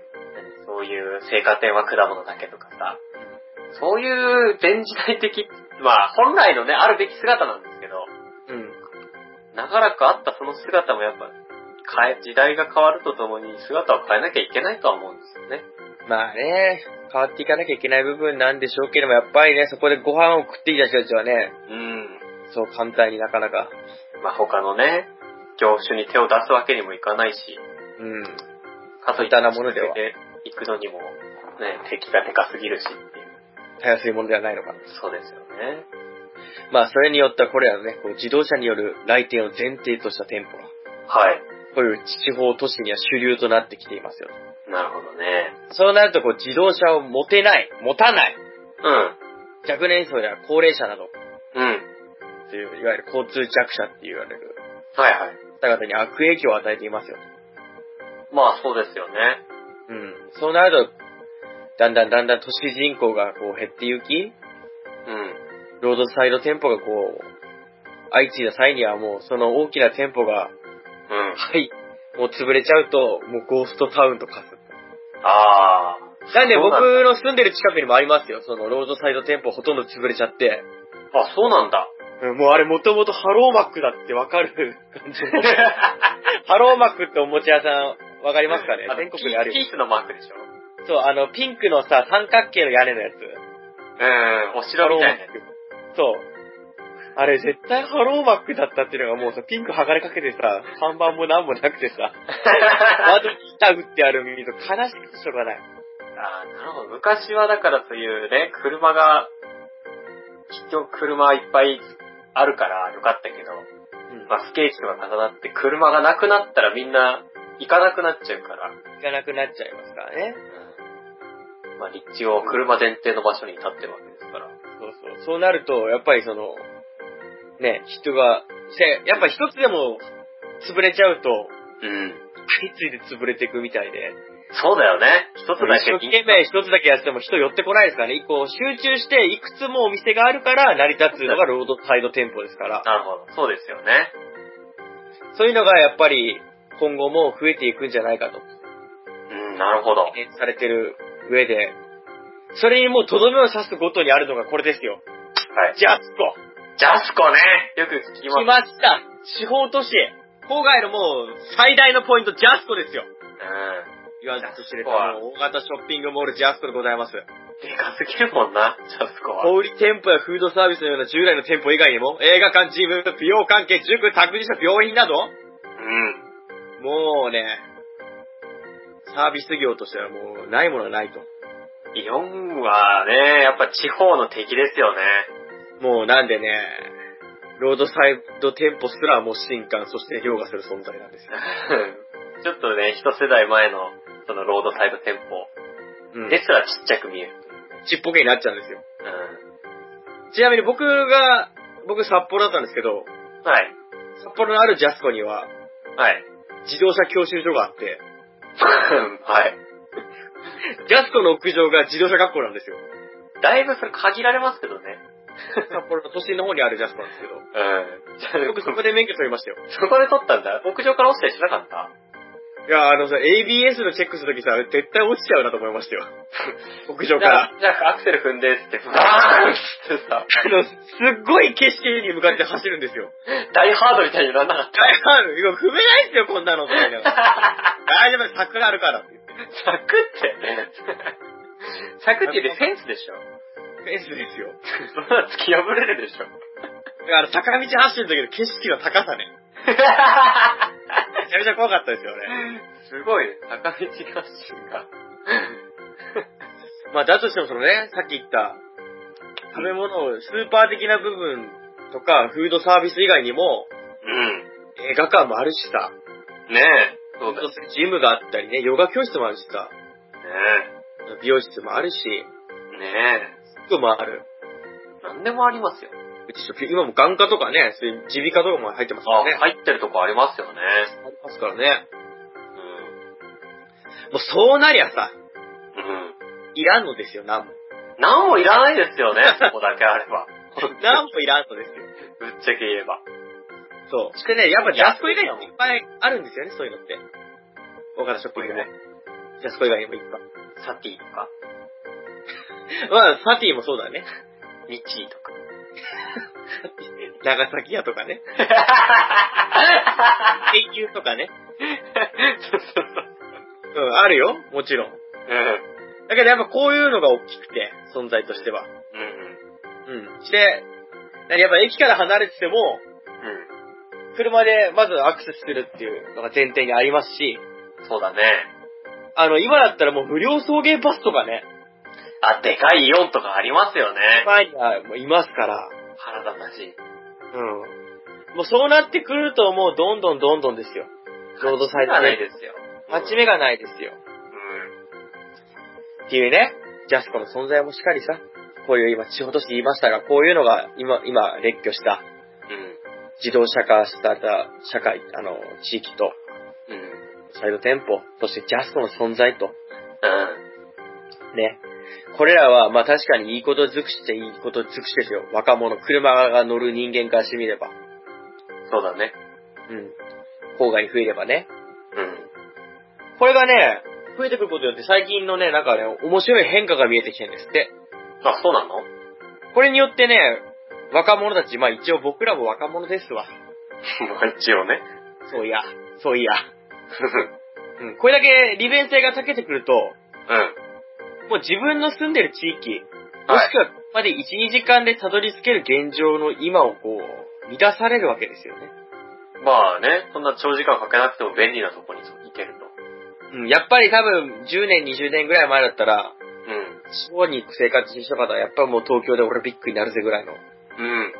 そういう青果店は果物だけとかさ、そういう全時代的、まあ本来のね、あるべき姿なんですけど、
うん。
長らくあったその姿もやっぱ、変え、時代が変わるとともに姿を変えなきゃいけないとは思うんですよね。
まあね、変わっていかなきゃいけない部分なんでしょうけれども、やっぱりね、そこでご飯を食ってきた人たちはね、
うん。
そう簡単になかなか。
まあ他のね、業種に手を出すわけにもいかないし、
うん。
かといって
簡単なものでは
続けていくのにも、ね、敵がでかすぎるしっていう。
たやすいものではないのか。
そうですよね。
まあ、それによってはこれらのね、こう自動車による来店を前提とした店舗が、
はい。
こういう地方都市には主流となってきていますよ。
なるほどね。
そうなると、こう、自動車を持てない、持たない、若年層や高齢者など、
うん。うん。
という、いわゆる交通弱者って言われる
はいはい。
方々に悪影響を与えていますよ。
まあそうですよね。
うん。そうなると、だんだんだんだん都市人口がこう減ってゆき、
うん。
ロードサイド店舗がこう、相次いだ際にはもう、その大きな店舗が、
うん。
はい、もう潰れちゃうと、もうゴーストタウンと化す。
ああ。
なんで
そう
僕
なんだ
の住んでる近くにもありますよ。そのロードサイド店舗ほとんど潰れちゃって。
あ、そうなん <laughs> だ。
うんもうあれもともとハローマックだってわかる
<laughs>
感じの。ハローマックっておもちゃ屋さん、わかりますかね
あの
全国にある
ピー
よ。
ピースのマークでしょ
そう、あの、ピンクのさ、三角形の屋根のやつ。
うん。お城みたいなやつ。
そう。あれ絶対ハローマックだったっていうのがもうさ、ピンク剥がれかけてさ、看板もなんもなくて
<laughs>
さ、ワードに板打ってある耳と悲しくてしょうがない。
あーなるほど。昔はだからそういうね、車が、きっと車いっぱいあるからよかったけど、
うん。
まあ、スケーキとか重なって車がなくなったらみんな行かなくなっちゃうから、
行かなくなっちゃいますからね。
まあ、立地を車前提の場所に立ってるわけですから。
そうそう。そうなると、やっぱりその、ね、人が、せやっぱ一つでも潰れちゃうと、
うん。
相次いで潰れていくみたいで、
そうだよね。一つ
一
だけ。
生懸命一つだけやっても人寄ってこないですからね。こう集中して、いくつもお店があるから成り立つのがロードサイド店舗ですから、
なるほど。そうですよね。
そういうのがやっぱり今後も増えていくんじゃないかと、
うん、なるほど。
懸念されてる上で、それにもうとどめを刺すごとにあるのがこれですよ。
はい。
ジャスコ
ジャスコね。よく聞き
来
ます。
ました地方都市郊外のもう最大のポイント、ジャスコですよ
う
言わずと知れた
ジャスコは
もう大型ショッピングモールジャスコでございます。
ん。でかすぎるもんな、ジャスコは。
小売店舗やフードサービスのような従来の店舗以外にも、映画館、ジム、美容関係、塾、託児所、病院など、
うん。
もうね、サービス業としてはもうないものはないと。
イオンはね、やっぱ地方の敵ですよね。 <laughs>
もうなんでね、ロードサイド店舗すらもう新刊、そして凌駕する存在なんですよ。
ちょっとね、一世代前の、そのロードサイド店舗
うん。
ですらちっちゃく見える。
ちっぽけになっちゃうんですよ。
う
ちなみに僕が、僕札幌だったんですけど、
ん。はい。
札幌のあるジャスコには
はい。 <laughs>
自動車教習所があって、
はい。
ジャスコの屋上が自動車学校なんですよ。
だいぶそれ限られますけどね。
札幌の都心の方にあるジャスコなんですけど。
うん。
僕そこで免許取りましたよ。
そこで撮ったんだ。屋上から落ちたりしなかった
いや、あのさ、ABS のチェックするときさ、絶対落ちちゃうなと思いました
<laughs>
よ。屋上
じ
か
ゃ
ら。
あ、じゃあアクセル踏んでって、バーンってさ、
あの、すっごい景色に向かって走るんですよ。
<laughs> 大ハードみたいにならなかっ
大 <laughs> ハード、いや踏めないっすよ、こ
<laughs>
んなの。みたいな大丈夫、桜あるからって言って。
た。サクって。サクって言うてフェンスでしょ。
フェンスですよ。
そんなの突き破れるでしょ。
だから坂道走ってる時の景色の高さね。めちゃめちゃ怖かったですよね。
すごい、坂道合宿が。
まあ、だとしてもそのね、さっき言った、食べ物を、スーパー的な部分とか、フードサービス以外にも、
うん。
映画館もあるしさ、
ねえ。そうだよね
ジムがあったりね、ヨガ教室もあるしさ、美容室もあるし、
え。ね
服もある。
え。なんでもありますよ。
うち今も眼科とかね、そういう耳鼻科とかも入ってますからね。
あ、入ってるとこありますよね。
ありますからね。
うん。
もうそうなりゃさ、
うん。
いらんのですよ、なんも。
なんもいらないですよね、そこだけあれば。
なんもいらんのですよ。
ぶっちゃけ言えば。
そう。してね、やっぱジャスコ以外にもいっぱいあるんですよね、そういうのって。大型ショッピングね。ジャスコ以外にもいっぱい。
サティとか、
まあ、サティもそうだね。 <laughs>
ミチーと <laughs> か。
長崎屋とか <laughs> ね。永久とかね。
そうそうそう。
うん、あるよ、もちろん。
うん。
だけどやっぱこういうのが大きくて、存在としては。
うん。
うん。して、やっぱ駅から離れてても、
う
車でまずアクセスするっていうのが前提にありますし、
ん。そうだね。
あの、今だったらもう無料送迎バスとかね、
あ、でかいイオンとかありますよね。
前にはもういますから、
腹立たしい。
うん。もうそうなってくるともうどんどんどんどんですよ。ロードサイド
は
ね
ないですよ。
勝ち目がないですよ。
う
っていうね、ジャスコの存在もしっかりさ、こういう今、地方都市言いましたが、こういうのが今、今、列挙し
ん。う
た、
ん。
自動車化した社会、あの、地域と、
うん。うん。
サイド店舗、そしてジャスコの存在と、
うん。
ね。これらは、まあ確かにいいこと尽くしていいこと尽くしてですよ。若者、車が乗る人間からしてみれば。
そうだね。
うん。郊外に増えればね。
うん。
これがね、増えてくることによって最近のね、なんかね、面白い変化が見えてきてるんですって。
あ、そうなの
これによってね、若者たち、まあ一応僕らも若者ですわ。
まあ一応ね。
そういや、そういや。うん。これだけ利便性が高けてくると、
うん。
もう自分の住んでる地域、も
は
し
い
くはここまで1、2時間でたどり着ける現状の今をこう、乱されるわけですよね。
まあね、そんな長時間かけなくても便利なとこに行けると。
うん、やっぱり多分10年、20年ぐらい前だったら、
うん。
地方に生活してる人方はやっぱもう東京でオリンピックになるぜぐらいの。
うん。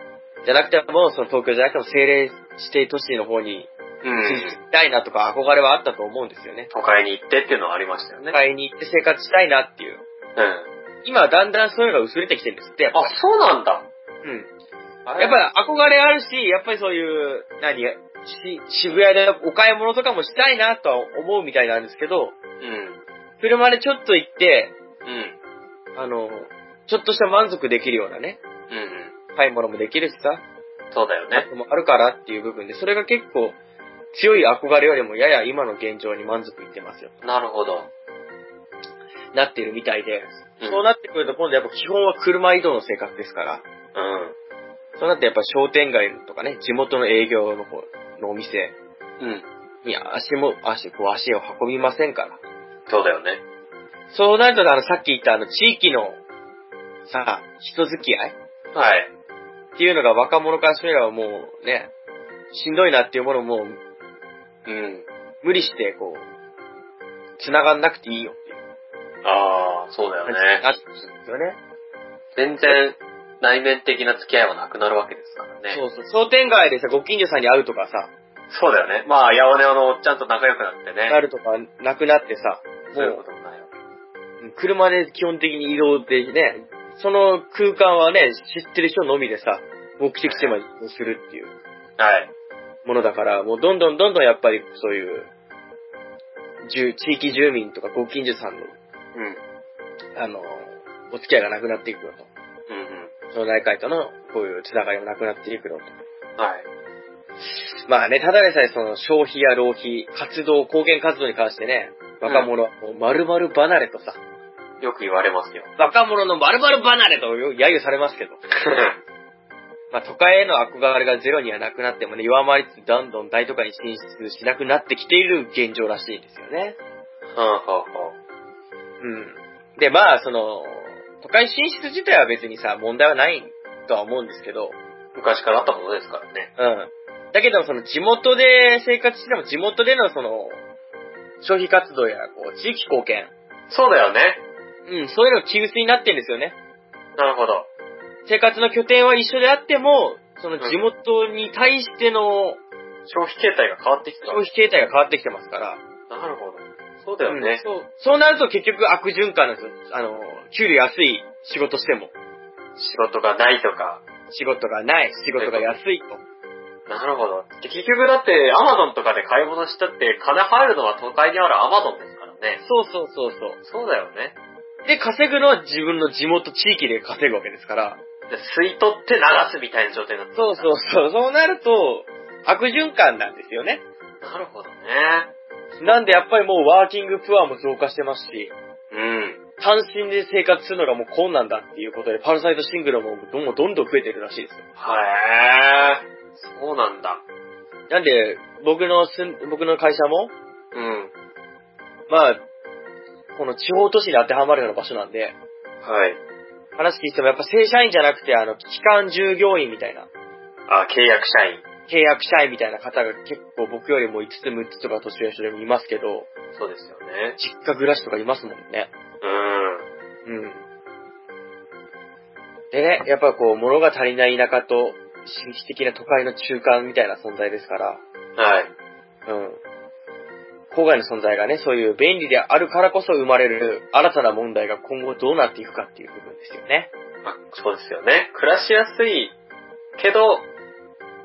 じゃなくてもうその東京じゃなくても政令指定都市の方に
うん。
行きたいなとか憧れはあったと思うんですよね。
都会に行ってっていうのはありましたよね。
都会に行って生活したいなっていう。
うん。
今はだんだんそういうのが薄れてきてるんですって、やっぱ
あ、そうなんだ。
り。うん。
あれ
やっぱり憧れあるし、やっぱりそういう、何、し渋谷でお買い物とかもしたいなとは思うみたいなんですけど、
うん。
車でちょっと行って、
うん。
あの、ちょっとした満足できるようなね、
うん。
買い物もできるしさ、
そうだよね。
もあるからっていう部分で、それが結構強い憧れよりもやや今の現状に満足いってますよ。
なるほど。
なってるみたいで、
うん
そうなってくると今度やっぱ基本は車移動の生活ですから、
うん。
そうなってやっぱ商店街とかね、地元の営業の方のお店、
うん。
に足も、足、こう足を運びませんから。
そうだよね。
そうなると、あの、さっき言ったあの、地域の、さ、人付き合い
はい。
っていうのが若者からしてみればもうね、しんどいなっていうものももう
うん。
無理して、こう、繋がんなくていいよっていう
ああ、そうだよ
感じ
ね
に。なってくるんですよね。
全然内面的な付き合いはなくなるわけですからね。
そうそう。商店街でさ、ご近所さんに会うとかさ、
そうだよね。まあ、ヤオネオのおっちゃんと仲良くなって
な
ね。
るとかなくなってさ、
そういう
も
こともないわけ。
う、車で基本的に移動でね、その空間はね、知ってる人のみでさ、目的地まで移動するっていう。
はい。
ものだから、もうどんどんどんどんやっぱりそういう、住地域住民とかご近所さん
う
の、
ん。うん
あの、お付き合いがなくなっていくよと。
うん。
町内会とのこういうつながりもなくなっていくよと。
はい。
まあね、ただでさえその消費や浪費、活動、貢献活動に関してね、若者、もう丸々離れとさ、
よく言われます <laughs> よ。
若者の丸々離れとよ揶揄されますけど、まあ都会への憧れがゼロにはなくなってもね、弱まりつつどんどん大都会に進出しなくなってきている現状らしいですよね。
はあはあは
うん。で、まあその、都会進出自体は別にさ、問題はないとは思うんですけど、
あ昔からあったことですからね。
うん。だけど、その地元で生活しても地元でのその、消費活動やこう地域貢献、
そうだよね。
うん、そういうのが急須になってんですよね。
なるほど。
生活の拠点は一緒であっても、その地元に対しての
消費形態が変わってきた。
消費形態が変わってきてますから。
なるほど。そうだよね。
うんそうそうなると結局悪循環なんですよ。あの、給料安い仕事しても。
仕事がないとか。
仕事がない、仕事が安いと。
なるほど。結局だって、アマゾンとかで買い物したって、金入るのは都会にあるアマゾンですからね。
そうそうそうそ
そうだよね。
う。で、稼ぐのは自分の地元、地域で稼ぐわけですから。
で吸い取って流すみたいな状態になって
そうそうそう。そうなると、悪循環なんですよね。
う。なるほどね。
なんでやっぱりもうワーキングプアも増加してますし、
うん。
単身で生活するのがもう困難だっていうことで、パルサイトシングルもどんどんどんどん増えてるらしいですよ。
へー。そうなんだ。
なんで、僕のすん、僕の会社も、
うん。
まあ、この地方都市に当てはまるような場所なんで、
はい。
話聞いてもやっぱ正社員じゃなくて、あの、期間従業員みたいな、
あ、契約社員。
契約社員みたいな方が結構僕よりも5つ6つとか年上の人でもいますけど、
そうですよね。
実家暮らしとかいますもんね。
うん。
うん。でね、やっぱこう、物が足りない田舎と、紳士的な都会の中間みたいな存在ですから、
はい。
うん。郊外の存在がね、そういう便利であるからこそ生まれる新たな問題が今後どうなっていくかっていう部分ですよね。
あ、そうですよね。暮らしやすいけど、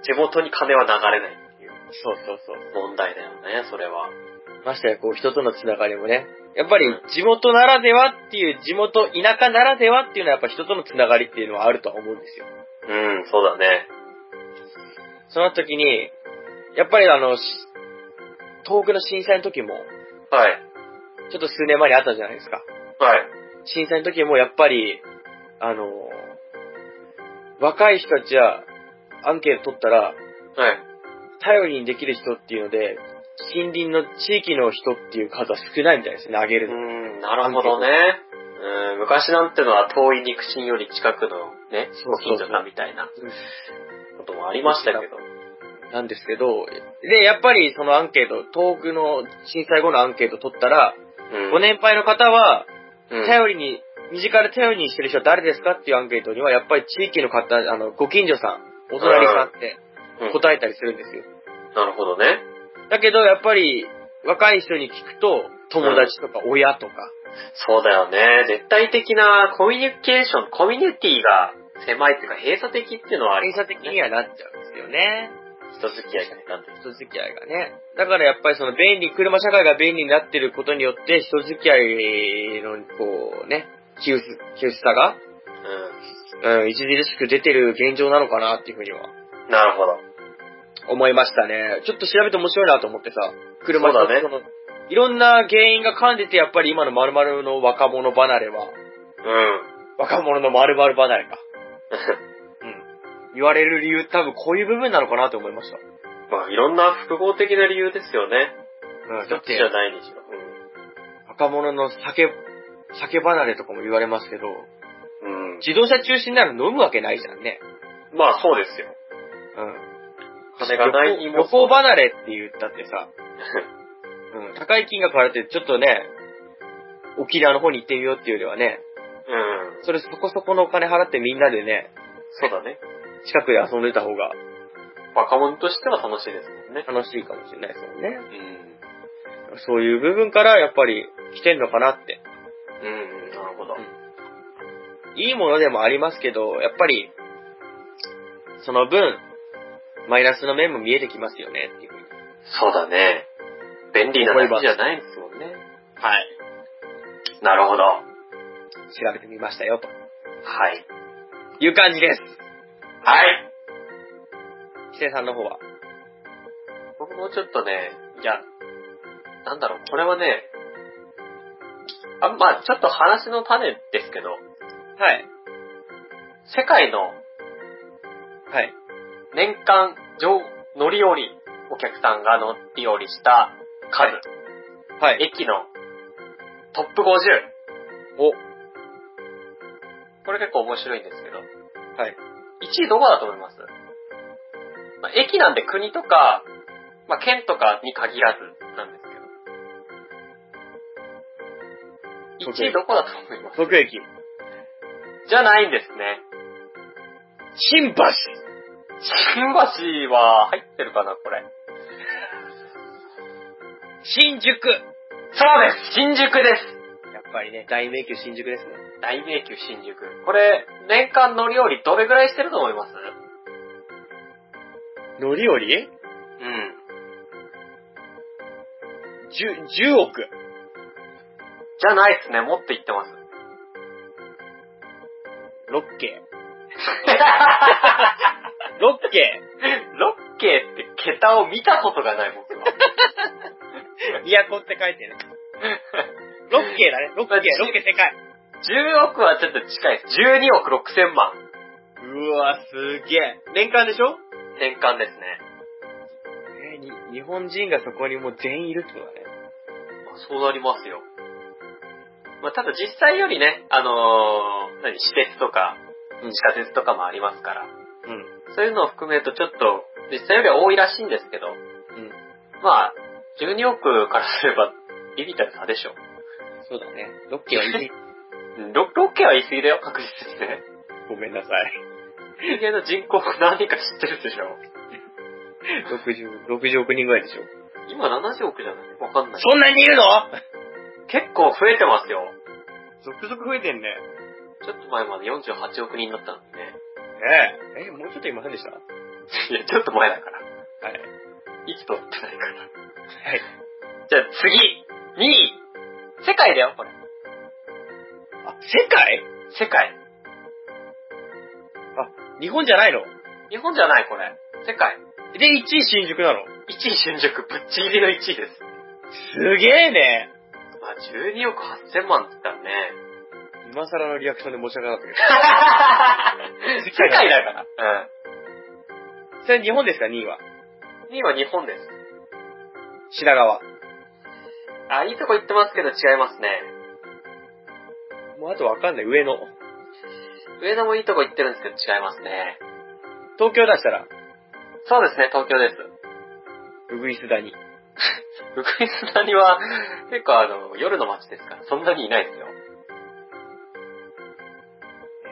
地元に金は流れないっていう
そうそうそう。
問題だよね、それは。
ましてやこう人とのつながりもね、やっぱり地元ならではっていう、地元、田舎ならではっていうのはやっぱ人とのつながりっていうのはあるとは思うんですよ。
うん、そうだね。
その時に、やっぱりあの、し東北の震災の時も、
はい。
ちょっと数年前にあったじゃないですか。
はい。
震災の時もやっぱり、あの、若い人たちはアンケート取ったら、
はい。
頼りにできる人っていうので、近隣の地域の人っていう数は少ないみたいですね、あげ
う
るの。
ん、なるほどね。うん、昔なんてのは遠い肉親より近くのね、
そうそうそう
ご近所さんみたいなこともありましたけど。
なんですけど、で、やっぱりそのアンケート、東北の震災後のアンケート取ったら、
うん
ご年配の方は、
うん
頼りに、身近で頼りにしてる人は誰ですかっていうアンケートには、やっぱり地域の方、あの、ご近所さん、お隣さんって
うん
答えたりするんですよ。
なるほどね。
だけど、やっぱり、若い人に聞くと、友達とか親とか、
そうだよね。絶対的なコミュニケーション、コミュニティが狭いっていうか閉鎖的っていうのはあり
連
ますよ
鎖
ね
的にはなっちゃうんですよね。
人付き合いがなってる。
人付き合いがね。だからやっぱりその便利、車社会が便利になってることによって、人付き合いの、こうね、窮屈窮屈さが、うん、著しく出てる現状なのかなっていうふうには
うん。なるほど。
思いましたね。ちょっと調べて面白いなと思ってさ、車
そうだね
一つのいろんな原因が絡んでて、やっぱり今の〇〇の若者離れは、
う
若者の〇〇離れか。
ん。
うん。言われる理由、多分こういう部分なのかなと思いました。
<laughs> まあ、いろんな複合的な理由ですよね。
うん、だ
一
っ
つじ
て、
ゃないにしろ。
若者の酒、酒離れとかも言われますけど、
うん。うん。
自動車中心なら飲むわけないじゃんね。
まあ、そうですよ。
うん。
金がないに
旅行
も。
旅行離れって言ったって
<laughs>
さ、うん、高い金額払ってちょっとね、沖縄の方に行ってみようっていうよりはね、
うん。
それそこそこのお金払ってみんなでね、
そうだね。
近くで遊んでた方が
若者としては楽しいですもんね。
楽しいかもしれないですよね。
うん。
そういう部分からやっぱり来てんのかなって。
うん、なるほど。
いいものでもありますけど、やっぱり、その分、マイナスの面も見えてきますよねっていうふうに。
そうだね。便利なだけじゃないんですもんね。
はい。
なるほど。は
調べてみましたよ、と
い。
いう感じです。
はい。
規制さんの方は。
僕もちょっとね、いや、なんだろう、これはね、あまあちょっと話の種ですけど、
はい。
世界の
はい。
年間上乗り降り、お客さんが乗り降りした数、
はい。
駅のトップ50。
お。
これ結構面白いんですけど、
はい。
1位どこだと思います、まあ、駅なんで国とか、まあ、県とかに限らずなんですけど。
東京
1位どこだと思います
東京駅。
じゃないんですね。
新橋
新橋は入ってるかな、これ。
新宿
そうです新宿です
やっぱりね、大迷宮新宿ですね。
大迷宮新宿。これ、年間乗り降りどれぐらいしてると思います
乗り降り
うん。
10、10億。
じゃないですね、もっと言って <laughs> ます。
6系。
ロ
6系。
ッケーって桁を見たことがない、僕は。
都って書いてね。6系だね。6系、6系世界。
10億はちょっと近いです。12億6千万。
うわ、すげえ。年間でしょ
年間ですね。
えーに日本人がそこにもう全員いるってことだね。
まあそうなりますよ。まあ、ただ実際よりね、あのー何、私鉄とか、
うん
地下鉄とかもありますから、
うん。
そういうのを含めるとちょっと、実際よりは多いらしいんですけど、
うん。
まあ、12億からすれば、ビビったる差でしょ。
そうだね。6系は言い
うんロロッケは言い過ぎだよ、確実にね。
ごめんなさい。 <laughs>
人間の人口何人か知ってるでしょ。
60、60億人ぐらいでしょ
今70億じゃないわかんない。
んなにいるの
結構増えてますよ。
<laughs> 続々増えてんね。
ちょっと前まで48億人だったんでね。
ええ。え、もうちょっといませんでしたはい
や、ちょっと前だから。い。
い。
つとってないから。
はい。
じゃあ次 !2 位世界だよ、これ。
あ、世界
世界。
日本じゃないの
日本じゃない、これ。世界。
で、1位新宿なの
1位新宿、ぶっちぎりの1位です。
すげえね
まあ、12億8000万って言ったらね。 <laughs>
今更のリアクションで申し訳なかったけ
世界だから。
ど。そ <laughs> れ日本ですか ?2 位は。
うん。2位は日本です。
品川。
あ、いいとこ行ってますけど違いますね。
もうあとわかんない。上の。
上田もいいとこ行ってるんですけど違いますね。
東京出したら、
そうですね、東京です。
うぐいす谷。
ウクイス谷は、結構あの、夜の街ですから、そんなにいないですよ。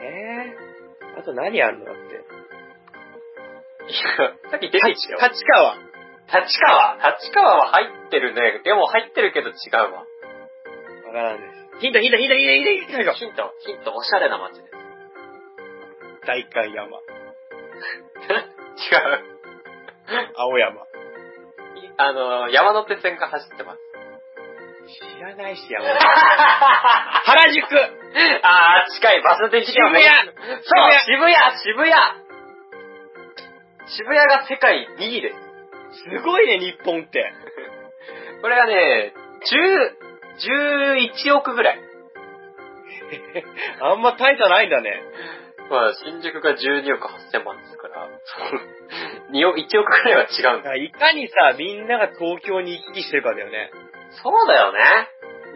ええあと何あんのだって。
いやさっき出てきたよ。
立川。
立川立川は入ってるね。でも入ってるけど違うわ。
わからんです。ヒント、ヒント、ヒント、ヒント、ヒント、ヒント。
ヒント、ヒント、おしゃれな街です。
代官山。
違う。
青山。
いあの、山手線が走って <laughs> ます。
知らないし、山山。
あ
原宿
あー、近い。場所的にはもう
渋
そう、渋谷、渋谷渋谷が世界2位です。
すごいね、日本って。
これがね、10、11億ぐらい。
あんま大差ないんだね。
まあ、新宿が12億8000万です <laughs> から、2億、1億くらいは違うんだ。
いかにさ、みんなが東京に行き来してるかだよね。
そうだよね。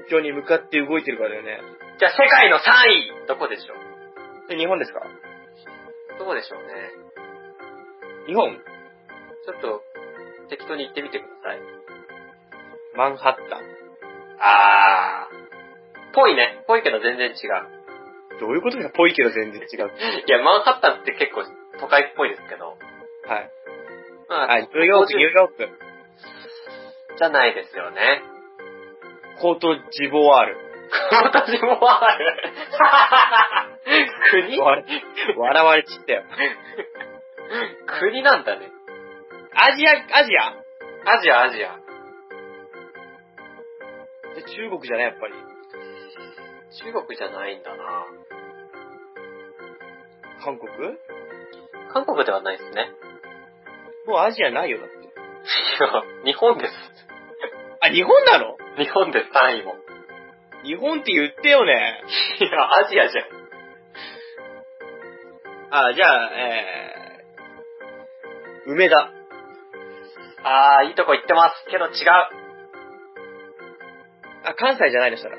東京に向かって動いてるかだよね。
じゃあ、世界の3位、どこでしょう
で日本ですか
どこでしょうね。
日本
ちょっと、適当に言ってみてください。
マンハッタン。
あー。ぽいね。ぽいけど全然違う。
どういうことですかぽいけど全然違う。
いや、マンハッタンって結構都会っぽいですけど。
はい。
まあ、
はい、ニューヨーク、ニューヨーク。
じゃないですよね。
コートジボワール。
私もあ <laughs> る。国
笑笑われちったよ。
国なんだね。
アジア、アジア
アジア、アジア。
え中国じゃない、やっぱり。
中国じゃないんだな
韓国
韓国ではないですね。
もうアジアないよ、だって。
や、日本です。
あ、日本なの
日本です、単位も。
日本って言ってよね。
いや、アジアじゃん。
あ、じゃあ、えー、梅田。
あー、いいとこ行ってます。けど違う。
あ、関西じゃないのしたら。い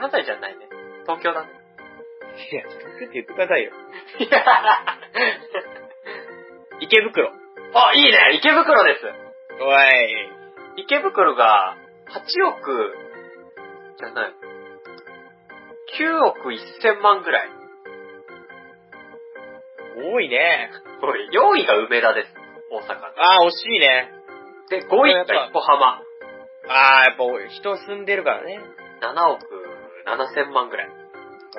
関西じゃないね。東京だね。
や、ちょっと待って言ってくださいよ。
いや
池袋。
<laughs> あ、いいね池袋です。
おい。
池袋が8億、じゃない。9億1000万ぐらい。
多いね。
これ、4位が梅田です。大阪が。
あー、惜しいね。
で、5位が横浜。
あー、やっぱ多い人住んでるからね。
7億7000万ぐらい。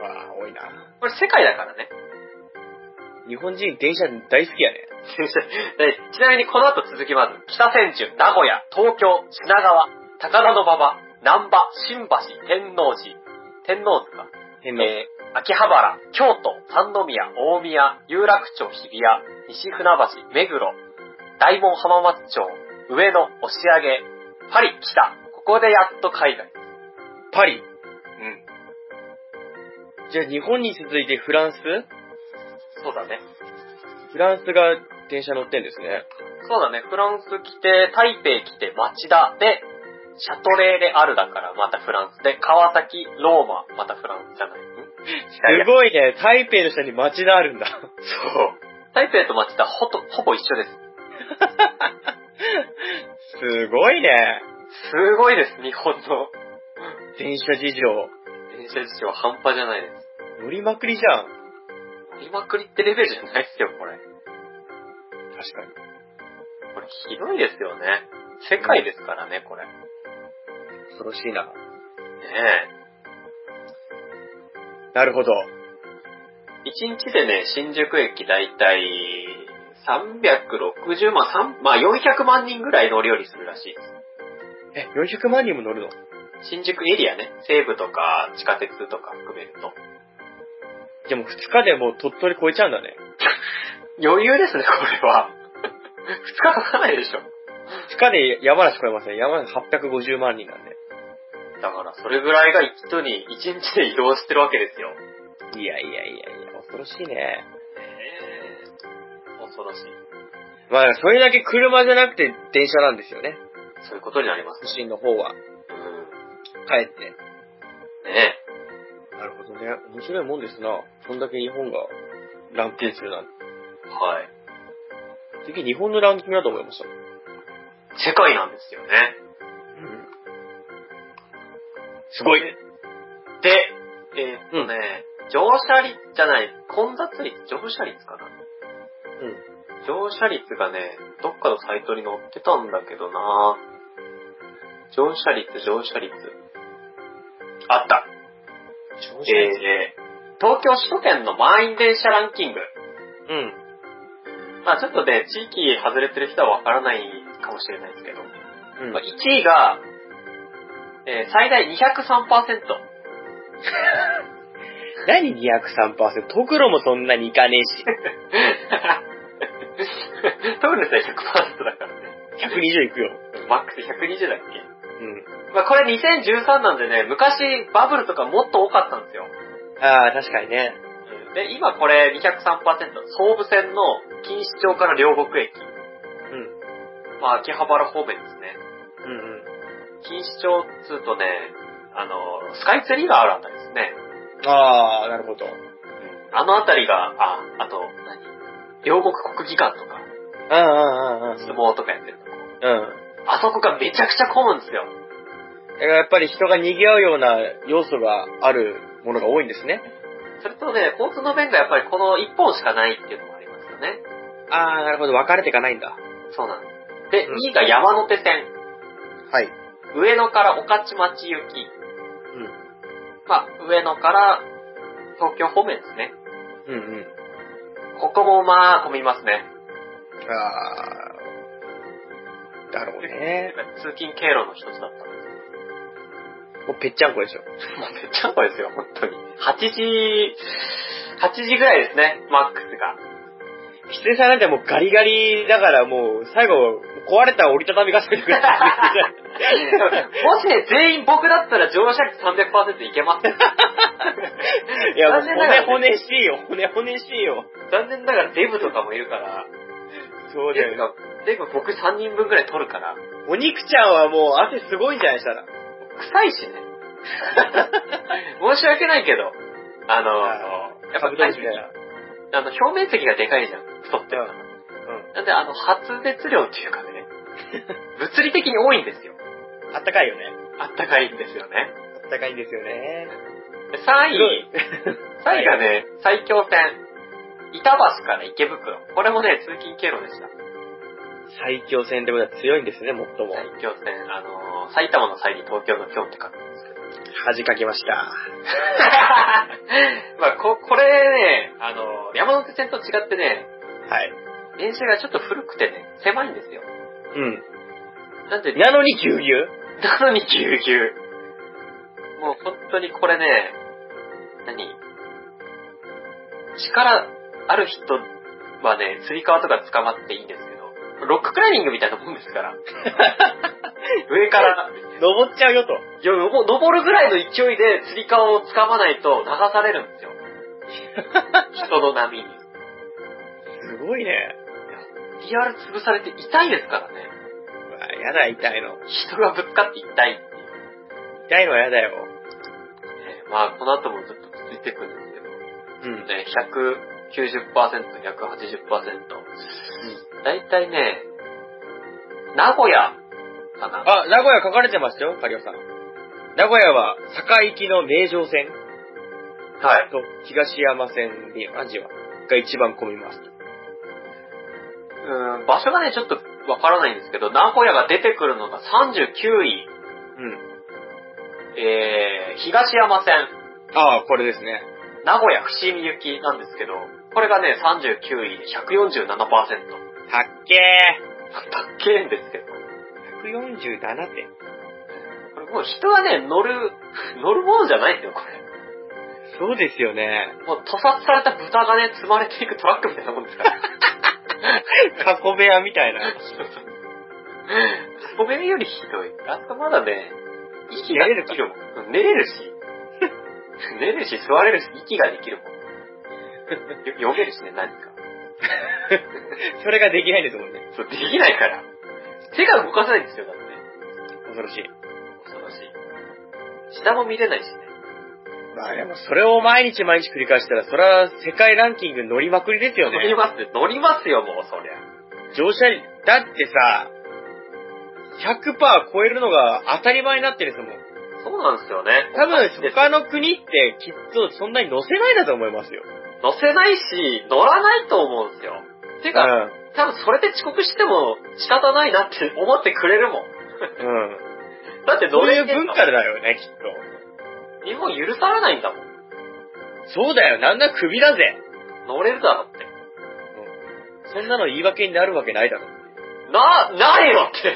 あー、多いな。
これ世界だからね。 <laughs>
日本人電車大好きやね。
でちなみにこの後続きます。北千住、名古屋、東京、品川、高田馬場、南波、新橋、天王寺、天王寺か。
変な。
えー秋葉原、京都、三宮、大宮、有楽町、日比谷、西船橋、目黒、大門浜松町、上野、押上、パリ、北。ここでやっと海外。
パ
う
リ。
ん。
じゃあ日本に続いてフランス
そうだね。
フランスが電車乗ってんですね。
そうだね。フランス来て、台北来て、町田で、シャトレーであるだから、またフランスで、川崎、ローマ、またフランスじゃない。ん
すごいね。台北の下に町田あるんだ。
そう。台北と町田ほと、ほぼ一緒です。
<laughs> すごいね。
すごいです、日本の
電車事情。
電車事情半端じゃないです。
乗りまくりじゃん。
乗りまくりってレベルじゃないですよ、これ。
確かに。
これひどいですよね。世界ですからね、これ。ね
恐ろしいな。
え。
なるほど。
一日でね、新宿駅だいたい360万、3まあ400万人ぐらい乗り降りするらしいで
え、400万人も乗るの
す。新宿エリアね、西部とか地下鉄とか含めると。
でも2日でもう鳥取超えちゃうんだね。
余裕ですね、これは。二日かかないでしょ。
2日で山梨超えますね。山梨850万人なんで。
だから、それぐらいが一度に一日で移動してるわけですよ。
いやいやいやいや、恐ろしいね。
ねえ。恐ろしい。
まあ、それだけ車じゃなくて電車なんですよね。
そういうことになります
都
ね。
心の方は。
うん。
帰って。
ねえ。
なるほどね。面白いもんですな。そんだけ日本がランキングするなんて。
はい。
次、日本のランキングだと思いました。
世界なんですよね。
すごい。
で、えーっとね、乗車率じゃない、混雑率、乗車率かな。
う
乗車率がね、どっかのサイトに載ってたんだけどな乗車率、乗車率。あった。
ん。
えーえー東京首都圏の満員電車ランキング。
うん。
まあちょっとね、地域外れてる人はわからないかもしれないですけど、
うん。
まあ1位が、えー最大203%。
何203%? トクロもそんなにいかねえ
<laughs>
し。
トムレスは100%だからね。
120いくよ。
マックス120だっけ
うん。
まあこれ2013なんでね、昔バブルとかもっと多かったんですよ。
ああ、確かにね。
で、今これ203%、総武線の錦糸町から両国駅。
うん。
まあ秋葉原方面ですね。
うんうん。
錦糸町っつうとね、あの、スカイツリーがあるあたりですね。
ああ、なるほど。
あのあたりが、あ、あと、何両国国技館とか、
ああ、ああ、ああ。
相撲とかやってるとこ。
うん。
あそこがめちゃくちゃ混むんですよ。
だからやっぱり人が賑わうような要素があるものが多いんですね。
それとね、交通の便がやっぱりこの1本しかないっていうのもありますよね。
ああ、なるほど。分かれていかないんだ。
そうなんです。で、
うん
2位が山手線。
はい。
上野から御徒町行き。
うん。
まあ、上野から東京方面ですね。
うんうん。
ここもまあ、混みますね。
ああ、だろうね。
通勤経路の一つだったんです。
もうぺっちゃんこでしょ。
もうめっちゃ怖いですよ、本当に。8時、8時ぐらいですね、マックスが。
きつねさんなんてもうガリガリだからもう最後、壊れたら折りたたみ傘みたい
<laughs>
な。
もしね、全員僕だったら乗車率300%いけます。
いや、もう
残念ながら
骨骨しいよ、骨骨しいよ。
残念ながらデブとかもいるから、
そうだ
デブ
よね。
が、デブ僕3人分くらい取るから、
お肉ちゃんはもう汗すごいんじゃないしたら。
臭いしね。 <laughs> 申し訳ないけど、あの、やっぱ
カブトムシみたいな。
あの、表面積がでかいじゃん、太ってるから。
う
なんで、あの、発熱量っていうか
<laughs>
ね、物理的に多いんですよ。
ん。あったかいよね。
あったかいんですよね。
あったかいんですよね。
で3位、3位が
は
ね、埼京線。板橋から池袋。これもね、通勤経路でした。
最強戦ってことは強いんですね、もっとも。
埼京線、あのー埼玉の際に東京の京って書く
<laughs>
んですけど。
恥かきました。
まあ、こ、これね、あのー山手線と違ってね、
はい。
電車がちょっと古くてね、狭いんですよ。
う
なんで
ん。、なのにぎゅうぎゅう
なのにぎゅうぎゅう。もう本当にこれね、何力ある人はね、つり革とか捕まっていいんですけど、ロッククライミングみたいなもんですから。上から、
登っちゃうよと。
よのぼ登るぐらいの勢いでつり革を掴まないと流されるんですよ。人の波に。
すごいね。
リアル潰されて痛いですからね。
うわ、やだ、痛いの。
人がぶつかって痛いっていう。
痛いのはやだよ。
ねまあ、この後もずっと続いていくんですけど。
うん。
ね、190%、180%。だいたいね、名古屋かな。
あ、名古屋書かれてましたよ、カリオさん。名古屋は、堺行きの名城線
はい。
と東山線で、アジは、が一番混みます。
うん、場所がね、ちょっとわからないんですけど、名古屋が出てくるのが39位、
うん。
えー、東山線、
ああ、これですね。
名古屋伏見行きなんですけど、これがね、39位で147%。た
たっけー。
っけえんですけど。
147点。
これもう人はね、乗る、乗るものじゃないんですよ、これ。
そうですよね。
もう屠殺された豚がね、積まれていくトラックみたいなもんですから。
過去部屋みたいな。
<laughs> ごめんよりひどい。あそこまだね、息
寝
が
れ
で
るか
きるもん。うん寝れるし。 <laughs> 寝れるし、座れるし、息ができるもん。よ読めるしね、何か。
<laughs> それができないですもんね。
そう、できないから。手が動かせないんですよ、だって。
恐ろしい。
恐ろしい。下も見れないしね。
まあでも、それを毎日毎日繰り返したら、それは世界ランキング乗りまくりですよ
乗り
ね。
ますよ、乗りますよ、もう、そりゃ。
乗車率、だってさ、100%超えるのが当たり前になってるんですもん。
そうなんですよね。
多分、
で
他の国ってきっとそんなに乗せないんだと思いますよ。
乗せないし、乗らないと思うんですよ。てか、多分それで遅刻しても仕方ないなって思ってくれるもん。
うん。うん。
だって
そ
乗
うい
れ
う
てん
文
だもん
化だよね、きっ
日本許されないんだもん。
と。そうだよ、なんだ首だぜ。
乗れるだろって。
そんなの言い訳になるわけないだろ。
な、ないよって。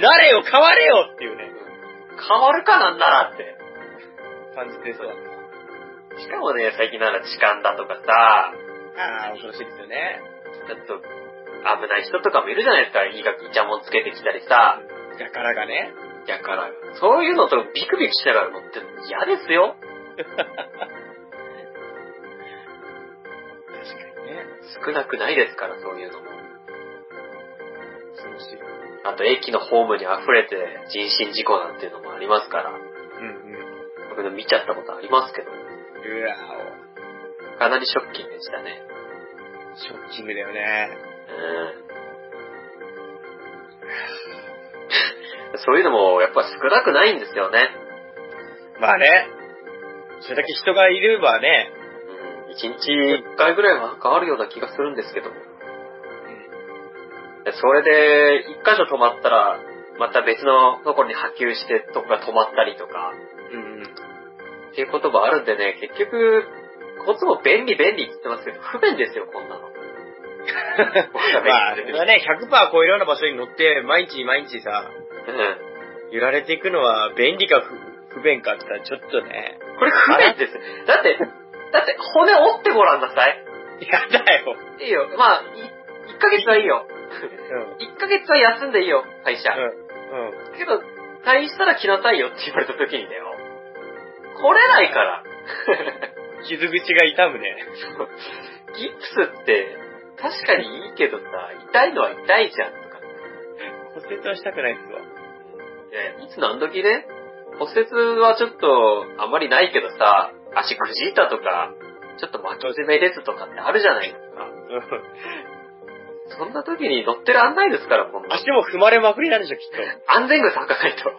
なれよ、変われよっていうね、
変わるかなんならって。
感じですわ。
しかもね、最近なら痴漢だとかさ、
ああ、恐ろしいですよね。
ちょっと危ない人とかもいるじゃないですか。いいガキイチャモンつけてきたりさ。
だからがね。
だから、そういうのとビクビクしながら乗ってるの嫌ですよ。
確かにね。
少なくないですから、そういうのも。
恐ろしい。
あと、駅のホームに溢れて人身事故なんていうのもありますから。
うんうん。
僕の見ちゃったことありますけど。
うわお。
かなりショッキングでしたね。
ショッキングだよね。
そういうのもやっぱ少なくないんですよね。
まあね。それだけ人がいればね。
うん。一日一回ぐらいは変わるような気がするんですけど。でそれで、一箇所止まったら、また別のところに波及して、とか止まったりとか、
うんうん。
っていうこともあるんでね、結局、こっちも便利便利って言ってますけど、不便ですよ、こん
<laughs>
なの。
まあ、それはね、100%超えるような場所に乗って、毎日毎日さ、
う
揺られていくのは便利か不不便かって言ったらちょっとね。
ん。これ不便です。だって、だって骨折ってごらんなさい。
やだよ。
いいよ。まあ、い1ヶ月はいいよ。
うん。
1ヶ月は休んでいいよ、会社。
うん。うん。
けど、退院したら来なさいよって言われた時にだよ。来れないから。
傷口が痛むね。
ギプスって、確かにいいけどさ、痛いのは痛いじゃんとか。
骨折はしたくないっすわ。
いやいやいつ何時ね、骨折はちょっとあまりないけどさ、足くじいたとか、ちょっと巻き爪ですとかってあるじゃないですか。
うん。
そんな時に乗ってらんないですから、こんな。
足も踏まれまくりなんでしょ、きっと。
安全靴履かない
<laughs>
と。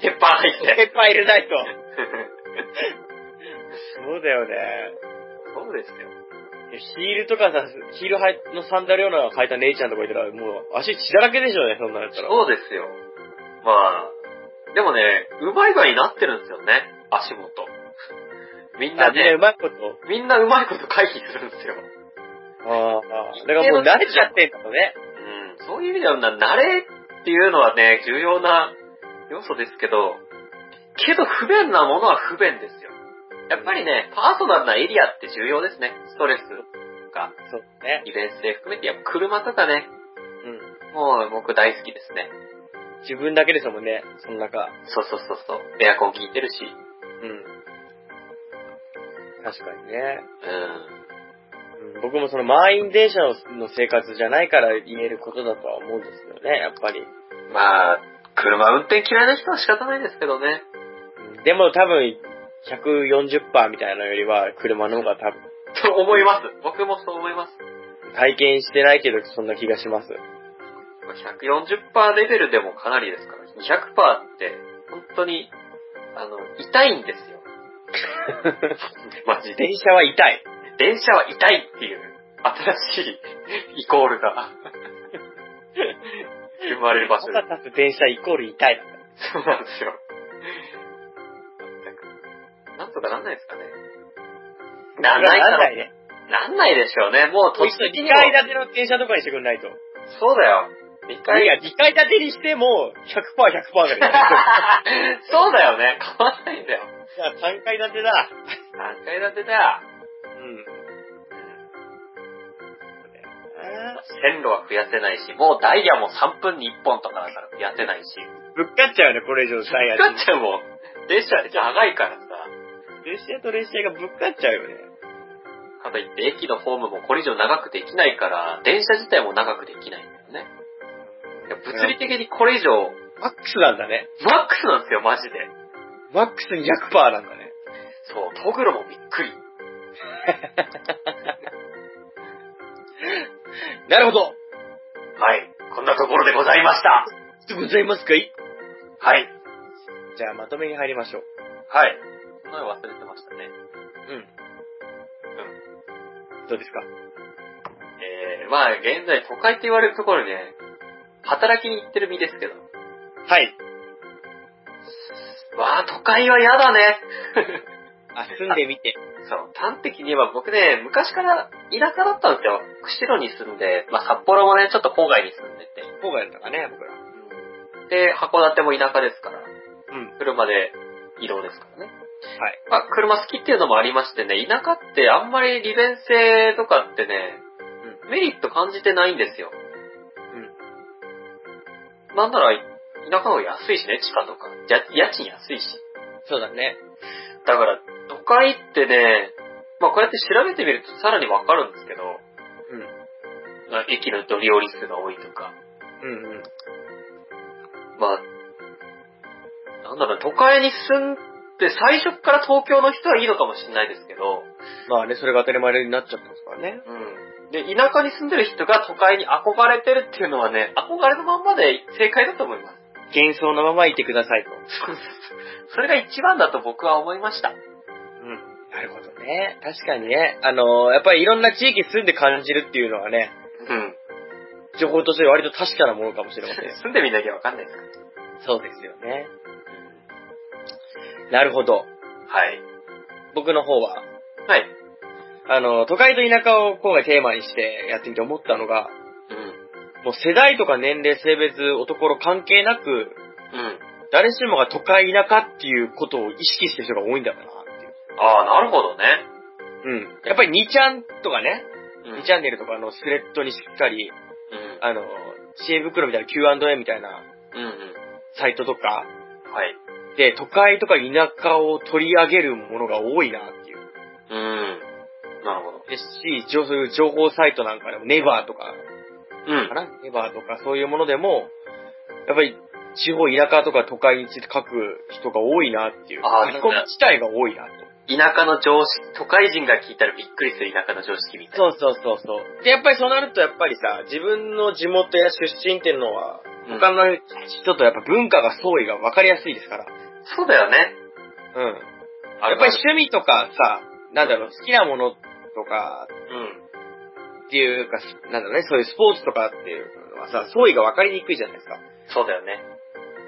鉄板入って。
ぱい入れないと。そうだよね。
そうですよ。
ヒールとかさ、ヒール履いのサンダルようなの履いた姉ちゃんとかいたら、もう足血だらけでしょうね、そんなんやったら。
そうですよ。まあ、でもね、うまい具合になってるんですよね、足元。みんな
あ、みんな
ね
う、まいこと。
みんなうまいこと回避するんですよ。
ああ、だからもう慣れちゃってんだろうね。
うん、そういう意味ではな、慣れっていうのはね、重要な要素ですけど、けど不便なものは不便ですよ。やっぱりね、パーソナルなエリアって重要ですね。ストレスとか、
そうね。
利便性含めて、やっぱ車とかね、
うん。
もう僕大好きですね。
自分だけですもんね、その中。
そうそうそうそう。エアコン効いてるし。
うん。確かにね。
うん。
うん、僕もその満員電車のの生活じゃないから言えることだとは思うんですけどね、やっぱり。
まあ、車運転嫌いな人は仕方ないですけどね。 <laughs>
うんでも多分、140%みたいなのよりは、車の方が多分、
と思います。僕もそう思います。
体験してないけど、そんな気がします。
140%レベルでもかなりですから、200%って、本当に、あの、痛いんですよ。 <laughs> マジで。
電車は痛い。
電車は痛いっていう、新しいイコールが、生まれる場所
歯
で
が立つ電車イコール痛い。
<laughs> す。そうなんですよ。全くなんとかなんないですかね。なんない
なん
だ
な
ろ
いね。
う。なんないでしょうね。もう
もう
土
一
地
度
的に
2
も。
階建ての電車とかにしてくんないと。い
そうだよ。2階
や、2階建てにしても、100%、100%がね。
そうだよね。変わんないんだよ。
じ
<laughs>
ゃあ3階建てだ。
3階建てだ。
うん。
線路は増やせないし、もうダイヤも3分に1本とかだから増やせないし。
ぶっかっちゃうよね、これ以上ダイヤ
だっちゃもう、電車、長いからさ。
列車と列車がぶっかっちゃうよね。
かといって駅のホームもこれ以上長くできないから、電車自体も長くできないんだよね。いや物理的にこれ以上、
マックスなんだね。
マックスなんですよ、マジで。
マックス200%なんだね。
そう、トグロもびっくり。
なるほど。
はい、こんなところでございました。
でございますかい
はい。
じゃあまとめに入りましょう。
はい。そんなの忘れてましたね。
うん。どうですか
えー、まあ現在都会って言われるところにね、働きに行ってる身ですけど。
はい。
わあ、都会は嫌だね。
あ、住んでみて。
そう、端的に言えば僕ね、昔から田舎だったんですよ。釧路に住んで、まあ札幌もね、ちょっと郊外に住んでて。
郊外だったかね、僕ら。
で、函館も田舎ですから、
うん。
車で移動ですからね。
はい。
まあ車好きっていうのもありましてね、田舎ってあんまり利便性とかってね、メリット感じてないんですよ。なんなら、田舎の方が安いしね、地下とか。じゃ家賃安いし。
そうだね。
だから、都会ってね、まあこうやって調べてみるとさらにわかるんですけど、
うん。
まあ駅の乗り降り数が多いとか、
うんうん。
まあ、なんだろう、都会に住んで最初から東京の人はいいのかもしれないですけど、
まあね、それが当たり前になっちゃったんですからね。
うん。で、田舎に住んでる人が都会に憧れてるっていうのはね、憧れのまんまで正解だと思います。 <laughs>
幻想のままいてくださいと。
そうそうそうそれが一番だと僕は思いました。
うん。なるほどね。確かにね。あのー、やっぱりいろんな地域住んで感じるっていうのはね、
うん。 <laughs>
情報として割と確かなものかもしれません。
住んでみなきゃわかんないですからね
<laughs> そうですよね。なるほど。
はい。
僕の方は、
はい。
あの、都会と田舎を今回テーマにしてやってみて思ったのが、
うん。
もう世代とか年齢、性別、男の関係なく、
うん。
誰しもが都会、田舎っていうことを意識してる人が多いんだろうなっていう。
ああ、なるほどね。
うん。やっぱり2ちゃんとかね、
うん
2チャンネルとかのスレッドにしっかり、
うん。
あの、知恵袋みたいな Q&A みたいな
うんう
サイトとか、
ん。はい。
で、都会とか田舎を取り上げるものが多いなっていう。
うん。なるほど。
ですし、情そういう情報サイトなんかでも、ネバーとか
う
か
ん。
なネバーとかそういうものでも、やっぱり地方、田舎とか都会について書く人が多いなっていう。
あー
書き込み自体が多いなと。
田舎の常識、都会人が聞いたらびっくりする田舎の常識みたいな。
そうそうそうそう。で、やっぱりそうなると、やっぱりさ、自分の地元や出身っていうのは、
うん
他の人とやっぱ文化が相違が分かりやすいですから。
そうだよね。
うん。やっ
ある
ぱり
ある
趣味とかさ、なんだろう、好きなものとかっていうか、なんだろうね、そういうスポーツとかっていうのはさ、相違が分かりにくいじゃないですか。
うん。そうだよね。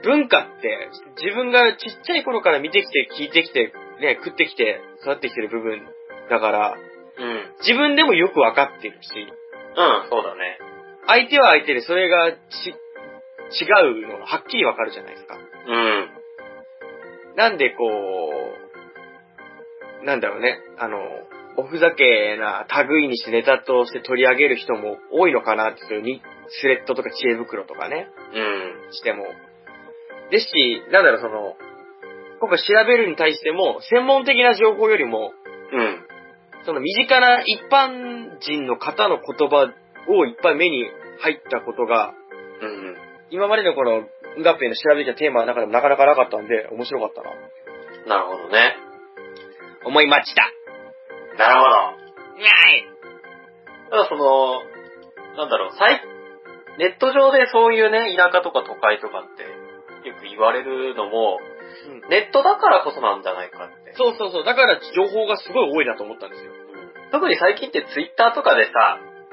文化って、自分がちっちゃい頃から見てきて、聞いてきて、ね、食ってきて、育ってきてる部分だから、
うん。うん、
自分でもよく分かってるし、
そうだね。
相手は相手でそれがち、違うのがはっきりわかるじゃないですか。
うん。
なんでこう、なんだろうね、あの、おふざけな類にしてネタとして取り上げる人も多いのかなっていうに、スレッドとか知恵袋とかね、
うん。
しても。ですし、なんだろう、その、今回調べるに対しても、専門的な情報よりも、
うん。
その身近な一般人の方の言葉をいっぱい目に入ったことが、
うん。
今までのこの、ンガッペイの調べたテーマの中でもなかなかなかったんで、面白かったな。
なるほどね。
思いました。
なる
はい。
ほど。ただその、なんだろう、最、ネット上でそういうね、田舎とか都会とかって、よく言われるのも、
うん
ネットだからこそなんじゃないかって。
そうそうそう。だから情報がすごい多いなと思ったんですよ。
うん特に最近ってツイッターとかでさ、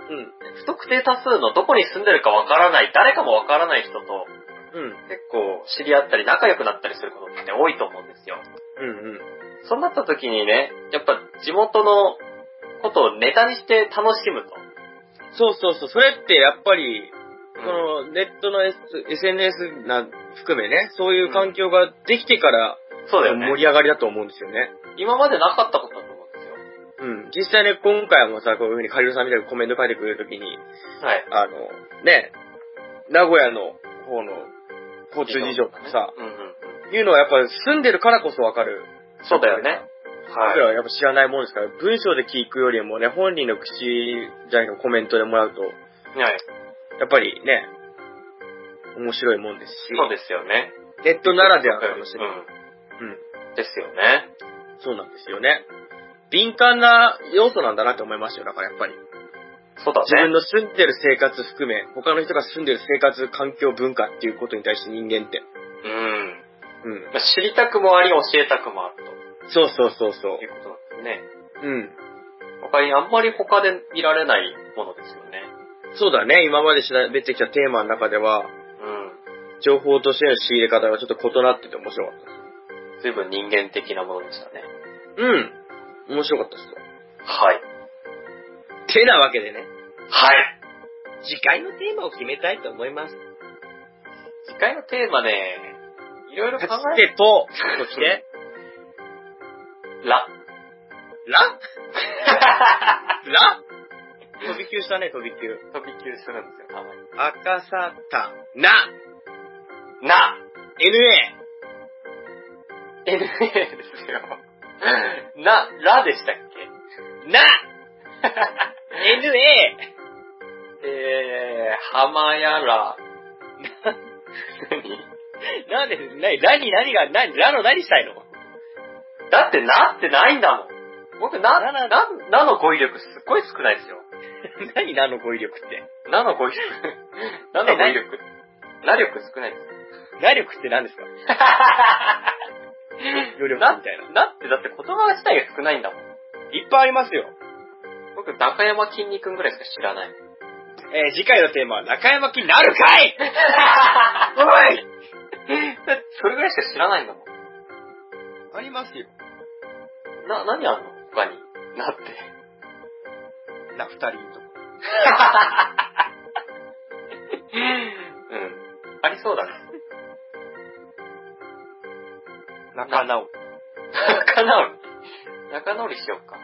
うん。
不特定多数のどこに住んでるかわからない、誰かもわからない人と
うん。
結構知り合ったり仲良くなったりすることって多いと思うんですよ。
うんうん。
そうなった時にね、やっぱ地元のことをネタにして楽しむと。
そうそうそう。それってやっぱり、
う
そ
ん
の、ネットの、S、SNS な、含めね、そういう環境ができてから、
そうだよ
盛
ね。
り上がりだと思うんですよね。
今までなかったことだと思うんですよ。
うん。実際ね、今回もさ、こういうふうにカリルさんみたいにコメント書いてくれるときに、
はい。
あの、ね、名古屋の方の交通事情とかさ、
うんうんうん。
いうのはやっぱ住んでるからこそわかる。
そうだよね。
僕ら
はい。
はやっぱ知らないもんですから、文章で聞くよりもね、本人の口じゃなくてコメントでもらうと、や
はい。
っぱりね、面白いもんですし、
そうですよね。
ネットならでは
う
か
ん
もしれない。うん。
ですよね。
そうなんですよね。敏感な要素なんだなって思いましたよ、だからやっぱり。
そうだね。
自分の住んでる生活含め、他の人が住んでる生活、環境、文化っていうことに対して人間って。
うん。
うん。
まあ知りたくもあり、教えたくもある
そうそうそうそ
ということなんですね。
う。うん。
他にあんまり他で見られないものですよね。
そうだね。今まで調べてきたテーマの中では、
う
情報としての仕入れ方がちょっと異なってて面白かっ
ん。随分人間的なものでしたね。
た。うん。面白かったっすよ。
はい。
てなわけでね、
はい。
次回のテーマを決めたいと思います。
次回のテーマね、いろいろ
か
考
つ
え
てと、そして、
ら。
ラ
<laughs>
ラ飛び級したね、飛び級。
飛び級するんですよ、たまに。
赤さた、な、
な
NA。
!NA です
<laughs>
よ。な、らでしたっ
な、
け
NA。
えー、浜やら。
なんで、なに、ラに何が、なに、ラの何したいの <laughs>
何だってなってないんだもん。僕な、
な
な、
な
なの語彙力すっごい少ないですよ。
何なの語彙力って。
なの語彙力。なの語彙力。な力少ないです。
な力って何ですか余力み
な
たいな。
なってだって言葉自体が少ないんだもん。
いっぱいありますよ。
僕、中山筋肉ぐらいしか知ら
<laughs>
ない。
えー、次回のテーマは中山きなるかい
<laughs> おいだってそれぐらいしか知らないんだもん。
ありますよ。
な、何あんの他に。なって。
<laughs> な、二人と。
うん。ありそうだね。 <laughs>
仲直り。
仲直り。仲直りしようか。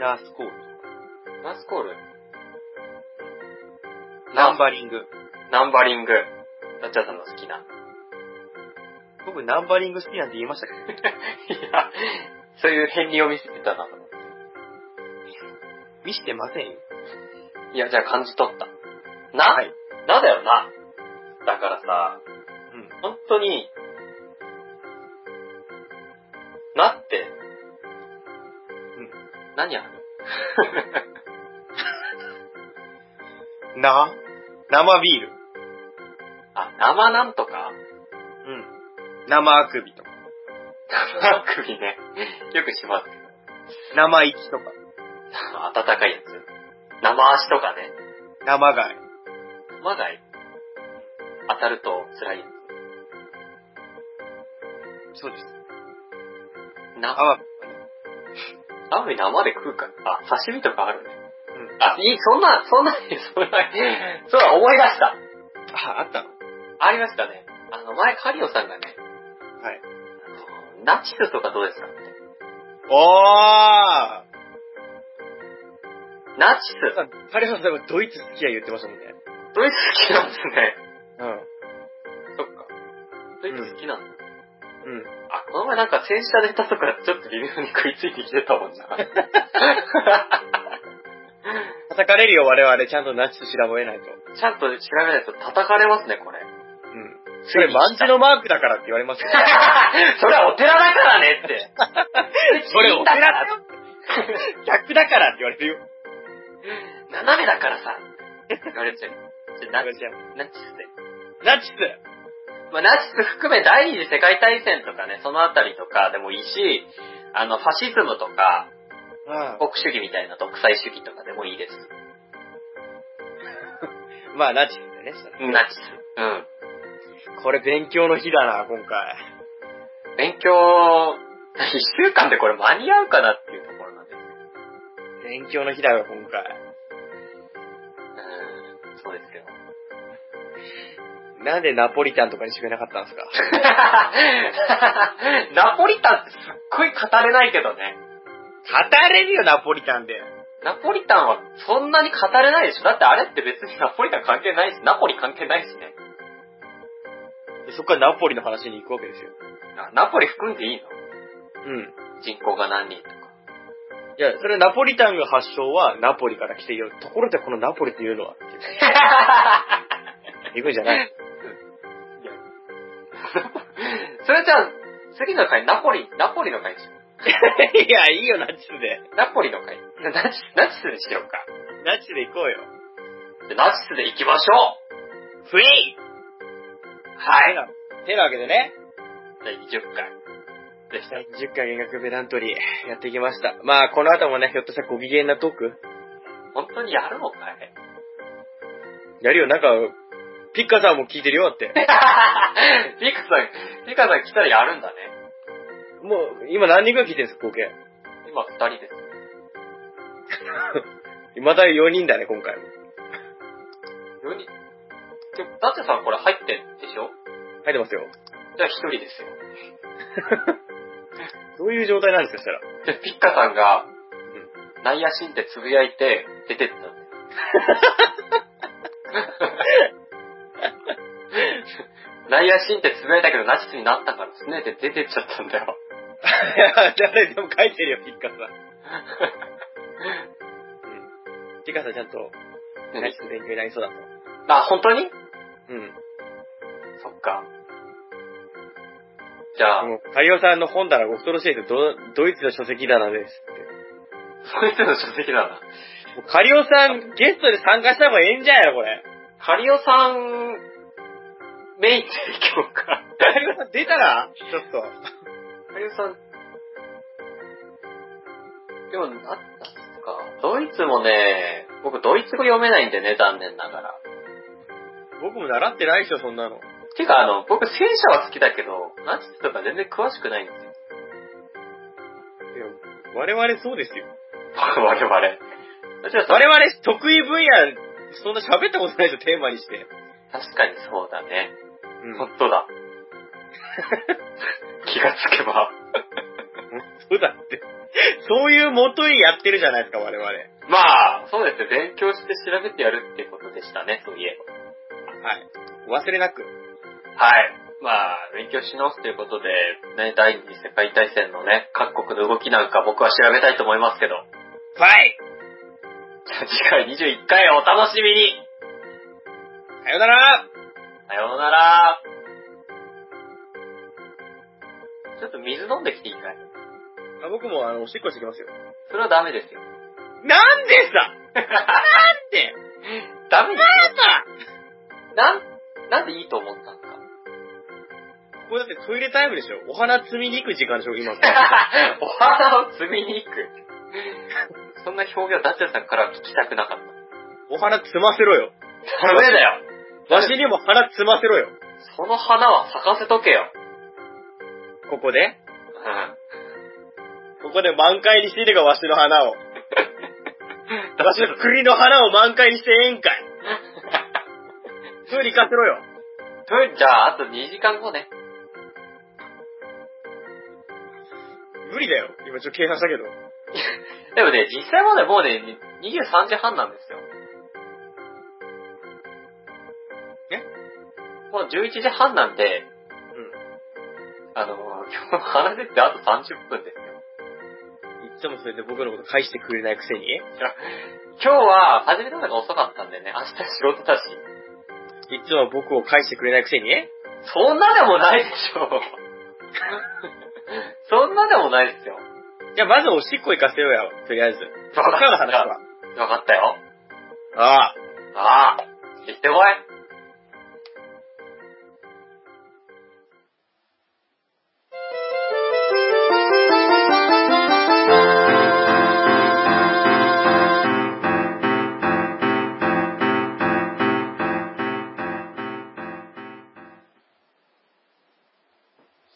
ナースコール。
ナスコール
ナンバリング。
ナンバリング。ラッチャーさんの好きな。 <laughs>
僕ナンバリング好きなんて言いましたっけ
いや、そういう片鱗を見せてたな。
見してませんよ。
いや、じゃあ感じ取った。な、
はい。
なだよな。だからさ、
うん。
本当に、なって、
ん
何やる
な生ビール。
あ、生なんと <laughs> か
うん。生あくびとか。
生首ね。よくしますけど。
生息とか。
暖かいやつ。生足とかね。
生貝。
生が当たると辛いや
そうです。
つ。な、
あ、
ラーメン生で食うか。あ、刺身とかあるね。
うん。
あ、いい、そんな、そんな、そんな、 <laughs> そうだ、思い出した。
あ、あったの
ありましたね。あの、前、カリオさんがね、
はい。
あのナチスとかどうですかって。
おー
ナチ
な
ス。
んか <laughs> 彼は多分ドイツ好きや言ってましたもんね。
ドイツ好きなんです
<laughs>
ね。
う
そっか。ドイツ好きなんだ。
ん。うん。
あ、この前なんか戦車ネタとかちょっと微妙に食いついてきてた
<laughs>
もんな。
叩かれるよ、我々。ちゃんとナチス調べないと。
ちゃんと調べないと叩かれますね、これ。
うん。それ、万字のマークだからって言われますよ。
<laughs> それはお寺だからねって。
<laughs> それお寺だ
よ。
<laughs> 逆だからって言われるよ。
斜めだからさ。言われちゃう。ちょナチナチスで。
ナチス
まあ、ナチス含め第二次世界大戦とかね、そのあたりとかでもいいし、あの、ファシズムとか、
う
国主義みたいな独裁主義とかでもいいです。
ん。まあ、ナチスだね。それ
ナチス。うん。
これ勉強の日だな、今回。
勉強、 <laughs> 一週間でこれ間に合うかなっていうところなんです。
勉強の日だよ、今回。
うん、そうですけど。
なんでナポリタンとかにしてくれなかったんですか
<laughs> ナポリタンってすっごい語れないけどね。
語れるよ、ナポリタンで。
ナポリタンはそんなに語れないでしょだってあれって別にナポリタン関係ないし、ナポリ関係ないしね。
でそっからナポリの話に行くわけですよ。
あナポリ含んでいいの
うん。
人口が何人とか。
いや、それナポリタンが発祥はナポリから来ている。ところでこのナポリっていうのは、行くんじゃない
<laughs> それじゃあ、次の回、ナポリ、ナポリの回にしよ
<laughs> いや、いいよ、ナチスで。
う。ナポリの回。ナチス、ナチスにしようか。
ナチスで行こうよ。
じゃあナチスで行きましょ
フリー
うはい。じゃ
てなわけでね、
あ20回でした。
第10回弦楽ペダントリーやってきました。まあ、この後もね、ひょっとしたらご機嫌なトーク
本当にやるのか <laughs> い
やるよ、なんか、ピッカさんも聞いてるよって。
ピカさん、ピカさん来たらやるんだね。
<laughs> もう、今何人くらい聞いてるんですか、合計。
今二人です。
また4人だね、今回も。
4人。でもだってさ、これ入ってんでしょ
入ってますよ。
じゃあ一人ですよ。
どういう状態なんですか、したら。
で、ピッカさんが、
うん。
内野心ってつぶやいて、出てった
<laughs>
んだよ。内野心ってつぶやいたけど、ナチスになったからですねって出てっちゃったんだよ。
誰でも書いてるよ、ピッカさん。うん。ピッカさんちゃんと、ナイス勉強になりそうだと。
あ、本当に
うん。
そっか。じゃあ、
もう、カリオさんの本棚が恐ろしいですドドイツの書籍棚ですっ
そういうの書籍だな。
て。もうカリオさん、ゲストで参加した方がええんじゃんやろ、これ。
カリオさん、メインで行こうか。
カリオさん出たらちょっと。
カリオさん、でも、な、なんすか。ドイツもね、僕ドイツ語読めないんでね、残念ながら。
僕も習ってないでしょ、そんなの。
てか、あの、僕、戦車は好きだけど、ナチスとか全然詳しくないんですよ。
我々そうですよ。
<laughs> 我々。もちろん、
我々得意分野、そんな喋ったことないでしょ、テーマにして。
確かにそうだね。 <laughs>
うん。
本当だ。気がつけば。
うそうだって。そういうもとにやってるじゃないですか、我々。はい。
まあ、そうですね。勉強して調べてやるってことでしたね、そういえ
お忘れなく。
ば。はい。まあ、勉強し直すということで、ね、第二次世界大戦のね、各国の動きなんか僕は調べたいと思いますけど。 <laughs>
はい。
じゃあ次回21回お楽しみに
さようなら
さようならちょっと水飲んできていいかい
あ僕もあの、おしっこしてきますよ。
それはダメですよ。
なんでさなんで
ダメです
なんだ
よ。なん、なんでいいと思ったんです <laughs> か
これだってトイレタイムでしょお花摘みに行く時間でしょ今。
お花を摘みに行く。そんな表現はダッチャンさんからは聞きたくなかった。
お花摘ませろよ。
ダメだよ
わしにも花摘ませろよ。
その花は咲かせとけよ。
ここで
う
ここで満開にしているがわしの花を。
ん。
わしの栗の花を満開にしてええんかい。トイレ行かせろよ。
トイレ、じゃあ、あと2時間後ね。
無理だよ。今ちょっと計算したけど。
でもね、実際までもうね、23時半なんですよ。
え
もう11時半なんで、あの、今日話してあと30分ですよ。
うん。いつもそれで僕のこと返してくれないくせに
今日は、始めたのが遅かったんでね、明日仕事だし。
いつも僕を返してくれないくせに
そんなでもないでしょ。そんなでもないですよ。
じゃあまずおしっこ行かせようよ。とりあえず。
そう
そっからの話は。
わかったよ。
ああ。
ああ、行ってこい。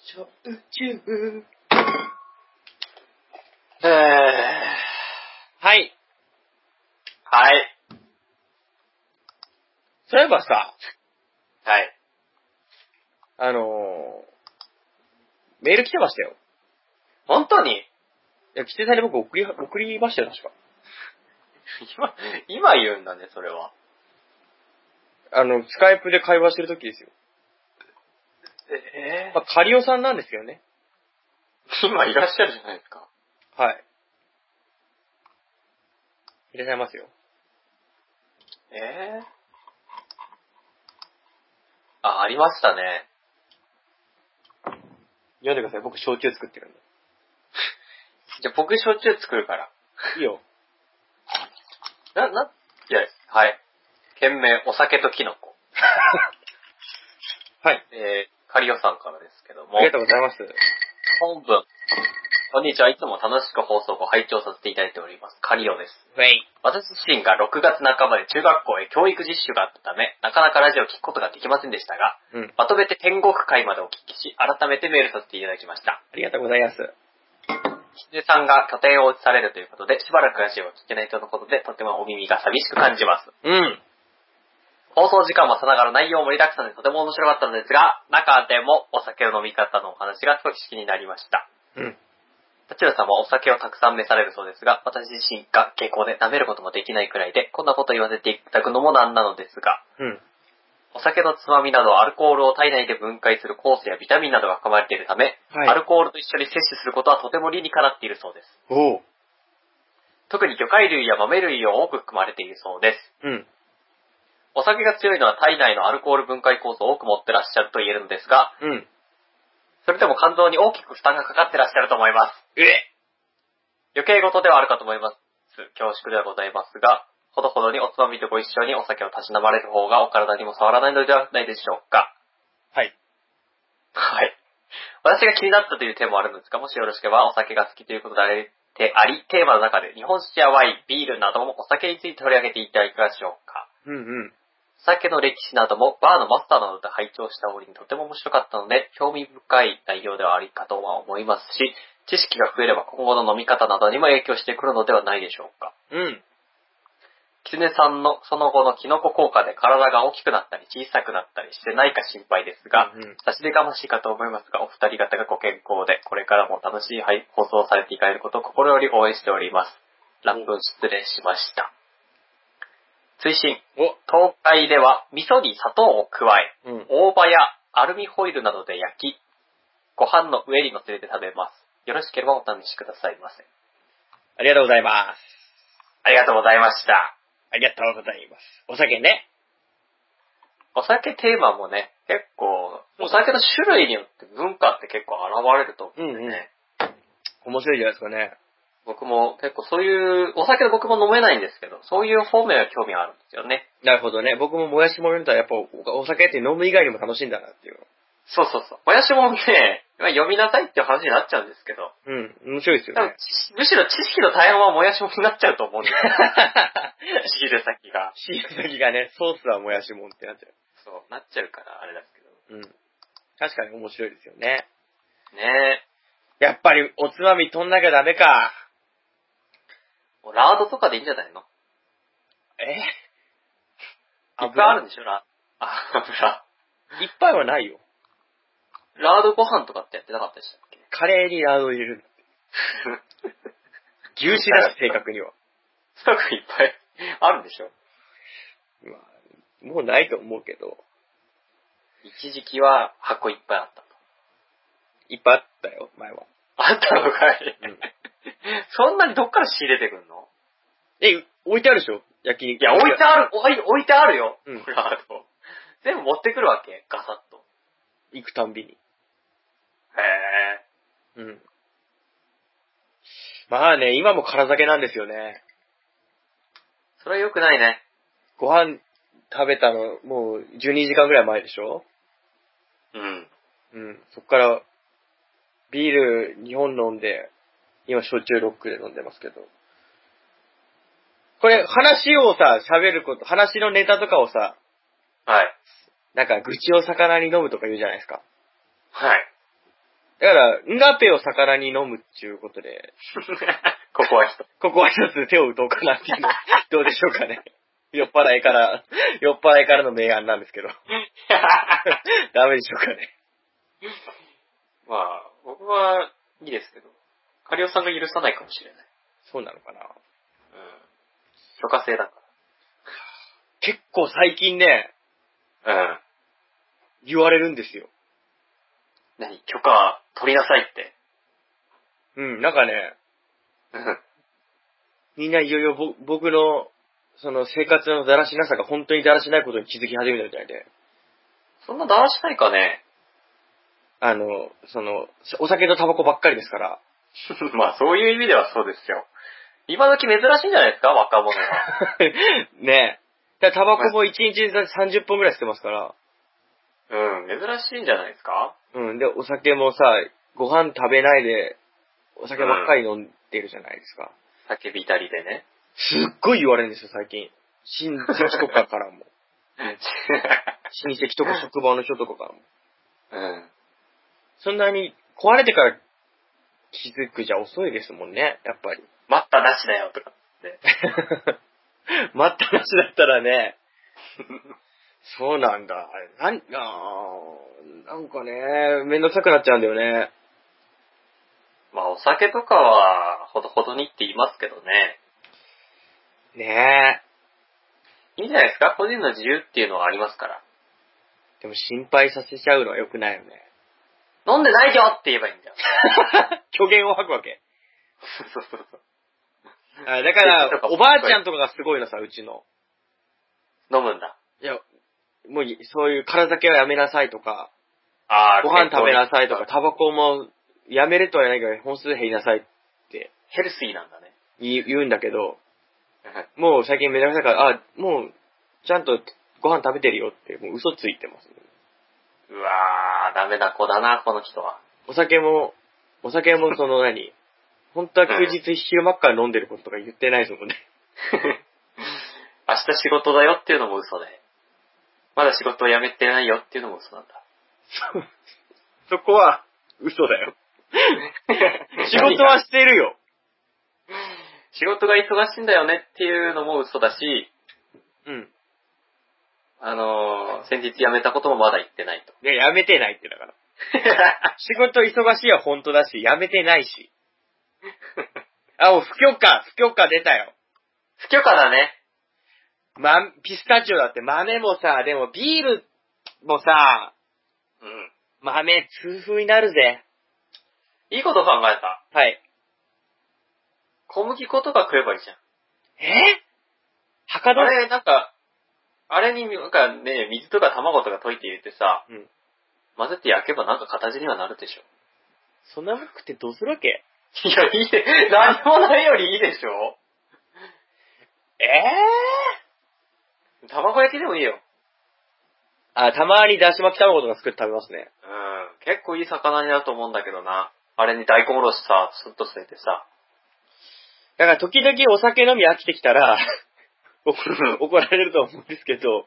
小宇宙。はい。
はい。
そういえばさ、
はい。
あのー、メール来てましたよ。
本当に
いや、来てたに僕送り、送りましたよ、確か。
今、今言うんだね、それは。
あの、スカイプで会話してる時ですよ。
え
まあ、カリオさんなんですけどね。
今いらっしゃるじゃないですか。
はい。いらっしゃいますよ。
ええあ、ありましたね。
読んでください。僕、焼酎作ってるんで。
じゃあ僕焼酎作るから。
いいよ。
な、な、いや、はい。件名、お酒とキノコ。
はい。
えー、カリオさんからですけども
あ。りがとうございます。
本文。こんにちは。いつも楽しく放送を拝聴させていただいております。カリオです。
はい。
私自身が6月半ばで中学校へ教育実習があったため、なかなかラジオを聞くことができませんでしたが、
うん。
まとめて天国会までお聞きし、改めてメールさせていただきました。
ありがとうございます。
羊さんが拠点を移されるということで、しばらくラジオを聞けないとのことで、とてもお耳が寂しく感じます。
うん。
放送時間もさながら内容も盛りだくさんでとても面白かったのですが、中でもお酒の飲み方のお話が少し気になりました。
うん。
立花さんはお酒をたくさん召されるそうですが、私自身が傾向で舐めることもできないくらいで、こんなこと言わせていただくのもなんなのですが、
うん。
お酒のつまみなどアルコールを体内で分解する酵素やビタミンなどが含まれているため、
はい
アルコールと一緒に摂取することはとても理にかなっているそうです。
おう。
特に魚介類や豆類を多く含まれているそうです。
うん。
お酒が強いのは体内のアルコール分解酵素を多く持ってらっしゃると言えるのですが、
うん。
それでも肝臓に大きく負担がかかってらっしゃると思います。
え
余計事ではあるかと思います。恐縮ではございますが、ほどほどにおつまみとご一緒にお酒をたしなまれる方がお体にも触らないのではないでしょうか。
はい。
はい。私が気になったという点もあるのですが、もしよろしければお酒が好きということであり、てありテーマの中で日本酒やワイン、ビールなどもお酒について取り上げていただいかがでしょうか。
うんうん。
お酒の歴史などもバーのマスターなどで拝聴した折にとても面白かったので、興味深い内容ではありかとは思いますし、知識が増えれば今後の飲み方などにも影響してくるのではないでしょうか。
うん。
狐さんのその後のキノコ効果で体が大きくなったり小さくなったりしてないか心配ですが、
うんうん
差し出がましいかと思いますが、お二人方がご健康で、これからも楽しい配放送をされていかれることを心より応援しております。ラップ失礼しました。推進、
お、
東海では味噌に砂糖を加え、
うん。
大葉やアルミホイルなどで焼き、ご飯の上に乗せて食べます。よろしければお試しくださいませ。
ありがとうございます。
ありがとうございました。
ありがとうございます。お酒ね。
お酒テーマもね、結構、お酒の種類によって文化って結構現れると思う。
うんうん。面白いじゃないですかね。
僕も結構そういう、お酒僕も飲めないんですけど、そういう方面は興味があるんですよね。
なるほどね。僕ももやしもめたらやっぱおお酒って飲む以外にも楽しいんだなっていう。
そうそうそう。もやしもね、 <laughs> まあ読みなさいっていう話になっちゃうんですけど、
うん。面白いですよ
多分
ね。
知むしろ知識の大半はもやしもになっちゃうと思うん <laughs> ですよ。仕入れ先が。
シール先がね、ソースはもやしもんってなっちゃ
そう、なっちゃうからあれですけど。
う。うん。確かに面白いですよね。
ねえ。
やっぱりおつまみ取んなきゃダメか。
もうラードとかでいいんじゃないの
え
いっぱいあるん
る
でしょ、ラあ、油。
いっぱいはないよ。
ラードご飯とかってやってなかったでした <laughs> っけ
カレーにラードを入れる。牛脂だし、正確には。
ストックいっぱいあるんでしょ
まあもうないと思うけど、
一時期は箱いっぱいあったと。
いっぱいあったよ、前は。
あったのかい、
うん
そんなにどっから仕入れてくんの
え、置いてあるでしょ焼き肉。
いや、置いてある、置い置いてあるよ、
うん
ラード。全部持ってくるわけガサッと。
行くたんびに。
へえ。
うん。まあね、今も空酒なんですよね。
それは良くないね。
ご飯食べたの、もう12時間ぐらい前でしょ
うん。
うん。そっから、ビール2本飲んで、今焼酎ロックで飲んでますけど。これ、話をさ、喋ること、話のネタとかをさ、
はい。
なんか愚痴を魚に飲むとか言うじゃないですか。
はい。 <laughs>
だから、んがぺを魚に飲むっていうことで、
ここは人。
ここは一つ手を打とうかなっていうの、どうでしょうかね。酔っ払いから、酔っ払いからの明暗なんですけど。 <laughs> ダメでしょうかね。
<laughs> まあ、僕はいいですけど、カリオさんが許さないかもしれない。
そうなのかな。
うん。許可制だか
結構最近ね、
ら。うん。
言われるんですよ。
何許可取りなさいって。
うん、なんかね、
うん。
みんないよいよぼ僕の、その生活のだらしなさが本当にだらしないことに気づき始めたみたいで、
そんなだらしないかね
あの、その、お酒とタバコばっかりですから、 <laughs>
<laughs> まあ、そういう意味ではそうですよ。今時珍しいんじゃないですか若者 <laughs> が。
ねえ。だからタバコも1日30本ぐらい吸ってますから、
うん、珍しいんじゃないですか
うん、で、お酒もさ、ご飯食べないで、お酒ばっかり飲んでるじゃないですか。
叫びたりでね。
すっごい言われるんですよ、最近。親戚とかから <laughs> も。親戚とか職場の人とかからも。
<laughs> うん。
そんなに壊れてから気づくじゃ遅いですもんね、やっぱり。 <laughs>
待ったなしだよ、とかって。
待ったなしだったらね。 <laughs> そうなんだ。なん、あーなんかね、めんどくさくなっちゃうんだよね。
まあ、お酒とかは、ほどほどにって言いますけどね。
ね
いいんじゃないですか個人の自由っていうのはありますから。
え。でも心配させちゃうのは良くないよね。
飲んでないよって言えばいい <laughs> んだよ。
虚言を吐くわけ。
そうそうそう。
あだから、おばあちゃんとかがすごいのさ、うちの。
飲むんだ。
いや、もうい、そういう空酒はやめなさいとか、
あ
ご飯食べなさいと
健康
か、タバコもやめるとは言わないけど、本数減りなさいって
ヘルシーなんだね。
言う言うんだけど、もう最近めちゃくちゃから、あ、もう、ちゃんとご飯食べてるよって、もう嘘ついてます。
<laughs> うわー、ダメな子だな、この人は。
お酒も、お酒もその何本当は休日昼間っから飲んでることとか言ってないですもんね。
<laughs> 明日仕事だよっていうのも嘘で。まだ仕事を辞めてないよっていうのも嘘なん <laughs> だ。
そこは、嘘だよ。 <laughs> 仕事はしてるよ。
仕事が忙しいんだよねっていうのも嘘だし、
うん。
あのー、先日辞めたこともまだ言ってないと。
いや、やめてないってだから。仕事忙しいは本当だし、やめてないし。 <laughs> あ、もう不許可、不許可出たよ。
<laughs> 不許可だね。
ま、ピスタチオだって豆もさ、でもビールもさ、
うん。
豆痛風になるぜ。
いいこと考えた。
はい。
小麦粉とか食えばいいじゃん。
えはかど
あれ、なんか、あれに、なんかね、水とか卵とか溶いて入れてさ、
うん
混ぜて焼けばなんか形にはなるでしょ。
そんなもん食ってどうするわけ
いや、いいで、何もないよりいいでしょ
え
卵焼きでもいいよ。
ぇ、あ、たまにだし巻き卵とか作って食べますね。
うん。結構いい魚になると思うんだけどな。あれに大根おろしさ、スッと添えてさ。
だから時々お酒飲み飽きてきたら、怒怒られると思うんですけど、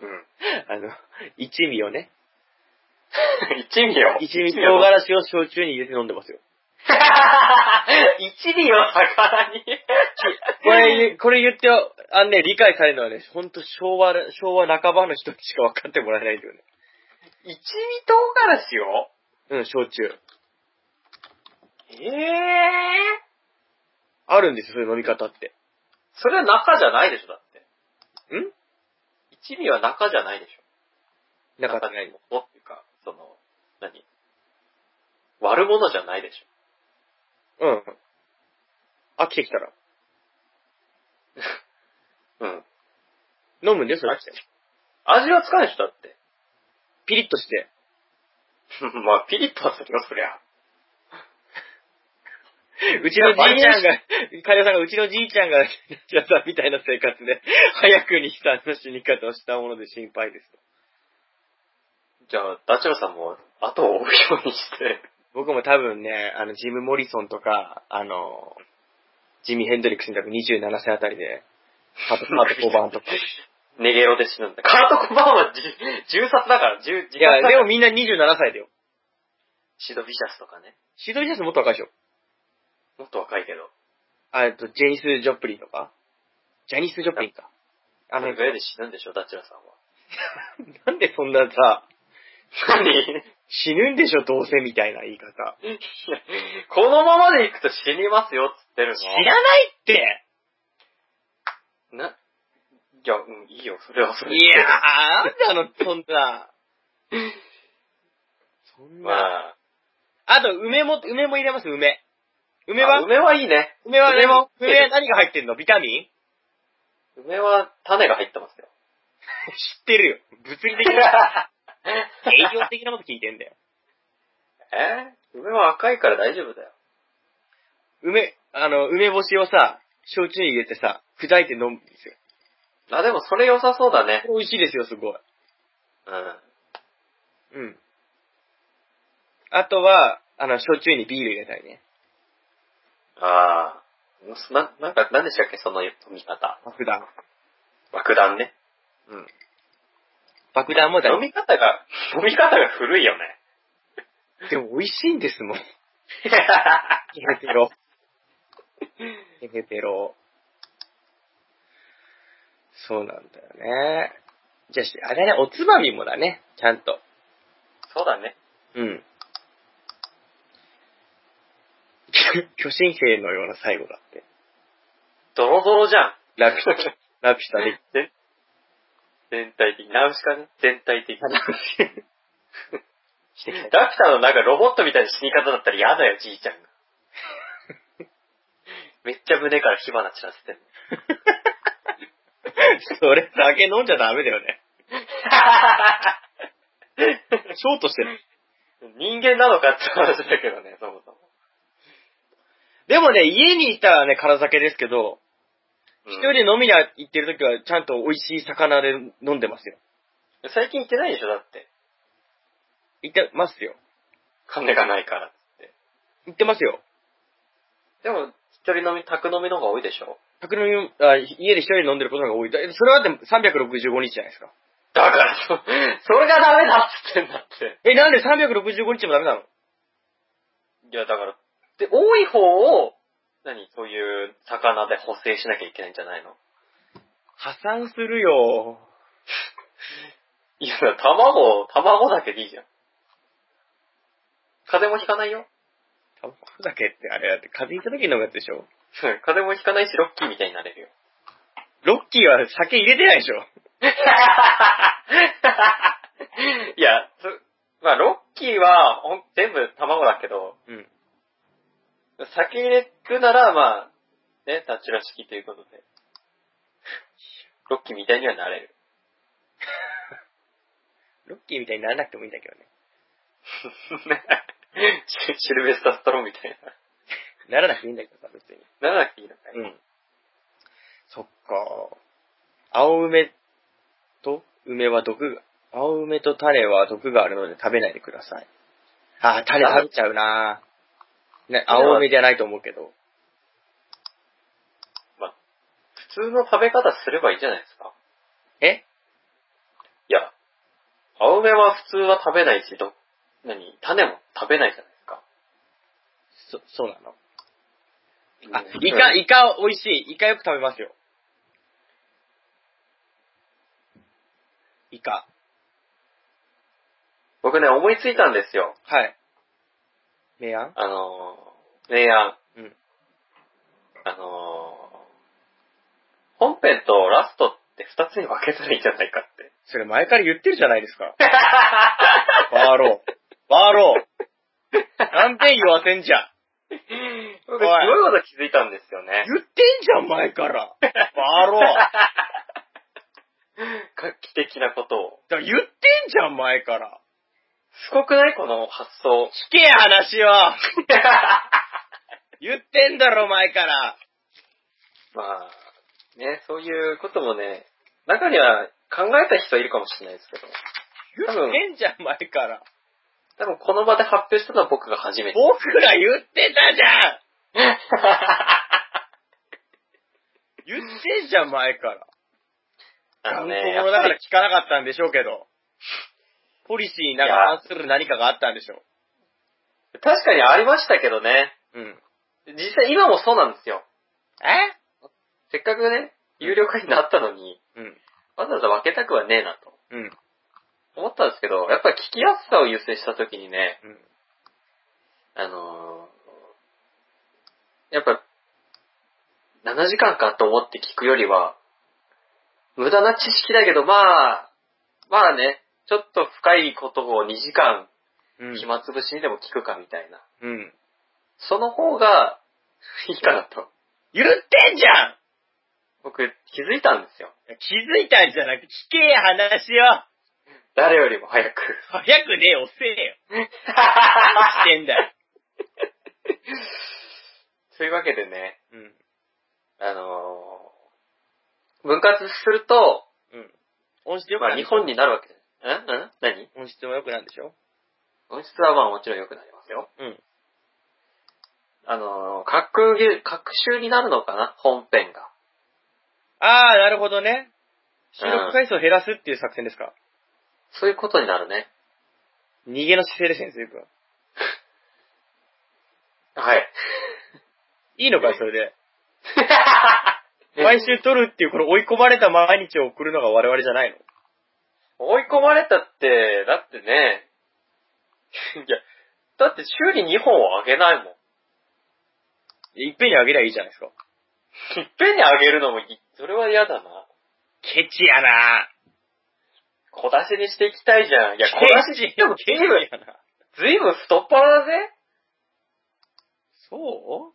うん。 <laughs>
あの、一味をね、
一味よ。
一味唐辛子を焼酎に入れて飲んでますよ。
<laughs> 一味を魚に。
これ、これ言って、あのね、理解されるのはね、ほんと昭和、昭和半ばの人にしか分かってもらえないんだよね。
一味唐辛子を
うん、焼酎。
ええ
あるんですよ、そういう飲み方って。
それは中じゃないでしょ、だって。
ん
一味は中じゃないでしょ。
なかったね。
おっていうか、その、何悪者じゃないでし
うん。飽きてきたら。
ょ。うん。
飲むんですよ、それ
味はつかないでしょ、だって。 <laughs>
ピリッとして。
まあ、ピリッとはするよ、そりゃ。
うちのじいちゃんが、カレオさんが、うちのじいちゃんが、 <laughs> じゃさんみたいな生活で、早くに悲惨な死に方をしたもので心配ですと。
じゃあ、ダチョウさんも、後を追うように
<laughs>
して。
僕も多分ね、あの、ジム・モリソンとか、あの、ジミー・ヘンドリックスに多分27歳あたりで、ハー <laughs> ト、ハート5番とか。
ネゲロで死ぬんだ。カートコバーンはじ銃殺だから、銃、自殺
いや、 <laughs>
だ
で
から
もみんな27歳だよ。
シドビシャスとかね。
シドニー・ジャスもっと若いでしょ。
もっと若いけど。
あえっと、ジェニス・ジョプリンとか。ジャニス・ジョプリンか。あ
あ
の
の、ぐらいで死ぬんでしょ、ダチュラさんは。
なんでそんなさ、
何 <laughs>
死ぬんでしょ、どうせみたいな言い方。
このままでいくと死にますよ、つってるの。
知らないって
な、いや、うん、いいよ、それはそれで。
いやー、なんであの、そんな。そんな。
まあ、
あと、梅も、梅も入れます、梅。梅
あ
は
梅はいいね。
梅は
梅
ね
も、
梅は何が入ってんのビタミン知
梅は種が入って
<laughs>
ますよ。
ってるよ。
<laughs>
物理的な、栄養的なこと聞いてんだよ。
え梅は赤いから大丈夫だよ。
梅、あの、梅干しをさ、焼酎に入れてさ、砕いて飲むんですよ。
あ、でもそれ良さそうだね。
これ美味しいですよ、すごい。
うん。
うん。あとは、あの、焼酎にビール入れたいね。
ああ。な、なんか、何でしたっけ、その飲み方。
爆弾。
爆弾ね。
うん。爆弾もだ
飲み方が、 <laughs> 飲み方が古いよね。
でも美味しいんですもん。ケヘペ
<laughs>
ロ。ケヘペロ。そうなんだよね。じゃあし、あれね、おつまみもだね。ちゃんと。
そうだね。
うん。 <laughs> 巨神兵のような最後だって。
ドロドロじゃん。
ラピ
<laughs>
ュタ、ラピュタで
全全体的。ナウシカね。全体的。ラピ
してきた。 <laughs>
ュタのなんかロボットみたいな死に方だったら嫌だよ、じいちゃんが。めっちゃ胸から火花散らせてる。
それ酒飲んじゃダメだよね。ショートしてる。
人間なのかって話だけどね、そもそも。
でもね、家にいたらね、空酒ですけど、
うん
一人で飲みに行ってる時は、ちゃんと美味しい魚で飲んでますよ。
最近行ってないでしょ、だって。
行ってますよ。
金がないからっつって。
行ってますよ。
でも、一人飲み、宅飲みの方が多いでしょ
宅飲みをあ、家で一人で飲んでることが多い。だそれはでも365日じゃないですか。
だから、そ、それがダメだっつってんだって。
え、なんで365日もダメなの
いや、だから、で、多い方を、何、そういう魚で補正しなきゃいけないんじゃないの
破産するよ。
いや、卵、卵だけでいいじゃん。風邪もひかないよ。 <laughs>
タバコだけってあれだって風邪ひいた時に飲むやつでし
う
ょ
ん風邪もひかないし、ロッキーみたいになれ <laughs> るよ。
ロッキーは酒入れてないでしょ
いや、そまあ、ロッキーは、ほん全部卵だけど、
うん。
先入れるなら、まあ、ね、タッチら式ということで。ロッキーみたいにはなれる。 <laughs>
ロッキーみたいにならなくてもいいんだけどね。
シシルベスタ・ストローンみたい
ならなくていいんだけどさ、別に。
な。ならなくていいのかい、
うん。そっか。青梅と梅は毒が、青梅と種は毒があるので食べないでください。あー、種食べちゃうなね、青梅じゃないと思うけど。
普通の食べ方すればいいんじゃないですか
え
いや、青梅は普通は食べないし、ど、何種も食べないじゃないですか。
そ、そうなのあ、
うん
イカ、イカ美味しい。イカよく食べますよ。イカ。
僕ね、思いついたんですよ。
はい。明暗
あのー、明暗。
うん。
あのー、本編とラストって二つに分けたらいいんじゃないか
<laughs>
って。
それ前から言ってるじゃないですか。バーロー。バーロー。何点言わせんじゃん。
僕すごいこと気づいたんですよね。
言ってんじゃん、前から。バーロー。だか
画期的なことを。
ら言ってんじゃん、前から。
すごくないこの発
<laughs>
想。
聞けや、話を。言ってんだろ、前から。
まあ、ね、そういうこともね、中には考えた人はいるかもしれないですけど、多
言
分
ってんじゃん、前から。
多分この場で発表したのは僕が初めて。
僕ら言ってたじゃん
<laughs>
言ってんじゃん、前から。
あの
頑固
ね、やっ
者だ
ぱ
か
り
ら聞かなかったんでしょうけど。ポリシーになんか関する何かがあったんでしょ
確かにありましたけどね、
う。うん。
実際今もそうなんですよ。
え
せっかくね、有料化になったのに、
うん。
わざわざ分けたくはねえなと
うん。
思ったんですけど、やっぱり聞きやすさを優先した時にね、
うん。
あのーやっぱ、7時間かと思って聞くよりは、無駄な知識だけど、まあ、まあね、ちょっと深いことを2時間
うん。
暇つぶしにでも聞くかみたいな。
うん。
その方がいいかなと、
言ってんじゃん
僕気づいたんですよ。
気づいたんじゃなくて、聞けや、話を。
誰よりも <laughs> 早く。
早くねえ、遅えよ。何してんだよ。
というわけでね、
うん。
あのー分割すると、
うん。音質良く
ま
な
あ
る
日本になるわけです。んん何
音質も良くなるでしょ
音質はまあもちろん良くなりますよ。
うん。
あのー、各牛、各週になるのかな本編が。
あー、なるほどね。収録回数を減らすっていう作戦ですか、
そういうことになるね。
逃げの姿勢ですね、鈴木君。
<laughs> はい。
いいのかよ、それで。毎週撮るっていう、この追い込まれた毎日を送るのが我々じゃないの
追い込まれたって、だってね、いや、だって週に2本はあげないもん。
いっぺんにあげりゃいいじゃないですか。
いっぺんにあげるのもい、それは嫌だな。
ケチやな
小出しにしていきたいじゃん。いや、小出しにしてもず
ケ
い
チ
ぶん、
やな
ずいぶん太っ腹だぜ。
そ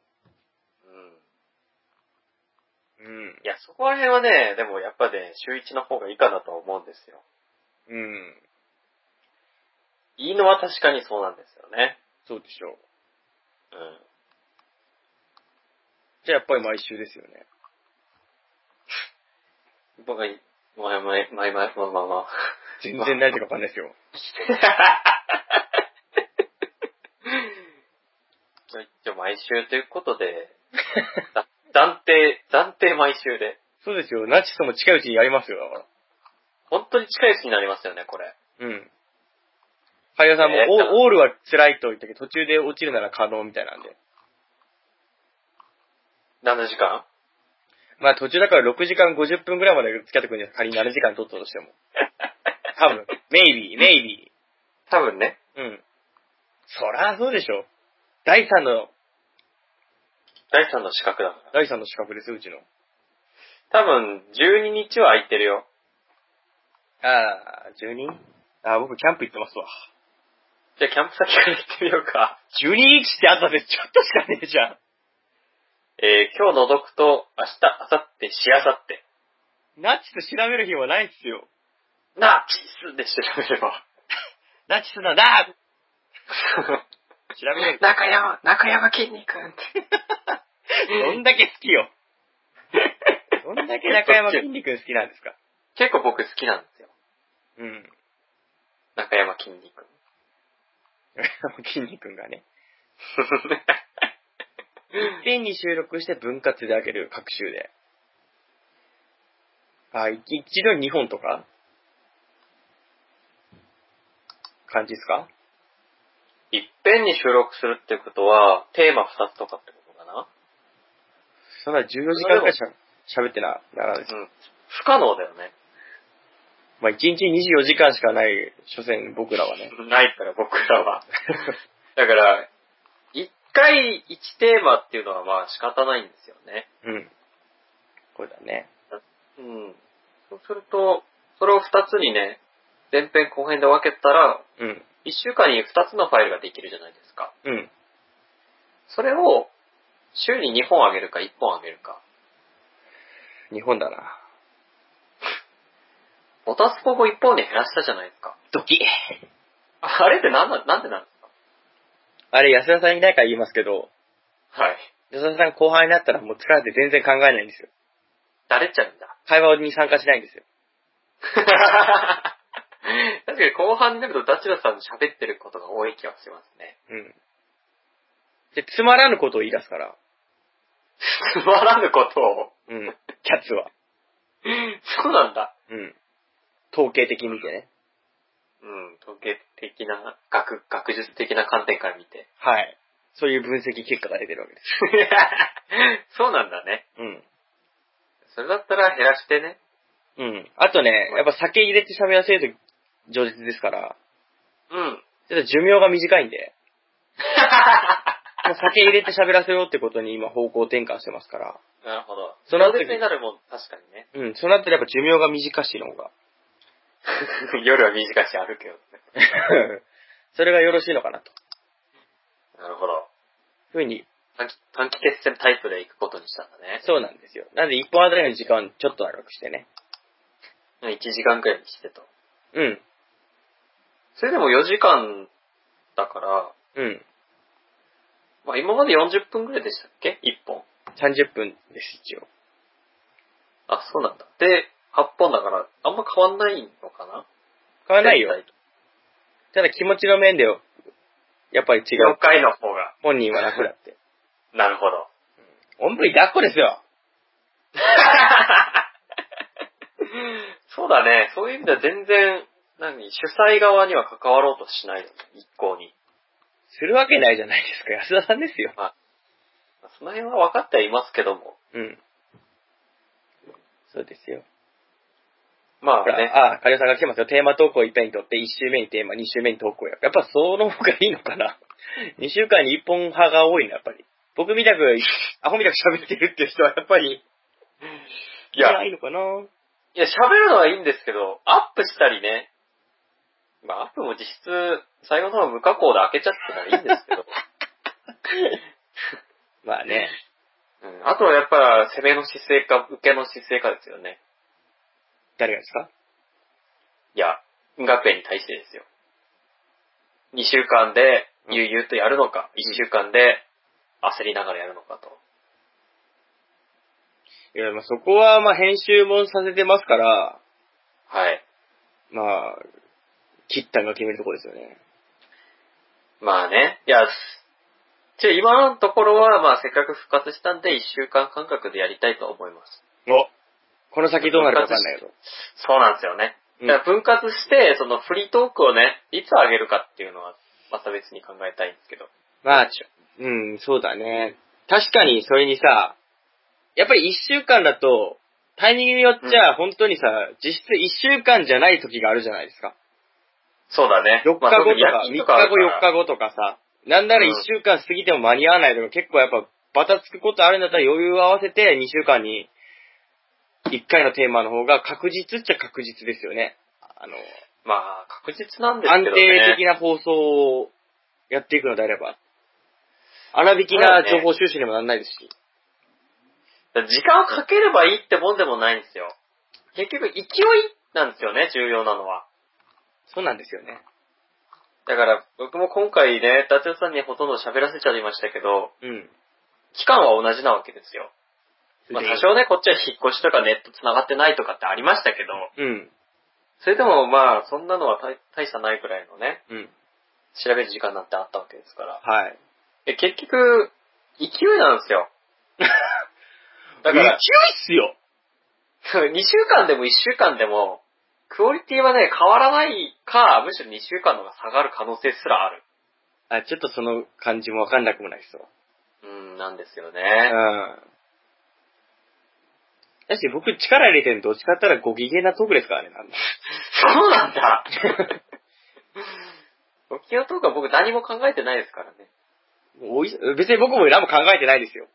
うん。
ううん
い。や、そこら辺はね、でもやっぱね、週1の方がいいかなとは思うんですよ。
うん。
いいのは確かにそうなんですよね。
そうでしょう。
うん。
じゃあやっぱり毎週ですよね。
僕は、前前、前前、まあまあまあ。
全
<laughs>
然何てかわかんないですよ。
じゃあ毎週ということで、だ暫定、暫定毎週で。
<laughs> そうですよ。ナチスも近いうちにやりますよ、だから。
本当に近いうちになりますよね、これ。
うん。俳優さんも、
えー
オーオールは辛いと言ったけど、途中で落ちるなら可能みたいなんで。
7時間
まあ途中だから6時間50分ぐらいまで付き合ってくるんです仮に7時間取ったとしても。多 <laughs> 分。メイビー、メイビ
多分ね。
ー。うん。そらそうでしょ。第3の、
第3の資格だから。
第3の資格です、うちの。
多分、12日は空いてるよ。
ああ、12? ああ、僕キャンプ行ってますわ。
じゃあ、キャンプ先から行ってみようか。 <laughs>
12日って朝でちょっとしかねえじゃん。
えー、今日除くと、明日、明後日、しあさって。
ナチス調べる日はないっすよ。
ナチスで調べれば。。
ナチスなんだ調べない
<laughs> <laughs> 中山、中山筋肉って。
どんだけ好きよ。どんだけ中山筋肉好きなんですか。
結構僕好きなんですよ。
うん。
中山筋肉。
筋肉がね。いっぺんに収録して分割であげる、各週で。あ、い一度に2本とか感じですか
<laughs> いっぺんに収録するってことは、テーマ2つとかってことかな
そんな14時間くらいしゃ喋ってな、ならないです。
うん。不可能だよね。
まあ、1日24時間しかない、所詮僕らはね。
ないから僕らは。 <laughs> だから、1回1テーマっていうのはまあ仕方ないんですよね。
うん。これだね。
うん。そうすると、それを2つにね、前編後編で分けたら、
うん。
1週間に2つのファイルができるじゃないですか。
うん。
それを、週に2本あげるか1本あげるか。
日本だな。
ボタスポも1本に減らしたじゃないですか。
ドキ
あれってなんな、なんでなんです
あれ、安田さんいないから言いますけど、
かはい。
安田さん後半になったらもう疲れて全然考えないんですよ。
だれちゃうん <laughs> だ。
会話に参加しないんですよ。
確かに後半になるとダチュラさんの喋ってることが多い気がしますね。
うん。で、つまらぬことを言い出すから。
つまらぬことを。
うん。キャッツは。
そうなんだ。
うん。統計的に見てね。
うん、統計的な、学、学術的な観点から見て。
はい。そういう分析結果が出てるわけです。
<laughs> そうなんだね。
うん。
それだったら減らしてね。
うん。あとね、やっぱ酒入れて喋らせると上舌ですから、
うん。
ちょっと寿命が短いんで、もう酒入れて喋らせようってことに今方向転換してますから、
なるほど。
その後に
別になるもん、確かにね。
うん。そうなったらやっぱ寿命が短しいのが。
<laughs>
<laughs>
夜は短いし歩けよ。
それがよろしいのかなと。
なるほど。
ふうに、
短期、短期決戦タイプで行くことにしたんだね。
そうなんですよ。なんで一本あたりの時間ちょっと長くしてね。
1時間くらいにしてと。
うん。
それでも4時間だから、
うん。
まあ今まで40分くらいでしたっけ ?1 本。
30分です、一応。
あ、そうなんだ。で、8本だから、あんま変わんないのかな
変わらないよ。
全体と
ただ気持ちの面で、やっぱり違う
4。回の方が。
本人は楽だ <laughs> って。
なるほど。
おんぶに抱っこですよ。
<laughs> そうだね。そういう意味では全然、何、主催側には関わろうとしないよね。一向に。
するわけないじゃないですか。安田さんですよ。
まあその辺は分かってはいますけども。
うん。そうですよ。
まあ
ほら、
ね。
ああ、カリオさんが来てますよ。テーマ投稿いっぺんにとって、1週目にテーマ、2週目に投稿や。やっぱその方がいいのかな。2週 <laughs> 間に1本派が多いな、やっぱり。僕みたく、 <laughs> アホみたく喋ってるっていう人はやっぱり、
いや、
いいのかな。
いや、喋るのはいいんですけど、アップしたりね。まあ、アップも実質、最後の方は無加工で開けちゃってたらいいんです <laughs> けど。
まあね。
うん、あとはやっぱ、攻めの姿勢か、受けの姿勢かですよね。
誰がですか
いや、学園に対してですよ。2週間で、
うん
悠々とやるのか、1週間で、焦りながらやるのかと。
いや、まあそこは、まあ編集もさせてますから、
はい。
まあ、切ったんが決めるところですよね。
まあね、いや、ちょ、今のところは、まあ、せっかく復活したんで、1週間間隔でやりたいと思います。
おこの先どうなるかわかんないけど。
そうなんですよね。
うん
だから分割して、そのフリートークをね、いつ上げるかっていうのは、また別に考えたいんですけど。
まあ、ちょ、うん、そうだね。確かに、それにさ、やっぱり一週間だと、タイミングによっちゃ、本当にさ、実質一週間じゃない時があるじゃないですか。
そうだね。
4日後と
まあ
か、
特
3
に夜勤
日
とかある
後、
から
4日後とかさ、なんなら
うん
1週間過ぎても間に合わないとか、結構やっぱ、バタつくことあるんだったら余裕を合わせて2週間に1回のテーマの方が確実っちゃ確実ですよね。あの、
まあ、確実なんです
安
けど
定的
ね。
な放送をやっていくのであれば、荒引きな情報収集にもなんないですし。
時間をかければいいってもんでもないんですよ。結局、勢いなんですよね、重要なのは。
そうなんですよね。
だから、僕も今回ね、達也さんにほとんど喋らせちゃいましたけど、
うん。
期間は同じなわけですよ。まあ、多少ね、こっちは引っ越しとかネット繋がってないとかってありましたけど、
うん。
それでもまあ、そんなのは大大差ないくらいのね、
うん。
調べる時間なんてあったわけですから。
はい。
え、結局、勢いなんですよ。だか
勢いっ
ら、
すよ
<laughs> 2週間でも1週間でも、クオリティはね、変わらないか、むしろ2週間の方が下がる可能性すらある。
あ、ちょっとその感じもわかんなくもないっすわ。
うん、なんですよ
う
ね。
ん。だし僕力入れてるのどっちかって言ったらご機嫌なトークですからね、なんで。
そうなん
<laughs>
だ沖縄とか僕何も考えてないですからね。
おい別に僕も何も考えてないですよ。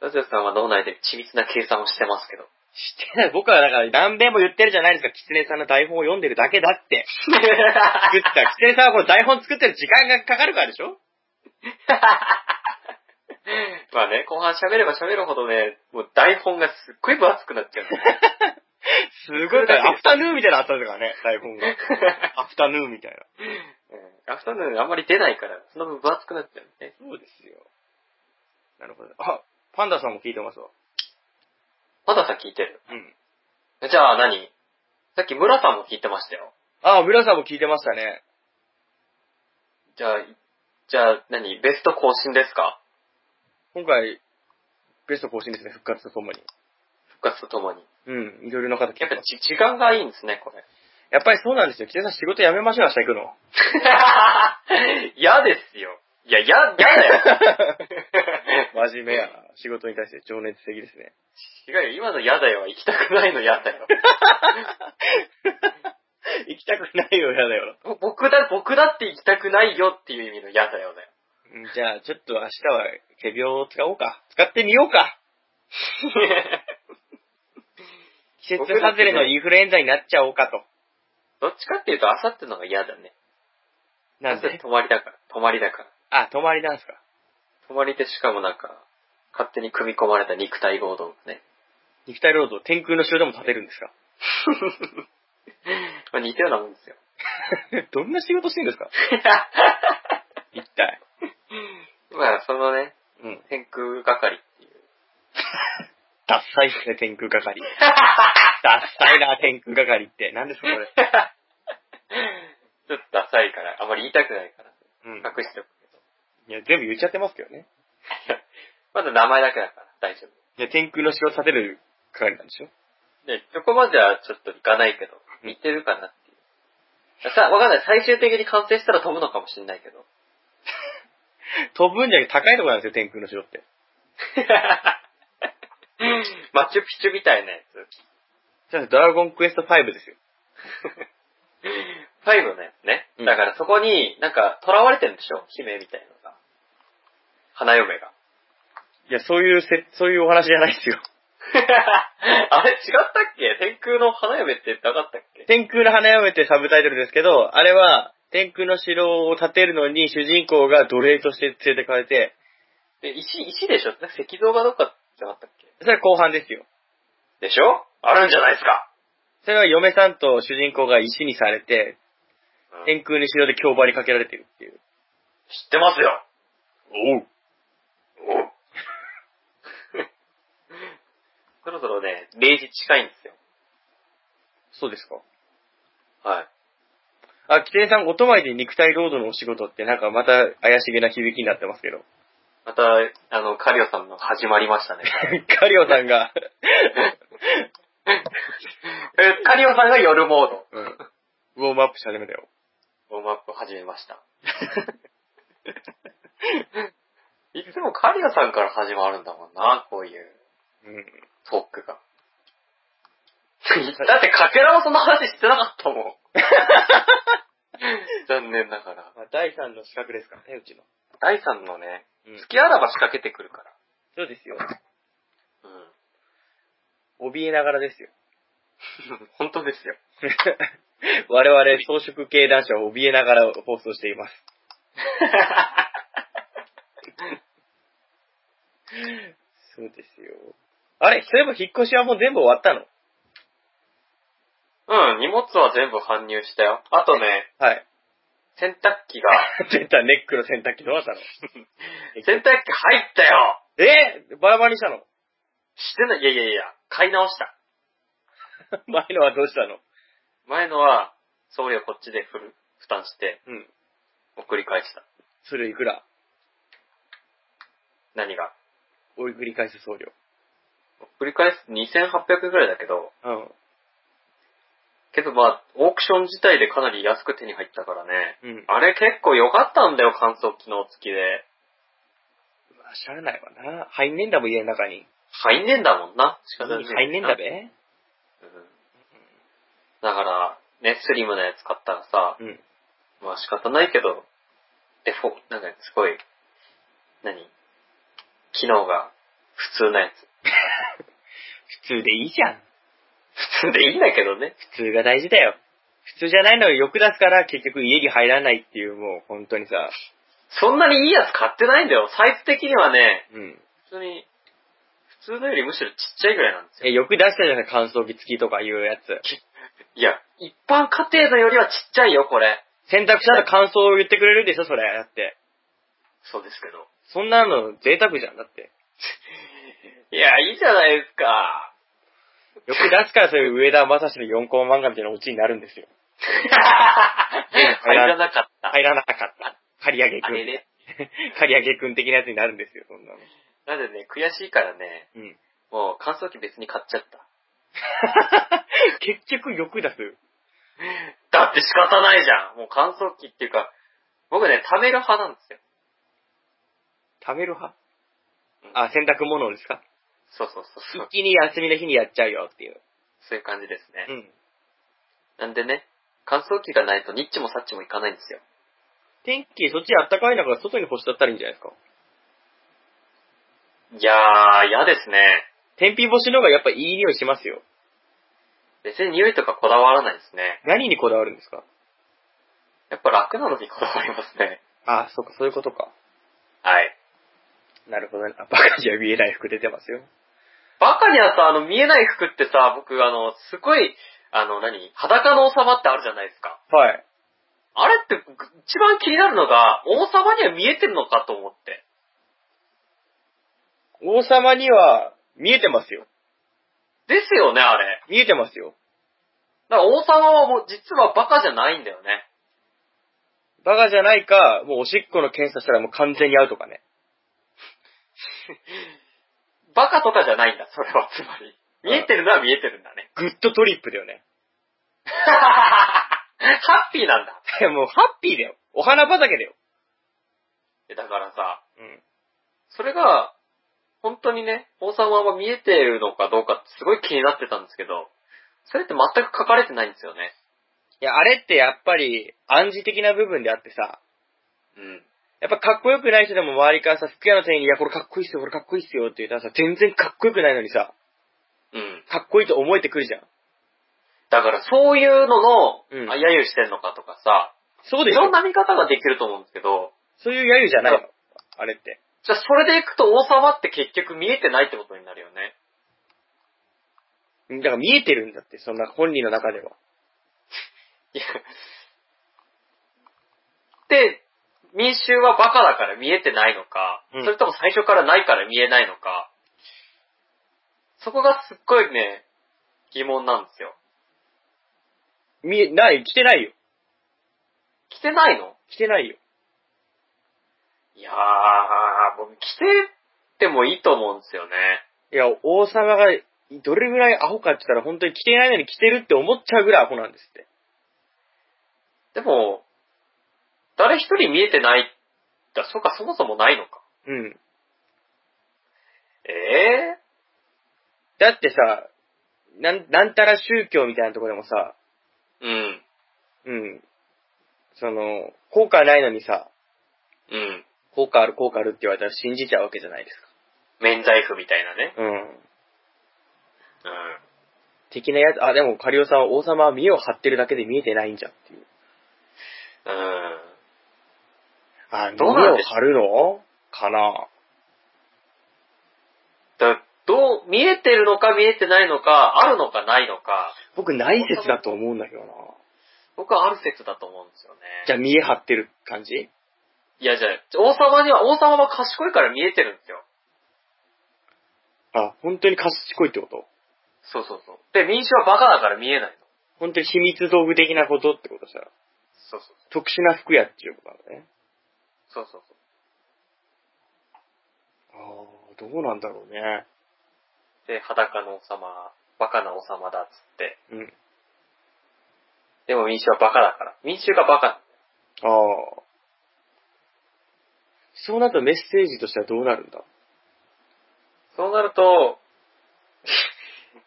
ラジオさんは脳内で緻密な計算をしてます
<laughs>
けど。
してない。僕はだから何遍も言ってるじゃないですか、キツネさんの台本を読んでるだけだって。作った。 <laughs> キツネさんはこの台本作ってる時間がかかるからでしょ
まあね、後半喋れば喋るほどね、もう台本がすっごい分厚くなっちゃうんだ
<laughs>
よね。
す <laughs> ごいから、アフタヌーンみたいなのあったんですからね、台 <laughs> 本が。アフタヌーンみたいな。
うんアフタヌーンあんまり出ないから、その分分厚くなっちゃうね。
そうですよ。なるほど。あ、パンダさんも聞いてますわ。
まださ聞いてる。
うん。
じゃあ何さっき村さんも聞いてましたよ。
あ、村さんも聞いてましたね。
じゃあ、じゃあ何ベスト更新ですか
今回、ベスト更新ですね、復活とともに。
復活とともに。
うん、いろいろな方聞い
や
て
っぱ
ます。
じ時間がいいんですね、これ。 <laughs>
やっぱりそうなんですよ。北さん仕事辞めましょう、明日行くの。
嫌ですよ。いや、嫌、嫌だよ。
<laughs> 真面目やな。仕事に対して情熱的ですね。
違うよ、今の嫌だよは行きたくないの嫌だよ。
<laughs> 行きたくないよ、やだよ。
ぼ僕だ、僕だって行きたくないよっていう意味の嫌だよ <laughs> だよ。
じゃあ、ちょっと明日は、手病を使おうか。使ってみようか。季節外れのインフルエンザになっちゃおうかと。
どっちかっていうと、あさっての方が嫌だね。
なんで
泊まりだから、泊まりだから。
あ、泊まりなんすか。
泊まりでしかもなんか、勝手に組み込まれた肉体労働がね。
肉体労働、天空の城でも建てるんですか
<laughs> まあ似たようなもん <laughs> ですよ。
<laughs> どんな仕事してるんですか一体。
まあ、そのね、
<laughs> うん。
天空係っていう。
ダッサいっすね、天空 <laughs> 係。ダッサいな、天空係って。なんですか、
<laughs>
これ。
ちょっとダサいから、あまり言いたくないから、
<laughs> うん。
隠しておくけど。
いや、全部言っちゃってますけどね。
まだ名前だけだから、大丈夫。
いや、天空の城を建てる係なんでしょ
で、そこまではちょっといかないけど、
うん
似てるかなっていう。さ、わかんない。最終的に完成したら飛ぶのかもしんないけ <laughs> ど。
飛ぶんじゃなくて高いところなんですよ、天空の城って。
マチュピチュみたいなやつ。
じゃあ、ドラゴンクエスト5ですよ。
<laughs> ファイブのやつね。
う
だ
ん
からそこに、なんか、囚われてるんでしょ姫みたいなのが。花嫁
<laughs>
が。
いや、そういうせ、そういうお話じゃないですよ。
あ
<laughs>
れ違ったっけ天空の花嫁ってなかったっけ
天空の花嫁ってサブタイトルですけど、あれは、天空の城を建てるのに主人公が奴隷として連れてかれて、
で石、石でしょ石像がどっかじゃなかったっけ
それは後半ですよ。
でしょあるんじゃないですか。
それは嫁さんと主人公が石にされて、
うん知っ
天空の城で競馬にかけられてるっていう。
てますよ。
おう。
お <laughs> そろそろね、0時近いんですよ。
そうですか。
はい。
あ、キテさん、お泊まりで肉体労働のお仕事ってなんかまた怪しげな響きになってますけど。 <laughs>
また、あの、カリオさんの始まりましたね。
カリオさんが、
えカリオさんが夜モード。
うん、ウォームアップし始め <laughs> たよ。
ウォームアップ始めました。いつもカリオさんから始まるんだもんな、こういう。
うん。
トークが。 <laughs> だって、かけらもその話してなかったもん。 <laughs> 残念ながら。
まあ、第三の資格ですからね、うちの。
第3のね、
うん
月あらば仕掛けてくるか
そうですよ。
ら。う
怯えながら <laughs> ですよ。
ん。 <laughs> 本当です <laughs> よ。
我々、装飾系男子は怯えながら放送しています。そうですよ。あれそういえば引っ越しはもう全部終わったの
うん、荷物は全部搬入したよ。あとね、
はい。
洗濯機が、
出た、ネックの洗濯機どう <laughs> したの
<laughs> 洗濯機入ったよ
えーバラバラにした <laughs> の
してない、いやいやいや、買い直した。
前のはどうしたの
前のは、送料こっちで振る、負担して、
うん。
送り返した。
それいくら
何が
お送り返す送料。
送り返すと2800円くらいだけど、
うん。
けどまあ、オークション自体でかなり安く手に入ったからね。
うん。
あれ結構良かったんだよ、乾燥機能付きで。
まあ、しゃあないわな。入んねえんだもん、家の中に。
入んねえんだもんな。仕方ない。
入んねえんだべ。
うん。だから、ね、スリムなやつ買ったらさ、
うん。
まあ仕方ないけど、デフォ、なんかすごい、何機能が普通なやつ。 <laughs>
普通でいいじゃん。
普通でいいんだけどね。
普通が大事だよ。普通じゃないのを欲出すから結局家に入らないっていうもう本当にさ、
そんなにいいやつ買ってないんだよ。サイズ的にはね、
うん。
普通に、普通のよりむしろちっちゃいぐらいなんですよ。
え、欲出したじゃない乾燥機付きとかいうやつ。
いや、一般家庭のよりはちっちゃいよ、これ。
選択したら感想を言ってくれるでしょ、それ。だって。
そうですけど。
そんなの贅沢じゃん、だって。
いや、いいじゃないですか。
欲出すからそういう上田正史の4コマ漫画みたいなオチになるんですよ。
<laughs> 入らなかった。
入らなかった。刈り上げ
あ
く
れ
ん。
ね。
<laughs> 刈り上げくん的なやつになるんですよ、そんなの。
なんでね、悔しいからね、
うん。
もう乾燥機別に買っちゃった。
結局欲出す。
だって仕方ないじゃん。もう乾燥機っていうか、僕ね、溜める派なんですよ。
貯める派あ、洗濯物をですか
そうそうそうそう
一。気に休みの日にやっちゃうよっていう。
そういう感じですね。
ん。
なんでね、乾燥機がないとニッチもサッチもいかないんですよ。
天気、そっち暖かい中、外に干しちゃったらいいんじゃないですか。
いやー、嫌ですね。
天日干しの方がやっぱいい匂いしますよ。
別に匂いとかこだわらないですね。
何にこだわるんですか
やっぱ楽なのにこだわりますね。
ああ、そうか、そういうことか。
はい。
なるほどね。あバカじゃ見えない服出てますよ。
バカにはさ、あの、見えない服ってさ、僕、あの、すごい、あの、何裸の王様ってあるじゃないですか。
はい。
あれって、ぐ一番気になるのが、王様には見えてるのかと思って。
王様には、見えてますよ。
ですよね、あれ。
見えてますよ。
だから王様はもう、実はバカじゃないんだよね。
バカじゃないか、もうおしっこの検査したらもう完全に合うとかね。
バカとかじゃないんだ、それは、つまり。見えてるのは見えてるんだ
<laughs>
ね。
グッドトリップだよね。 <laughs>
ハッピーなんだ。
もうハッピーだよ。お花畑だよ。
えだからさ、
うん。
それが、本当にね、王様は見えてるのかどうかってすごい気になってたんですけど、それって全く書かれてないんですよね。
いや、あれってやっぱり暗示的な部分であってさ、
うん。
やっぱかっこよくない人でも周りからさ、服屋の店員に、いや、これかっこいいっすよ、これかっこいいっすよって言ったらさ、全然かっこよくないのにさ、
うん。
かっこいいと思えてくるじゃん。
だからそういうのの、
うん
あ揶揄してんのかとかさ、
そう
い
でしょ
ろんな見方ができると思うんですけど、
そういう揶揄じゃないの
う。
あれって。
じゃあそれでいくと王様って結局見えてないってことになるよね。
うんだから見えてるんだって、そんな本人の中では。
いや。 <laughs> で、民衆はバカだから見えてないのか、
うん
それとも最初からないから見えないのか、そこがすっごいね、疑問なんですよ。
見え、ない、来てないよ。
着てないの
来てないよ。
いやー、僕着てってもいいと思うんですよね。
いや、王様がどれぐらいアホかって言ったら本当に来てないのに来てるって思っちゃうぐらいアホなんですって。
でも、誰一人見えてない、だ、そうか、そもそもないのか。
うん。
ええ
だってさ、なん、なんたら宗教みたいなとこでもさ、
うん。
うん。その、効果ないのにさ、
うん。
効果ある効果あるって言われたら信じちゃうわけじゃないです
免罪符みたいなね。
か。う
う
ん。
ん。
的なやつ、あ、でもカリオさんは王様は見栄を張ってるだけで見えてないんじゃんっていう。
うん。
あ、
どうなん
見
で
栄を
し
張るのかな
だどう、見えてるのか見えてないのか、あるのかないのか、
僕ない説だと思うんだけどな。
僕はある説だと思うんですよね。
じゃあ見栄張ってる感じ
いや、じゃあ、王様には、王様は賢いから見えてるんですよ。
あ、本当に賢いってこと
そうそうそう。で、民衆はバカだから見えないの。
本当に秘密道具的なことってことさ。
そうそう
特殊な服やっていうことなんだね。
そう。そうそうそう。
ああ、どうなんだろうね。
で、裸の王様、バカな王様だっつって。
うん。
でも民衆はバカだから。民衆がバカ。
ああ。そうなるとメッセージとしてはどうなるんだ
そうなると、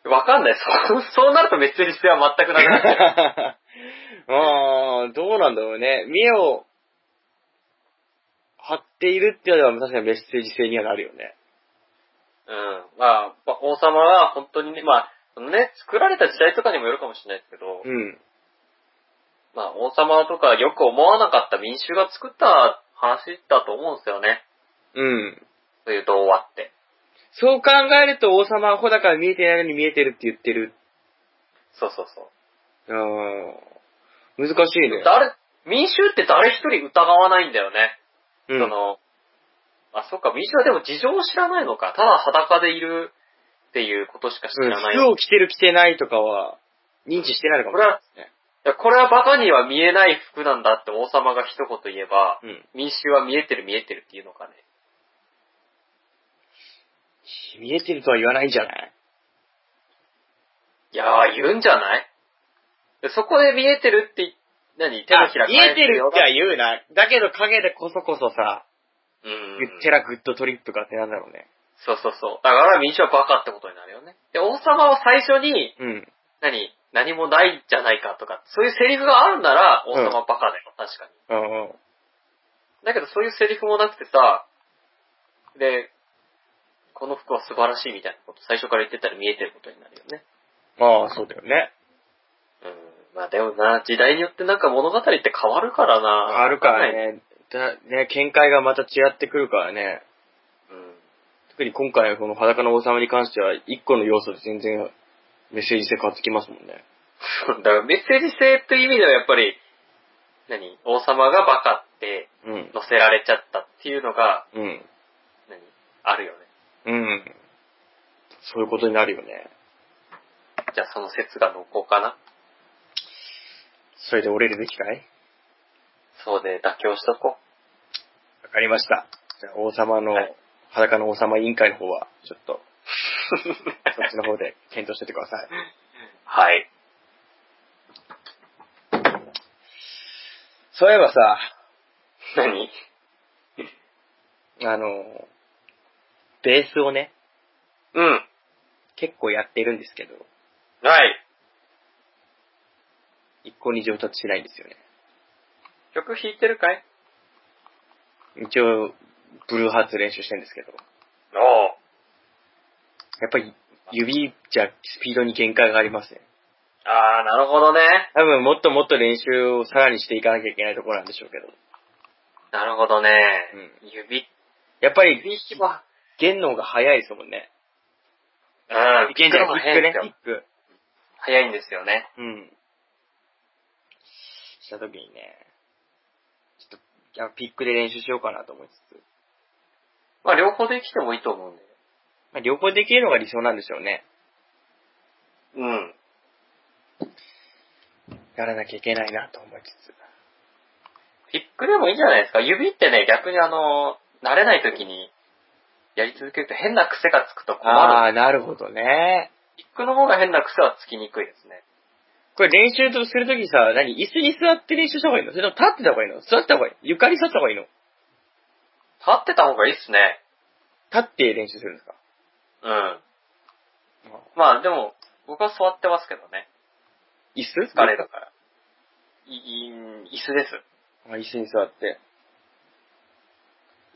<laughs> わかんない。そう、そうなるとメッセージ性は全くなくなっちゃう。
<laughs> ああ、どうなんだろうね。見栄を張っているっていうのは確かにメッセージ性にはなるよね。
うん。まあ、ば王様は本当にね、まあ、そのね、作られた時代とかにもよるかもしれないですけど、
うん。
まあ、王様とかよく思わなかった民衆が作った話だと思うんですよね。
うん。
そういう童話って。
そう考えると王様はほだから見えてないのに見えてるって言ってる。
そうそうそう。
うん。難しいね。
誰、民衆って誰一人疑わないんだよね。
うん
その、あ、そっか、民衆はでも事情を知らないのか。ただ裸でいるっていうことしか知
うん
らない。
服
い
を着てる着てないとかは認知してないのかもしれないですね。
やこれはバカには見えない服なんだって王様が一言言えば、
うん。
民衆は見えてる見えてるっていうのかね。
見えてるとは言わないんじゃない
いやー、言うんじゃないでそこで見えてるって言い、何手のひら
あ見えてるっては
返すよ
言うな。だけど影でこそこそさ、
うん。
グッテラグッドトリップかってなんだろうね。
そうそうそう。だから民衆はバカってことになるよね。で、王様は最初に、
うん。
何何もないじゃないかとか、そういうセリフがあるなら、王様バカだよ、確かに。
うんうん。
だけどそういうセリフもなくてさ、で、この服は素晴らしいみたいなこと、最初から言ってたら見えてることになるよね。
まあ、そうだよね。
うん。まあでもな、時代によってなんか物語って変わるからな。
あるから
わんない。
ね。だ、ね、見解がまた違ってくるからね。
うん。
特に今回のこの裸の王様に関しては、一個の要素で全然メッセージ性変わってきますもんね。
そうだからメッセージ性という意味ではやっぱり、何王様がバカって
うん。
乗せられちゃったっていうのが、
うん。
何あるよね。
うん。そういうことになるよね。
じゃあその説が濃厚かな。
それで折れるべきかい
そうで妥協しとこ
わかりました。じゃあ、王様の、
はい
裸の王様委員会の方は、ちょっ
<laughs>
と、
う。
そっちの方で検討しててください。
はい。
そういえばさ、
何
あの、ベースをね、
うん。
結構やってるんですけど、
はい。
一向に上達しないんですよね。
曲弾いてるかい
一応、ブルーハーツ練習してるんですけど、
おう。
やっぱり指じゃスピードに限界がありますね。
あー、なるほどね。
多分もっともっと練習をさらにしていかなきゃいけないところなんでしょうけど、
なるほどね。指、
やっぱり
指弾きは、
弦の方が早いですもんね。
うん、
弦じゃない、ヒッ
早
ク
いんで
ね
す、
ヒ
よ
ッ。ク。
早いんですよね。
うん。したときにね、ちょっと、いやピックで練習しようかなと思いつつ、
まあ、両方できてもいいと思うんだよ。
まあ、両方できるのが理想なんでしょうね。
うん。
やらなきゃいけないなと思いつつ。
ピックでもいいんじゃないですか。指ってね、逆にあの、慣れない時に、やり続けると変な癖がつくと困る。
ああ、なるほどね。
ピックの方が変な癖はつきにくいですね。
これ練習とするときさ、何椅子に座って練習した方がいいのそれとも立ってた方がいいの座った方がいい床に座った方がいいの
立ってた方がいいっすね。
立って練習するんですか
うん。まあでも、僕は座ってますけどね。
椅子
疲れるから。い、い椅子です。
あ椅子に座って。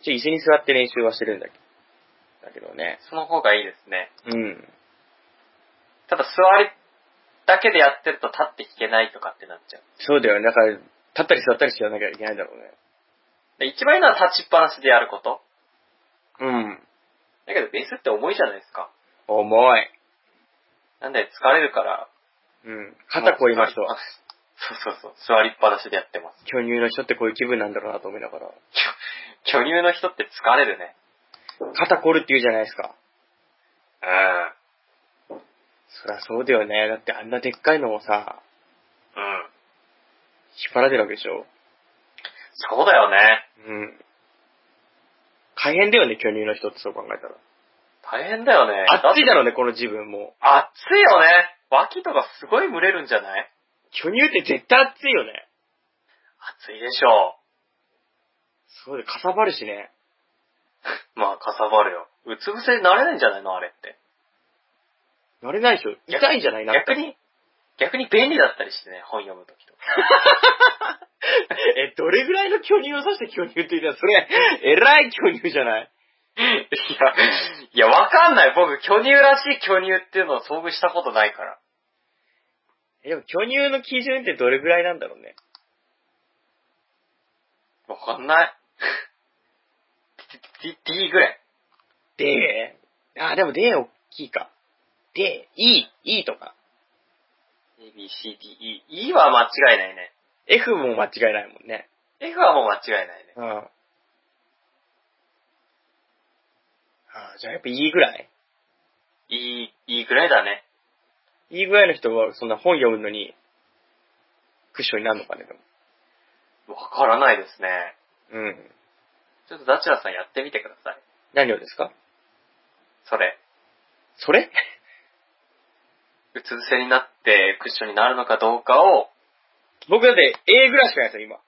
じゃあ椅子に座って練習はしてるんだけど。だけどね。
その方がいいですね。
うん。
ただ座りだけでやってると立って聞けないとかってなっちゃう。
そうだよね。だから、立ったり座ったりしやらなきゃいけないんだろうね。
で一番いいのは立ちっぱなしでやること。
うん。
だけどベースって重いじゃないですか。
重い。
なんで疲れるから。
うん。肩こりの人
もう
は、
座りっぱなし。そうそうそう。座りっぱなしでやってます。
巨乳の人ってこういう気分なんだろうなと思いながら。
巨乳の人って疲れるね。
肩こるって言うじゃないですか。
うん。
そりゃそうだよね。だってあんなでっかいのをさ、
うん。
引っ張られるわけでしょ。
そうだよね。
うん。大変だよね、巨乳の人ってそう考えたら。
大変だよね。
あっち
だ
だろうね、この自分も。
暑いよね。脇とかすごい蒸れるんじゃない
巨乳って絶対熱いよね。
暑いでしょ
そうで、かさばるしね。
う。まあ、かさばるよ。うつ伏せになれないんじゃないのあれって。
慣れないでしょ。痛いんじゃないなって
逆。に、逆に便利だったりしてね、本読むときとか。
え、どれぐらいの巨乳を指して巨乳って言ったら、それ、えらい巨乳じゃない
いや、いや、わかんない。僕、巨乳らしい巨乳っていうのを遭遇したことないから。
え、でも巨乳の基準ってどれぐらいなんだろうね。
わかん
<laughs>
ない。D, D, D ぐらい。
で、あ、でもで、大きいか。で、E、E とか。
A, B, C, D, E。E は間違いないね。
F も間違いないもんね。
F はもう間違いないね。
うん。あじゃあやっぱ E ぐらい
E、E ぐらいだね。
?E ぐらいの人はそんな本読むのに、クッションになるのかね、でも。
わからないですね。
うん。
ちょっとダチュラさんやってみてください。
何をですか
それ。
それ
うつ伏せになってクッションになるのかどうかを、 <laughs>
僕だって A ぐらいしかないですよ、今。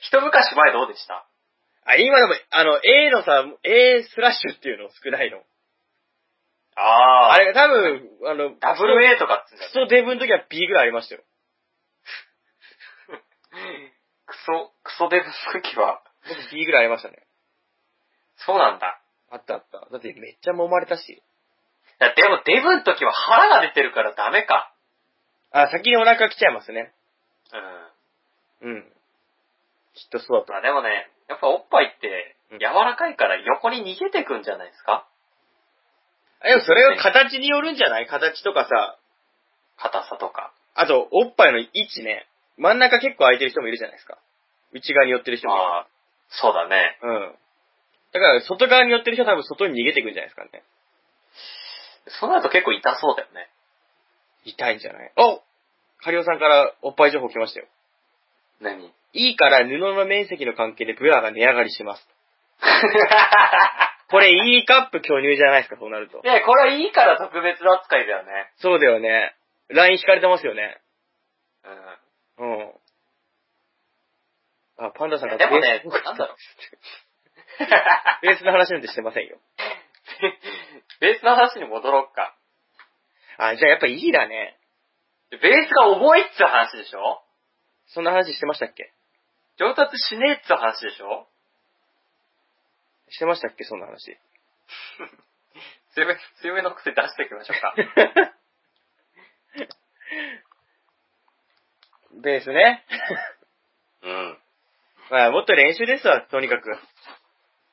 一昔前どうでした
あ、今でも、あの、A のさ、A スラッシュっていうの少ないの。
あ
あ
あれ
れが多分、あの、
ダブル A とかっつうんだ
ク
よね
ソデブの時は B ぐらいありましたよ。
クソ、クソデブの時は、
僕 B ぐらいありましたね。
そうなんだ。
あったあった。だってめっちゃ揉まれたし。
いやでもデブの時は腹が出てるからダメか。
あ、先にお腹来ちゃいますね。
うん。
うん。きっとそうだと。
まあでもね、やっぱおっぱいって
うん
柔らかいから横に逃げてくんじゃないですか
あでもそれは形によるんじゃない形とかさ、
硬さとか。
あと、おっぱいの位置ね。真ん中結構空いてる人もいるじゃないですか。内側に寄ってる人もいる。
まあ、そうだね。
うん。だから、外側に寄ってる人は多分外に逃げてくんじゃないですかね。
その後結構痛そうだよね。
痛いんじゃないおカリオさんからおっぱい情報来ましたよ。
<laughs> 何
いいから布の面積の関係でブラが値上がりします。これ E カップ巨乳じゃないですか、そうなると。
ねこれはいいから特別な扱いだよね。
そうだよね。ライン引かれてますよね。
う
うん。あ、パンダさんが
ん。でもね、なんだろう。 <laughs>
ベースの話なんてしてませんよ。
ベースの話に戻ろうか。
あ、じゃあやっぱ E だね。
ベースが重いっつう話でしょ
そんな話してましたっけ
上達しねえっつう話でしょ
してましたっけそんな話。
強め、強めの癖出していきましょうか。
ベースね。
<laughs>
<laughs>
うん。
まあ、もっと練習ですわ、とにかく。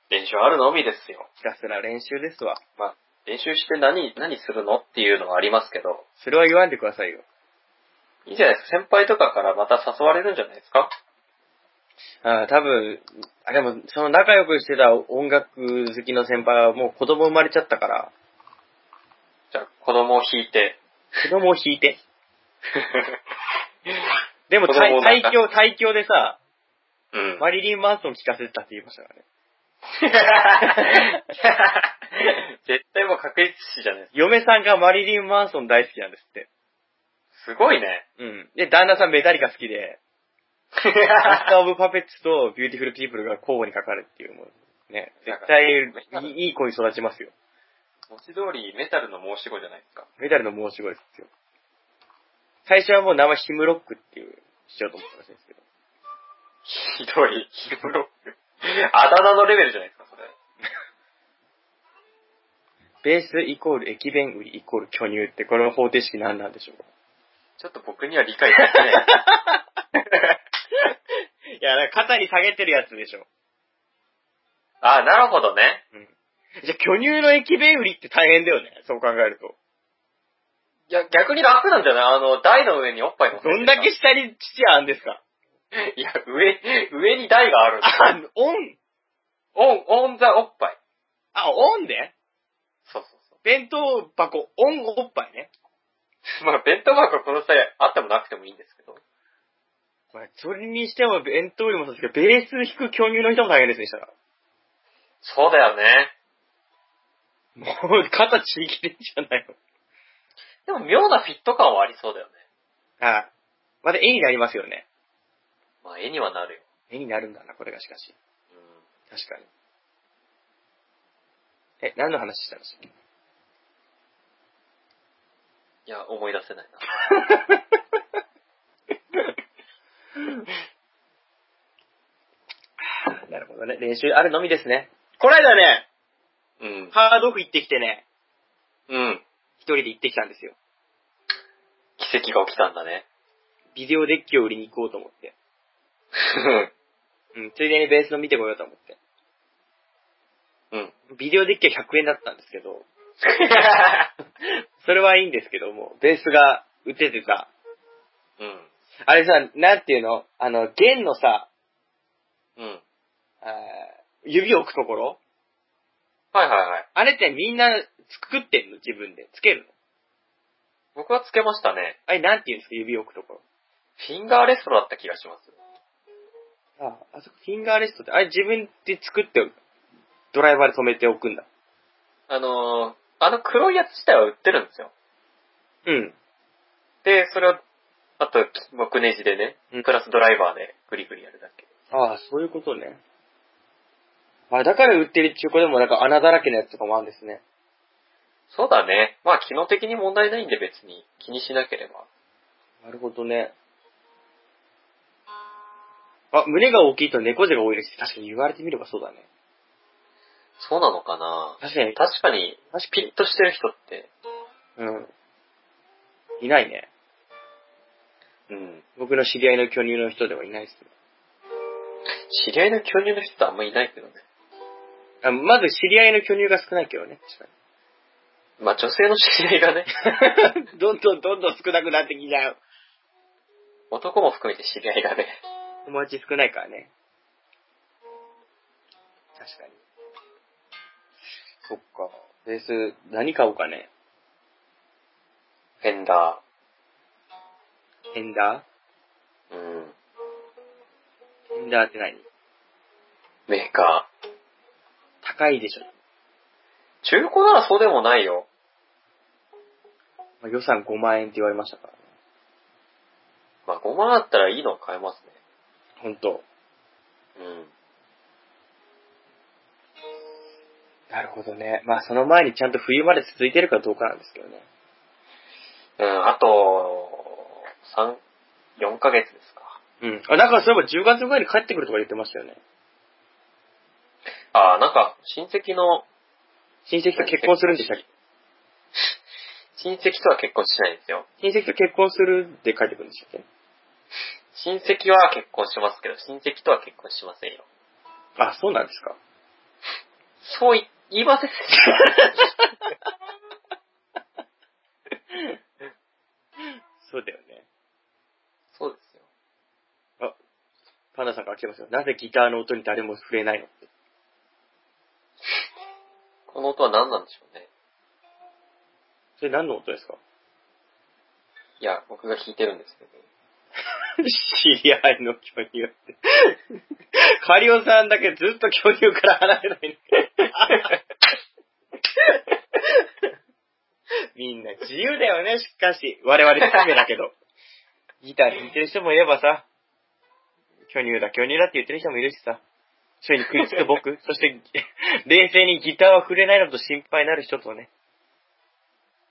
練習あるのみですよ。
ひたすら練習ですわ。
まあ、練習して何、何するのっていうのはありますけど、
それは言わんでくださいよ。
いいじゃないですか。先輩とかからまた誘われるんじゃないですか
あ多分、あ、でも、その仲良くしてた音楽好きの先輩はもう子供生まれちゃったから、
じゃあ、子供を引いて。
<laughs> 子供を引いて。でも
子供をなん
最、最
か
強、最強でさ、
うん。
マリリン・マンソン聴かせてたって言いましたからね。
<laughs> 絶対もう確率視じゃないです
嫁さんがマリリン・マンソン大好きなんですって。
か。すごい
<laughs>
ね。
うん。で、旦那さんメタリカ好きで、マスター・オブ・パペッツとビューティフル・ピープルが交互にかかるっていうもうね、絶対いいいい子に育ちますよ。
文字通りメタルの申し子じゃないですか。
メタルの申し子ですよ。最初はもう名前ヒムロックっていう、しようと思ったらしいんですけど。
ひどい、ヒムロック。あだ名のレベルじゃないですか、それ。
ベースイコール駅弁売りイコール巨乳って、この方程式何なんでしょうか
ちょっと僕には理解できない。
<laughs> いや、なんか肩に下げてるやつでしょ。
あ、なるほどね。
じゃあ、巨乳の駅弁売りって大変だよね。そう考えると。
いや、逆に楽なんじゃないあの、台の上におっぱいのせて
どんだけ下に父あんですか
<laughs> いや、上、上に台があるんだ。
あ、オン、
オン、オンザおっぱい。
あ、オンで
そうそうそ
弁当箱、オンおっぱいね。
う。まあ、弁当箱はこの際あってもなくてもいいんですけど。
まあ、それにしても弁当よりもそうですけど、ベース引く巨乳の人も大変ですね、したら。
そうだよね。
もう、肩ちぎれんじゃないの。
でも妙なフィット感はありそうだよね。
はい。まだ絵になりますよね。
まあ、絵にはなるよ。
絵になるんだな、これがしかし。
うん
確かに。え、何の話したんでしたっけ
いや、思い出せないな。
<laughs> なるほどね。練習あるのみですね。こないだね、
うん。
ハードオフ行ってきてね、
うん。
一人で行ってきたんですよ。
奇跡が起きたんだ <laughs> ね。
ビデオデッキを売りに行こうと思って。うん、ついでにベースの見てこようと思って。
うん。
ビデオデッキは100円だったんですけど、 <laughs> それはいいんですけども、ベースが売っててさ、
うん。
あれさ、なんていうのあの、弦のさ、
うん。
あー指を置くところ
はいはいはい。
あれってみんな作ってんの自分で。つけるの
僕はつけましたね。
あれなんていうんですか指を置くところ。
フィンガーレストだった気がします。
ああ、あそこフィンガーレストって、あれ自分で作って、ドライバーで止めておくんだ。
あのー、あの黒いやつ自体は売ってるんですよ。
うん。
で、それを、あと、木ネジでね
うん、
プラスドライバーでグリグリやるだけ。
ああ、そういうことね。あ、だから売ってる中古でもなんか穴だらけのやつとかもあるんですね。
そうだね。まあ、機能的に問題ないんで別に気にしなければ。
なるほどね。あ、胸が大きいと猫背が多いです。確かに言われてみればそうだね。
そうなのかな
確かに、
確かに、
確か
ピ
に
ッ。としてる人って、
うん。いないね。
うん。
僕の知り合いの巨乳の人ではいないですね。
知り合いの巨乳の人ってあんまいないけどね。
あまず知り合いの巨乳が少ないけどね。
まあ、女性の知り合いがね、 <laughs>
確かに <laughs> どんどんどんどん少なくなってきちゃう。
男も含めて知り合いがね。
友達少ないからね。確かに。そっか。ベース、何買おうかね。
フェンダ
フェンダ
ー、うん、
ーフェンダーって何
メーカ
高いでしょ。
ー。中古ならそうでもないよ。
まあ、予算5万円って言われましたからね。
まあ、5万あったらいいの買えますね。
ほんと。
うん。
なるほどね。まあその前にちゃんと冬まで続いてるかどうかなんですけどね。
うん、あと、3、4ヶ月ですか。
うん。あ、なんかそういえば10月ぐらいに帰ってくるとか言ってましたよね。
ああ、なんか、親戚の、
親戚と結婚するんでしたっ
親戚とは結婚しないんですよ。
け親戚と結婚するで帰ってくるんでしたっけ
親戚は結婚しますけど、親戚とは結婚しませんよ。
あ、そうなんですか。
そうい言いません。
そうだよね。
そうですよ。
パンダさんから来てますよ。なぜギターの音に誰も触れないのって。
この音は何なんでしょうね。
それ何の音ですか
いや、僕が弾いてるんですけど。
知り合いの巨乳って。カリオさんだけずっと巨乳から離れない。みんな自由だよね、しかし。我々含めだけど。ギター弾いてる人もいればさ、巨乳だ、巨乳だって言ってる人もいるしさ。それに食いつく僕、そして冷静にギターは触れないのと心配になる人とね、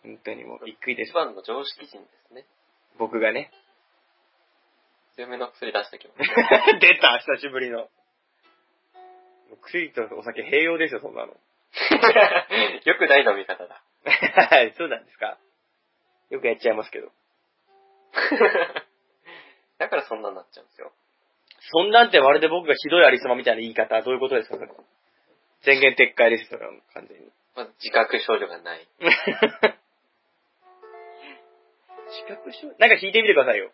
本当にもうびっくりで
一
す。
番の常識人ですね。
僕がね。
強めの薬出してきます。
<laughs> 出た久しぶりの。もう薬とお酒併用です <laughs> よ、そんなの。
よくない飲み方だ。 <laughs>
はい、そうなんですか。よくやっちゃいますけど。
だからそんなになっちゃうんですよ。
そんなんってまるで僕がひどいありさまみたいな言い方、どういうことですかそれ宣言撤回ですよ、完 <laughs> 全に。
まず自覚症状がない。
視覚症なんか弾いてみてくださいよ。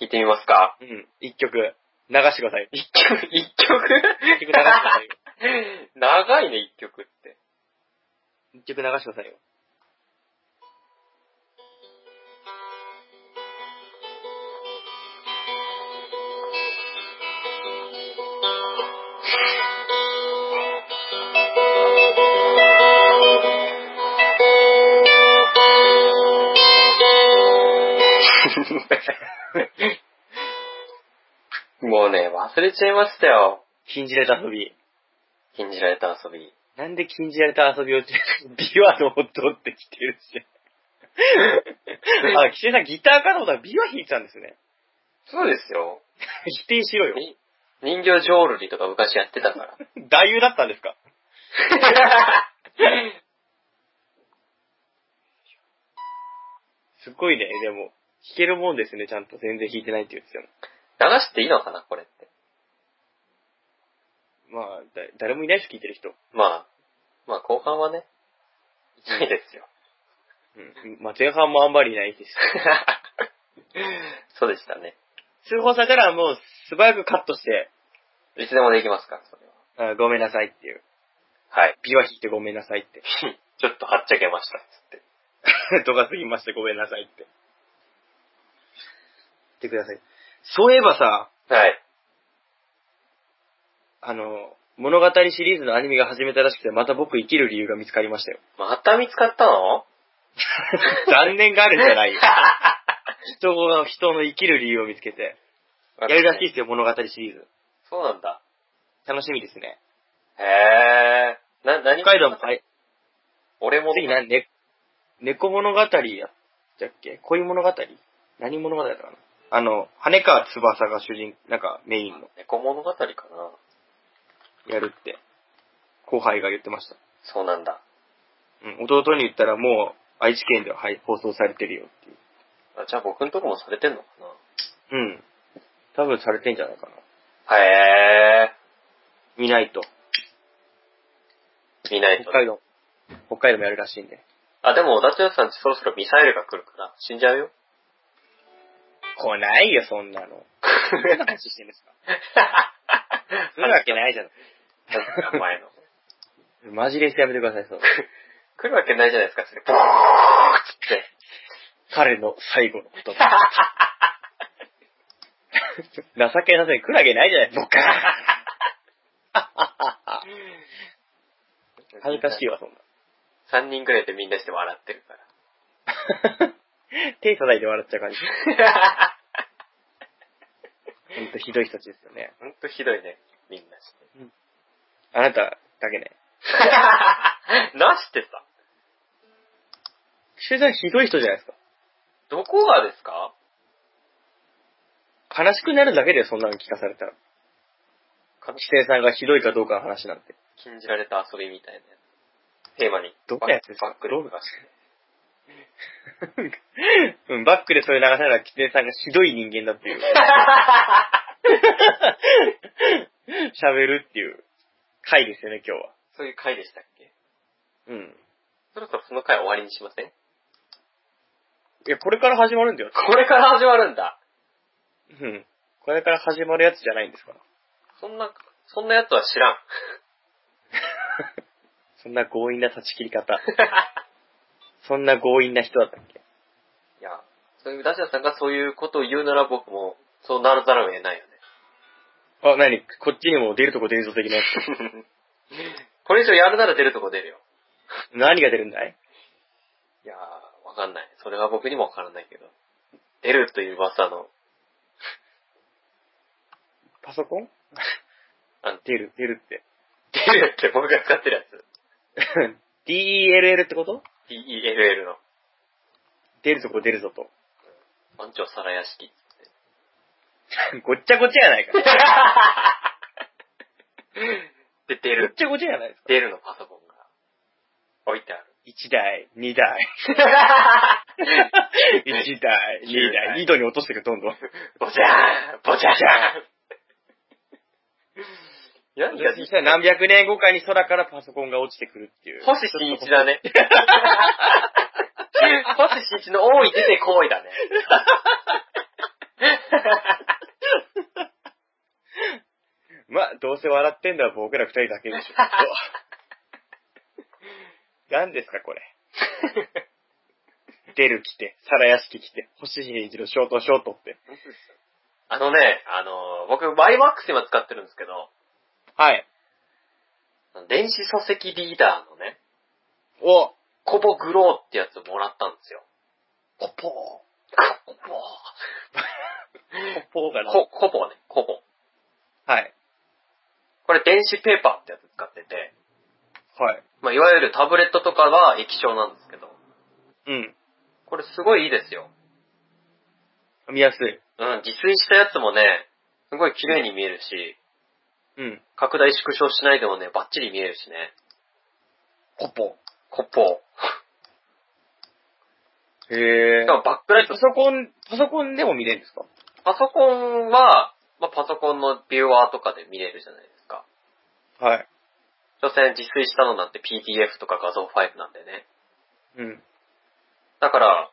弾いてみますか
うん。一曲。流してください。
一曲、一曲
一曲流してくださいよ。
<laughs> 長いね、一曲って。
一曲流してくださいよ。 <laughs>
もうね、忘れちゃいましたよ。
禁じられた遊び。
禁じられた遊び。
なんで禁じられた遊びをして、ビワの音って来てるし。あ、岸井さんギターかと思ったらビワ弾いてたんですね。
そうですよ。
否定しろよ。
に人形浄瑠璃とか昔やってた <laughs> から。
大優だったんですかすごいね、でも。弾けるもんですね、ちゃんと。全然弾いてないって言ってたの。
流していいのかな、これって。
まあ、だ誰もいないし、聞いてる人。
まあ、まあ後半はね、いないですよ。 <laughs>
うん。まあ、前半もあんまりいないです。
そうでしたね。
通報されたらもう、素早くカットして、
いつでもできますから、それは。
あごめんなさいっていう。
はい。
ビワ弾いてごめんなさいって。
<laughs>
<laughs>
ちょっとはっちゃけました、つって。
度が過ぎましてごめんなさいって。言ってください。そういえばさ、
はい。
あの、物語シリーズのアニメが始めたらしくて、また僕生きる理由が見つかりましたよ。
また見つかったの
<laughs> 残念があるんじゃ <laughs> ないよ。人が人の生きる理由を見つけて、やるらしいですよ、物語シリーズ。
そうなんだ。
楽しみですね。
へぇー。な、何
北海道も、はい、
俺も、
次何、ね、猫物語やったっけ恋物語何物語だったかなあの、羽川翼が主人、なんかメインの、
猫物語かな。
やるって、後輩が言ってました。
そうなんだ。
うん、弟に言ったらもう愛知県では、はい、放送されてるよっていう。
あじゃあ僕んとこもされてんのか
うん。多分されてんじゃないかな。
な。へ
見ないと。
ぇー。見ない
北
と。
海道、北海道もやるらしいんで。
あ、でも、小田千代さんちそろそろミサイルが来るから、死んじゃう
<laughs>
よ。
来ないよ、そんなの。そんな話してんですかするわけないじゃん。
なんか前の。
マジレスやめてください、そう。
来るわけないじゃないですか、
<laughs>
それ。ボーッつって。
彼の最後の言葉。情けなせん。来るわけないじゃないですか。恥ずかしいわ、そんな。
3人くらいでみんなして笑ってるから。
手叩いて笑っちゃう感じ。 <laughs> ほんとひどい人たちですよね。
ほんとひどいね、みんなして。 <laughs>
あなただけね。
なしてさ、
岸井さんひどい人じゃないですか。
どこがですか
悲しくなるだけでそんなの聞かされたら。規制さんがひどいかどうかの話なんて。
禁じられた遊びみたいなやつ。テーマに。
どんなやつですか
バックバックで流 <laughs> して。
うん、バックでそれ流されたら規制さんがひどい人間だっていう。 <laughs> 喋るっていう回ですよね、今日は。
そういう回でしたっけ
うん。
そろそろその回終わりにしません
いや、これから始まるんだよ。
これから始まるんだ。
うん。これから始まるやつじゃないんですから。
そんな、そんなやつは知らん。
そんな強引な断ち切り方。そんな強引な人だったっけ
いや、そういう、ダシャさんがそういうことを言うなら僕も、そうならざるを得ないよ
あ、なにこっちにも出るとこ出るぞ的なやつ。
<laughs> ね。これ以上やるなら出るとこ出るよ。
何が出るんだい
いやー、わかんない。それは僕にもわからないけど。出るという噂の、
パソコン
あの、
出る、出るって。
出
<laughs>
るって僕が使ってるやつ。
DELL ってこと
DELL の、
出るとこ出るぞと。
番長皿屋敷っつって。
ごっちゃごちゃやないか。ごっ
<laughs> で、出る、
ちゃごちゃやないですか。
出るのパソコンが置いてある。
1台、2台、1台、2台、2度に落としていく、どんどん。
ボジャーンボジャーン何が
実際何百年後かに空からパソコンが落ちてくるっていう。
星新一
<laughs>
だね。星新一の大い出てこいだね。
まあ、どうせ笑ってんだは僕ら二人だけ
<laughs>
でしょ。何ですか、これ。出る来て、皿屋敷来て、星姫一のショートショートって。
あのね、あのー、僕、マイマックス今使ってるんですけど、
はい。
電子書籍リーダーのね、
お
コボグローってやつをもらったんですよ。
コポー。
コボ
コポーがな。
コ、コボね、コボ。
はい。
これ電子ペーパーってやつ使ってて、
はい。
まあ、いわゆるタブレットとかが液晶なんですけど、
うん。
これすごいいいですよ。
見やすい。
うん、自炊したやつもね、すごい綺麗に見えるし、
うん。
拡大縮小しないでもね、バッチリ見えるしね。
コポ
コッポ
ー。へ
ー。だからバックライト
パ、ソコン、パソコンでも見れるんですか
パソコンは、まあ、パソコンのビューワーとかで見れるじゃないですか。
はい。
所詮自炊したのなんて PDF とか画像ファイルなんでね。
うん。
だから、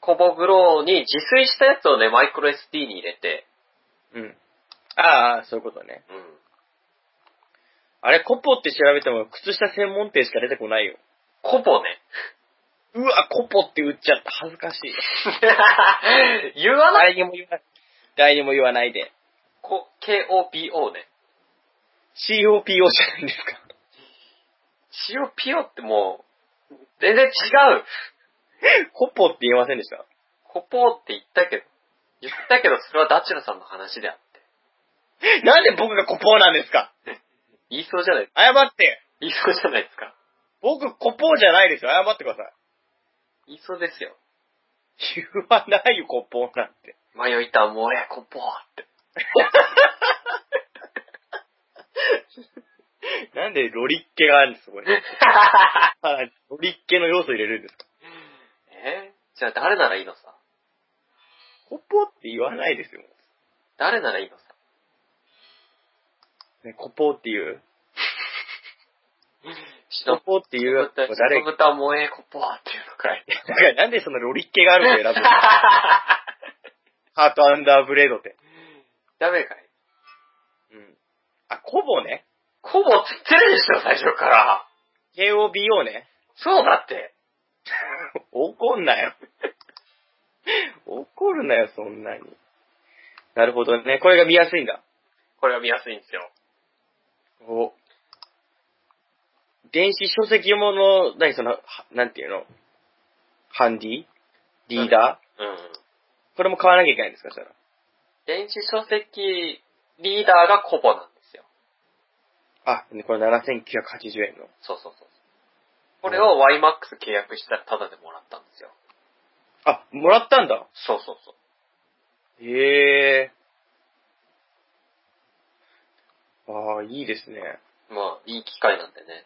コボグローに自炊したやつをね、マイクロ SD に入れて、
うん。ああ、そういうことね。
うん。
あれ、コポって調べても靴下専門店しか出てこないよ。
コボね。 <laughs>
うわ、コポって売っちゃった。恥ずかしい。
言わない
誰にも言わない。誰にも言わないで。
こ ?KOPO ね。
COPO じゃないんですか。 <laughs>
塩ピオってもう、全然違う。
コポって言えませんでした
コポーって言ったけど、言ったけどそれはダチュラさんの話であって。
なんで僕がコポなんですか
言いそうじゃない、
謝って。
言いそうじゃないですか。
僕コポじゃないですよ。謝ってください。
言いそうですよ。
言わないよ、コポなんて。
迷いたもうえコポーって。
なんでロリッケがあるんですか、これ。はいロリッケの要素入れるんですか
えじゃあ誰ならいいのさ
コポって言わないですよ。
誰ならいいのさ
ね、コポっていう。
し
コ
の
ポっていうやつは誰
ぶ
が、
たもえコポーっていうのかい。
だからなんでそのロリッケがあるの選ぶのハートアンダーブレードって。
<laughs> ダメかい。
うん。あ、コボね。
コボって言ってるでしょ、最初から。
KOBO ね。
そうだって。
<laughs> 怒んなよ。 <laughs> 怒るなよ、そんなに。なるほどね。これが見やすいんだ。
これが見やすいんですよ。
お。電子書籍もの、何その、はなんていうのハンディリーダ
うん。
ーこれも買わなきゃいけないんですか、そしたら。
電子書籍リーダーがコボなんですよ。
あ、これ7980円の。
そうそうそう。これを YMAX 契約したらタダでもらったんですよ。
あ、もらったんだ。
そうそうそう。
へえ。ああ、いいですね。
まあ、いい機会なんでね。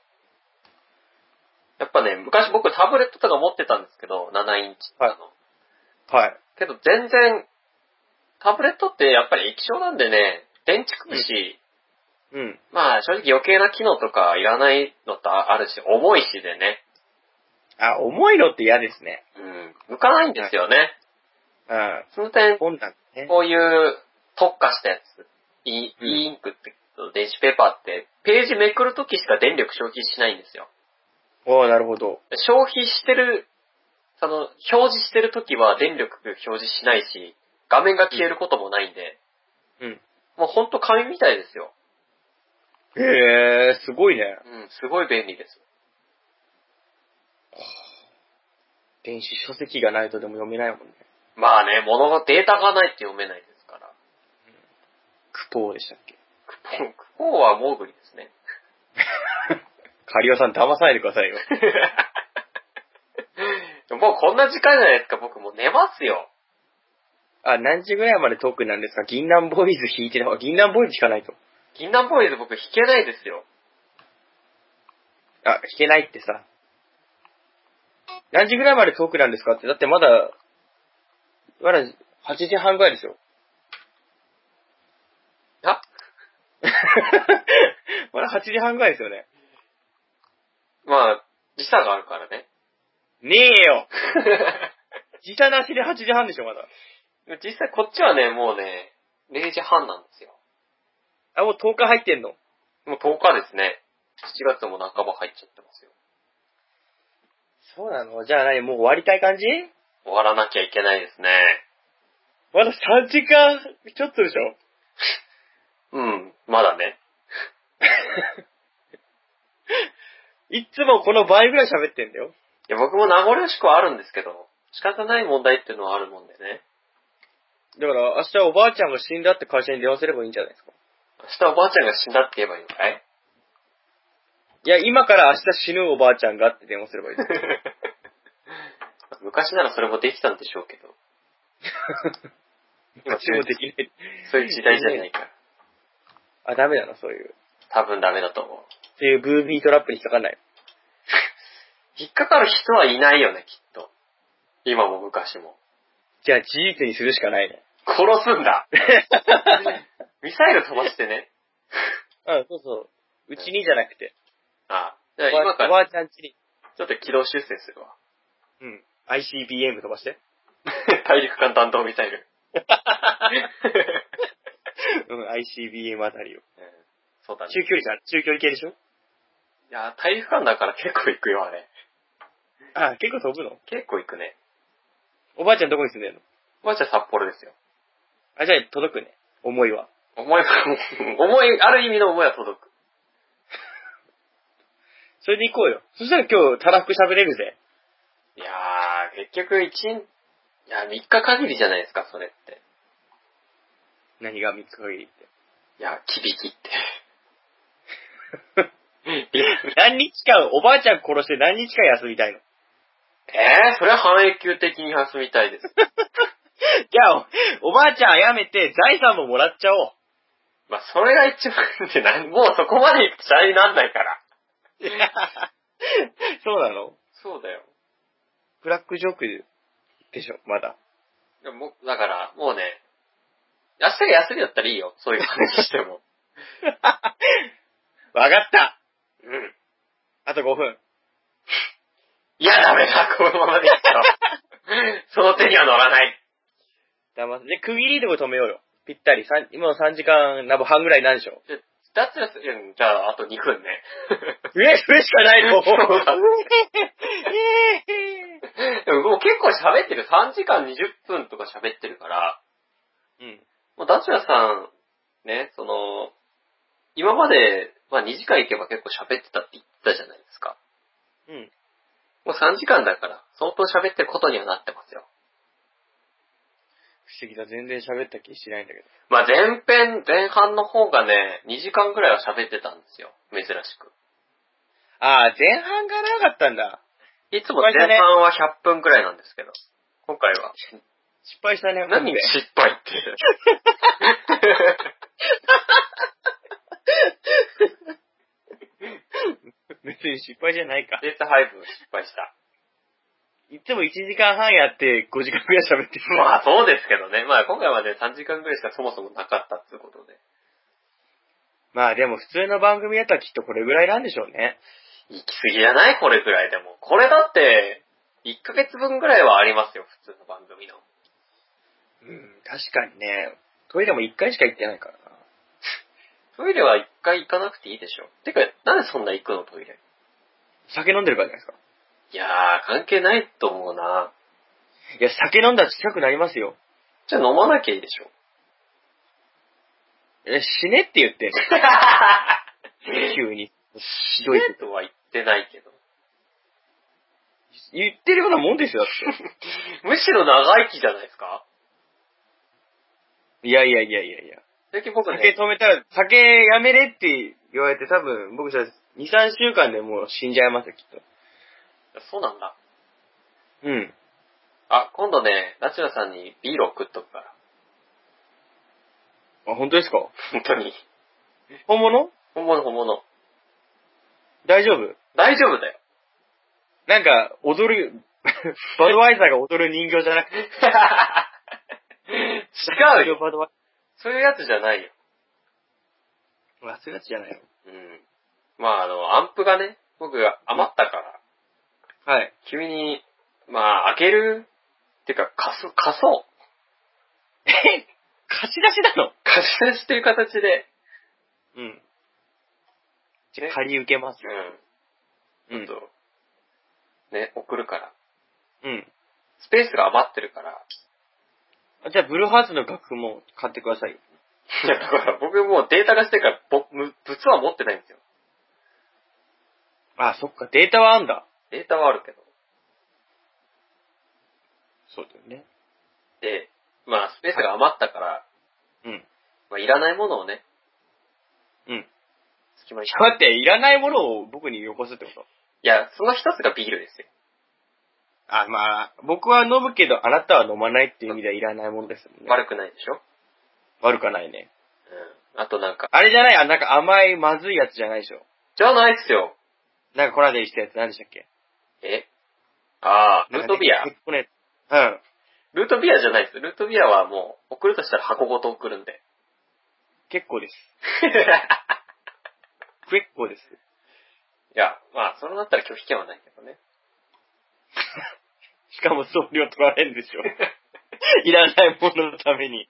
やっぱね、昔僕タブレットとか持ってたんですけど、7インチとかの。
はい。
けど全然、タブレットってやっぱり液晶なんでね、電池食うし、
うん。
まあ正直余計な機能とかいらないのとあるし、重いしでね、
あ、重いのって嫌ですね。
うん、浮かないんですよね。
うん。
その点、
本だね。
こういう特化したやつ、E
うん
インクって、電子ペーパーって、ページめくるときしか電力消費しないんですよ。
おおなるほど。
消費してる、その、表示してるときは電力表示しないし、画面が消えることもないんで、
うん。
もうほんと紙みたいですよ。
へえ、すごいね。
うん、すごい便利です。
電子書籍がないとでも読めないもんね。
まあね、物のデータがないって読めないですから。
クポーでしたっけ
クポン、クポンはモーグリですね。 <laughs>
カリオさん騙さないでくださいよ。
もうこんな時間じゃないですか、僕もう寝ますよ。
あ、何時ぐらいまでトークなんですか銀杏ボーイズ弾いてた方銀杏ボーイズ弾かないと。
銀杏ボーイズ僕弾けないですよ。
あ、弾けないってさ。何時ぐらいまでトークなんですかって、だってまだ、まだ8時半ぐらいですよ。 <laughs>
あ
まだ8時半ぐらいですよね。
まあ、時差があるからね。 <laughs>
ねえよ時差なしで8時半でしょ、まだ。
実際こっちはね、もうね、0時半なんですよ。
あ、もう10日入ってんの。
もう10日ですね。7月も半ば入っちゃってますよ。
そうなのじゃあ何もう終わりたい感じ
終わらなきゃいけないですね。
まだ3時間ちょっとでしょ
うん、まだね。
いつもこの倍ぐらい喋ってんだよ。
いや、僕も名残惜しくはあるんですけど、仕方ない問題っていうのはあるもんでね。
だから明日おばあちゃんが死んだって会社に電話すればいいんじゃないですか
明日おばあちゃんが死んだって言えばいいのか
<laughs>
い
いや、今から明日死ぬおばあちゃんがって電話すればい <laughs> いです。
昔ならそれもできたんでしょうけど、
<laughs>
今
私もできない。
そういう時代じゃないから。
あ、ダメだなの、そういう。
多分ダメだと思う。
そういうブービートラップに引っかかんない。
引っかかる人はいないよね、きっと。今も昔も。
じゃあ事実にするしかないね。
殺すん
<laughs>
だミサイル飛ばしてね。
うん、そうそう。うちにじゃなくて。
ああじ
お
ゃあ
ば
今か
おば
ら
あちゃんちに。
ちょっと軌道修正する
<laughs>
わ。
うん。ICBM 飛ば <laughs> して。
大陸間弾道ミサイ
<laughs>
ル。
うん、ICBM あたりを。
うんそうだね。
中距離じゃん。中距離系でしょ
いやー、体育館だから結構行くよ、あれ。
あ、結構飛ぶの
結構行くね。
おばあちゃんどこに住んでんの
おばあちゃん札幌ですよ。
あ、じゃあ届くね。思いは。
思いは、思い、ある意味の思いは届く。
それで行こうよ。そしたら今日、たらふく喋れるぜ。
いやー、結局一日、いや、3日限りじゃないですか、それって。
何が三つ限りって。 <laughs>
いや、響きって。いや
何日間、おばあちゃん殺して何日間休みたいの
<laughs> えー、それは半永久的に休みたい <laughs> です。
じゃあ、おおばあちゃんあやめて財産ももらっちゃおう。 <laughs>
まあ、それが一番でなん、もうそこまで行くとになんないから。
そうなの
そうだよ。
ブラックジョークでしょ、まだ。 <laughs>
いやもうだから、もうね、明日が休みだったらいいよ、そういう話しても。
わかった
<laughs> うん。
あと5分。
いや、ダメだ、このままでいくと。 <laughs> その手には乗らない。
騙す。で、区切りでも止めようよ。ぴったり。三今の3時間、なぼ半ぐらいなんでしょ
だったら、うん、じゃあ、あと2分ね。 <laughs>
上、上しかないの
そうだね
え
でももう結構喋ってる。3時間20分とか喋ってるから、
ーうん。
もうダチュラさん、ね、その、今まで、まあ2時間行けば結構喋ってたって言ったじゃないですか。
うん。
もう3時間だから、相当喋ってることにはなってますよ。
不思議だ、全然喋った気しないんだけど。
まあ前編、前半の方がね、2時間くらいは喋ってたんですよ。珍しく。
ああ、前半が長かったんだ。
いつも前半は100分くらいなんですけど、今回は。
失敗したね。
何
本
失
で
敗 <laughs> って。
<laughs> 別に失敗じゃないか。
データ配分失敗した。
いつも1時間半やって5時間ぐらい喋ってる。
<laughs> まあそうですけどね。まあ今回はね、3時間くらいしかそもそもなかったっていうことで。
まあでも普通の番組だったらきっとこれぐらいなんでしょうね。
行き過ぎじゃないこれくらいでも。これだって、1ヶ月分くらいはありますよ、普通の番組の。
うん、確かにね。トイレも1回しか行ってないからな。
トイレは1回行かなくていいでしょ。てか、なんでそんな行くのトイレ。
酒飲んでるからじゃないですか。
いやー、関係ないと思うな。
いや、酒飲んだら近くなりますよ。
じゃあ飲まなきゃいいでしょ。
え、死ねって言
<laughs>
ってんの急に。ひどい。
とは言ってないけど。 <laughs>
言ってるようなもんですよ、だっ
むしろ長生きじゃないですか
て。いやいやいやいやいや。
最近僕
酒
ね、
止めたら、酒やめれって言われて多分、僕じゃ2、3週間でもう死んじゃいますよ、きっと。
そうなんだ。
うん。
あ、今度ね、ラチュラさんにビール送っとくから。
あ、本当ですか
本当に。
本物
本物本物。
大丈夫
大丈夫だよ。
なんか、踊る、 <laughs> バドワイザーが踊る人形じゃなくて。
違うよ。
バドワイ
そういうやつじゃないよ。
ザー。忘れがちじゃないの
うん。まあ、あの、アンプがね、僕が余ったから、
はい。
君に、まあ、開けるっていうか、貸す、貸そう。
え貸し出しなの
貸し出しという形で、
うん。
じゃあ
借り受けます。う
うん。
ん
ちょっと、ね、送るから。
うん。
スペースが余ってるから。
あじゃあ、ブルーハーツの楽譜も買ってくださいよ。
いや、だから僕もうデータ化してるから、ぼむ物は持ってないんですよ。
あ、そっか、データはあんだ。
データはあるけど。
そうだよね。
で、まあ、スペースが余ったから、
うん。
まあ、いらないものをね、
うん。
隙間に。い
だって、いらないものを僕によこすってこと
や、その一つがビールですよ。
あ、まあ、僕は飲むけど、あなたは飲まないっていう意味ではいらないものですもんね。
悪くないでしょ
悪くはないね。
うん。あとなんか、
あれじゃないあ、なんか甘い、まずいやつじゃないでしょ。
じゃないっすよ。
なんかこの間したやつ何でしたっけ
えああ、ルートビア
なんか。ね結構ね、うん。
ルートビアじゃないです。ルートビアはもう、送るとしたら箱ごと送るんで。 <laughs>
結構です。結構です。
いや、まあ、それだったら拒否権はないけどね。
しかも送料取られるんで <laughs> しょ。いらないもののために。
い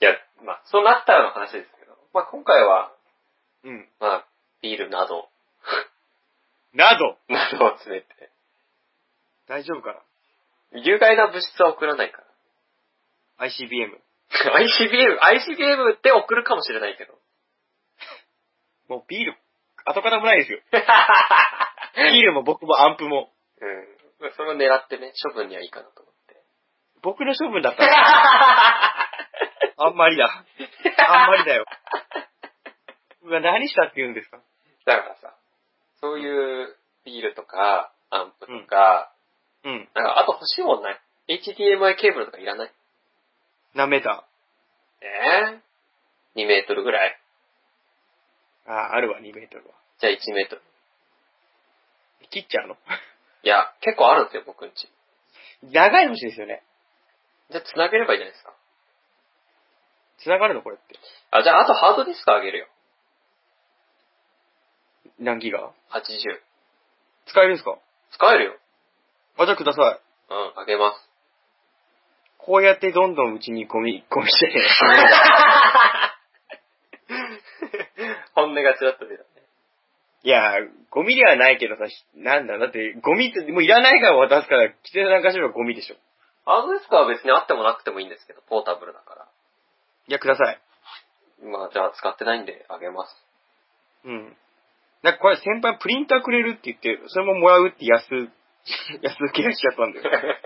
や、まあ、そうなったらの話ですけど。まあ、今回は、
うん。
まあ、ビールなど、 <laughs>
など
などを詰めて。
大丈夫か
有害な物質は送らないから。
な ?ICBM。
<laughs> ICBM、ICBM って送るかもしれないけど。 <laughs>
もうビール、後方もないですよ。ビールも僕もアンプも。
うん。まあそれを狙ってね、処分にはいいかなと思って。
僕の処分だったら、 <laughs> あんまりだ。 <laughs> あんまりだよ。うわ、何したって言うんですか
だからさ、そういうビールとか、アンプとか、
うん。
なんかあと欲しいもんない ?HDMI ケーブルとかいらない
何メータ
ええ ?2 メートルぐらい
ーあ、あるわ、2メートルは。
じゃあ1メートル。
切っちゃうの <laughs>
いや、結構あるんですよ、僕んち。
長い星ですよね。
じゃあ繋げればいいじゃないですか。
繋がるのこれって。
あ、じゃああとハードディスクあげるよ。
何ギガ
80。
使えるんですか
使えるよ。
あ、じゃあください。
うん、あげます。
<laughs> こうやってどんどんうちにゴミ、ゴミしてね。
本音がちらっと出たね。
いやー、ゴミではないけどさ、ひなんだ、だって、ゴミって、もういらないから渡すから、着てなんかしればゴミでしょ。
ハードディスクは別にあってもなくてもいいんですけど、ポータブルだか
いや、ください。
ら。まあ、じゃあ使ってないんであげます。 <laughs>
うん。なんかこれ先輩プリンターくれるって言って、それももらうって安、安受けしちゃったんだよ。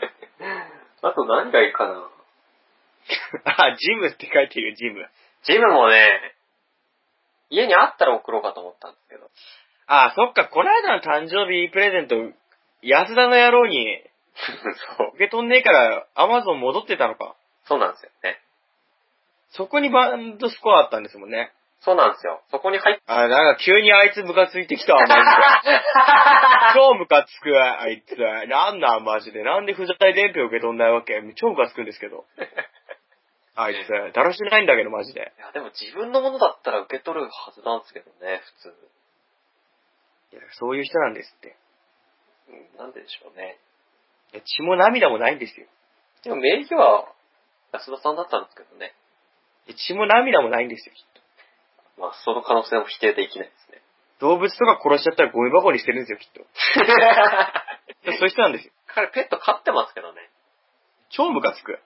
あと何がいいかな。
<laughs> あ、ジムって書いてるよ、ジム。
ジムもね、家にあったら送ろうかと思ったんですけど。 <laughs>
あ、そっか、この間の誕生日プレゼント、安田の野郎に
そう。
受け取んねえから、アマゾン戻ってたのか。
そうなんですよね。
そこにバンドスコアあったんですもんね。
そうなんですよ。そこに入 <laughs> っ
あ、なんか急にあいつムカついてきたわ、マジで。超ムカつくわ、あいつは。なんなん、マジで。なんで不在伝票受け取んないわけ超ムカつくんですけど。あいつ、だらしないんだけど、マジで。
いや、でも自分のものだったら受け取るはずなんですけどね、普通。
いやそういう人なんですって。
うんなんででしょうね。
いや血も涙もないんですよ。
でも名義は安田さんだったんですけどね。
いや血も涙もないんですよ、きっ
まあ、その可能性も否定できないですね。
と。動物とか殺しちゃったらゴミ箱にしてるんですよ、きっと。いやそういう人なんですよ。
彼ペット飼ってますけどね。
超ムカつく。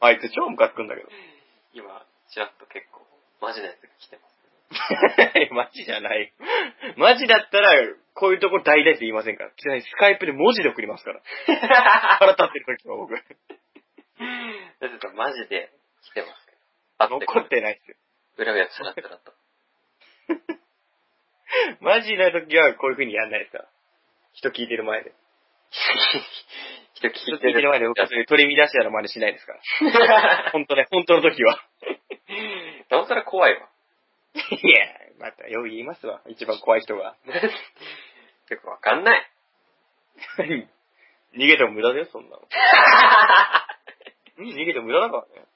あいつ超ムカつくんだけど。
<laughs> 今、ちらっと結構、マジなやつが来てます。
<laughs> マジじゃない。マジだったら、こういうとこ大々って言いませんから。ちなみにスカイプで文字で送りますから。腹立ってる時は僕。
だってさマジで来てますけど。あって
残ってないですよ。
うらうらつらつらと。
マジな時はこういう風にやんないですから。人聞いてる前で。
人聞
人聞
いて
いてる
る。
前で僕はそういう取り乱しやの真似しないですから。 <laughs> 本当ね、本当の時は。
なおさら怖いわ。
いや、またよう言いますわ。一番怖い人が。
よくわかんない。
<laughs> 逃げても無駄だよ、そんなの。逃げても無駄だからね。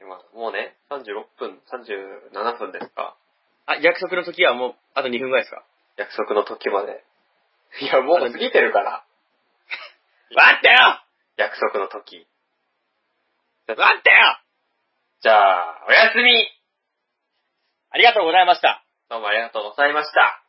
今、もうね、36分、37分ですか。
あ、約束の時はもう、あと2分ぐらいですか
約束の時まで。いや、もう過ぎてるから。
待ってよ
約束の時。
待ってよ
じゃあ、おやすみ
ありがとうございました。
どうもありがとうございました。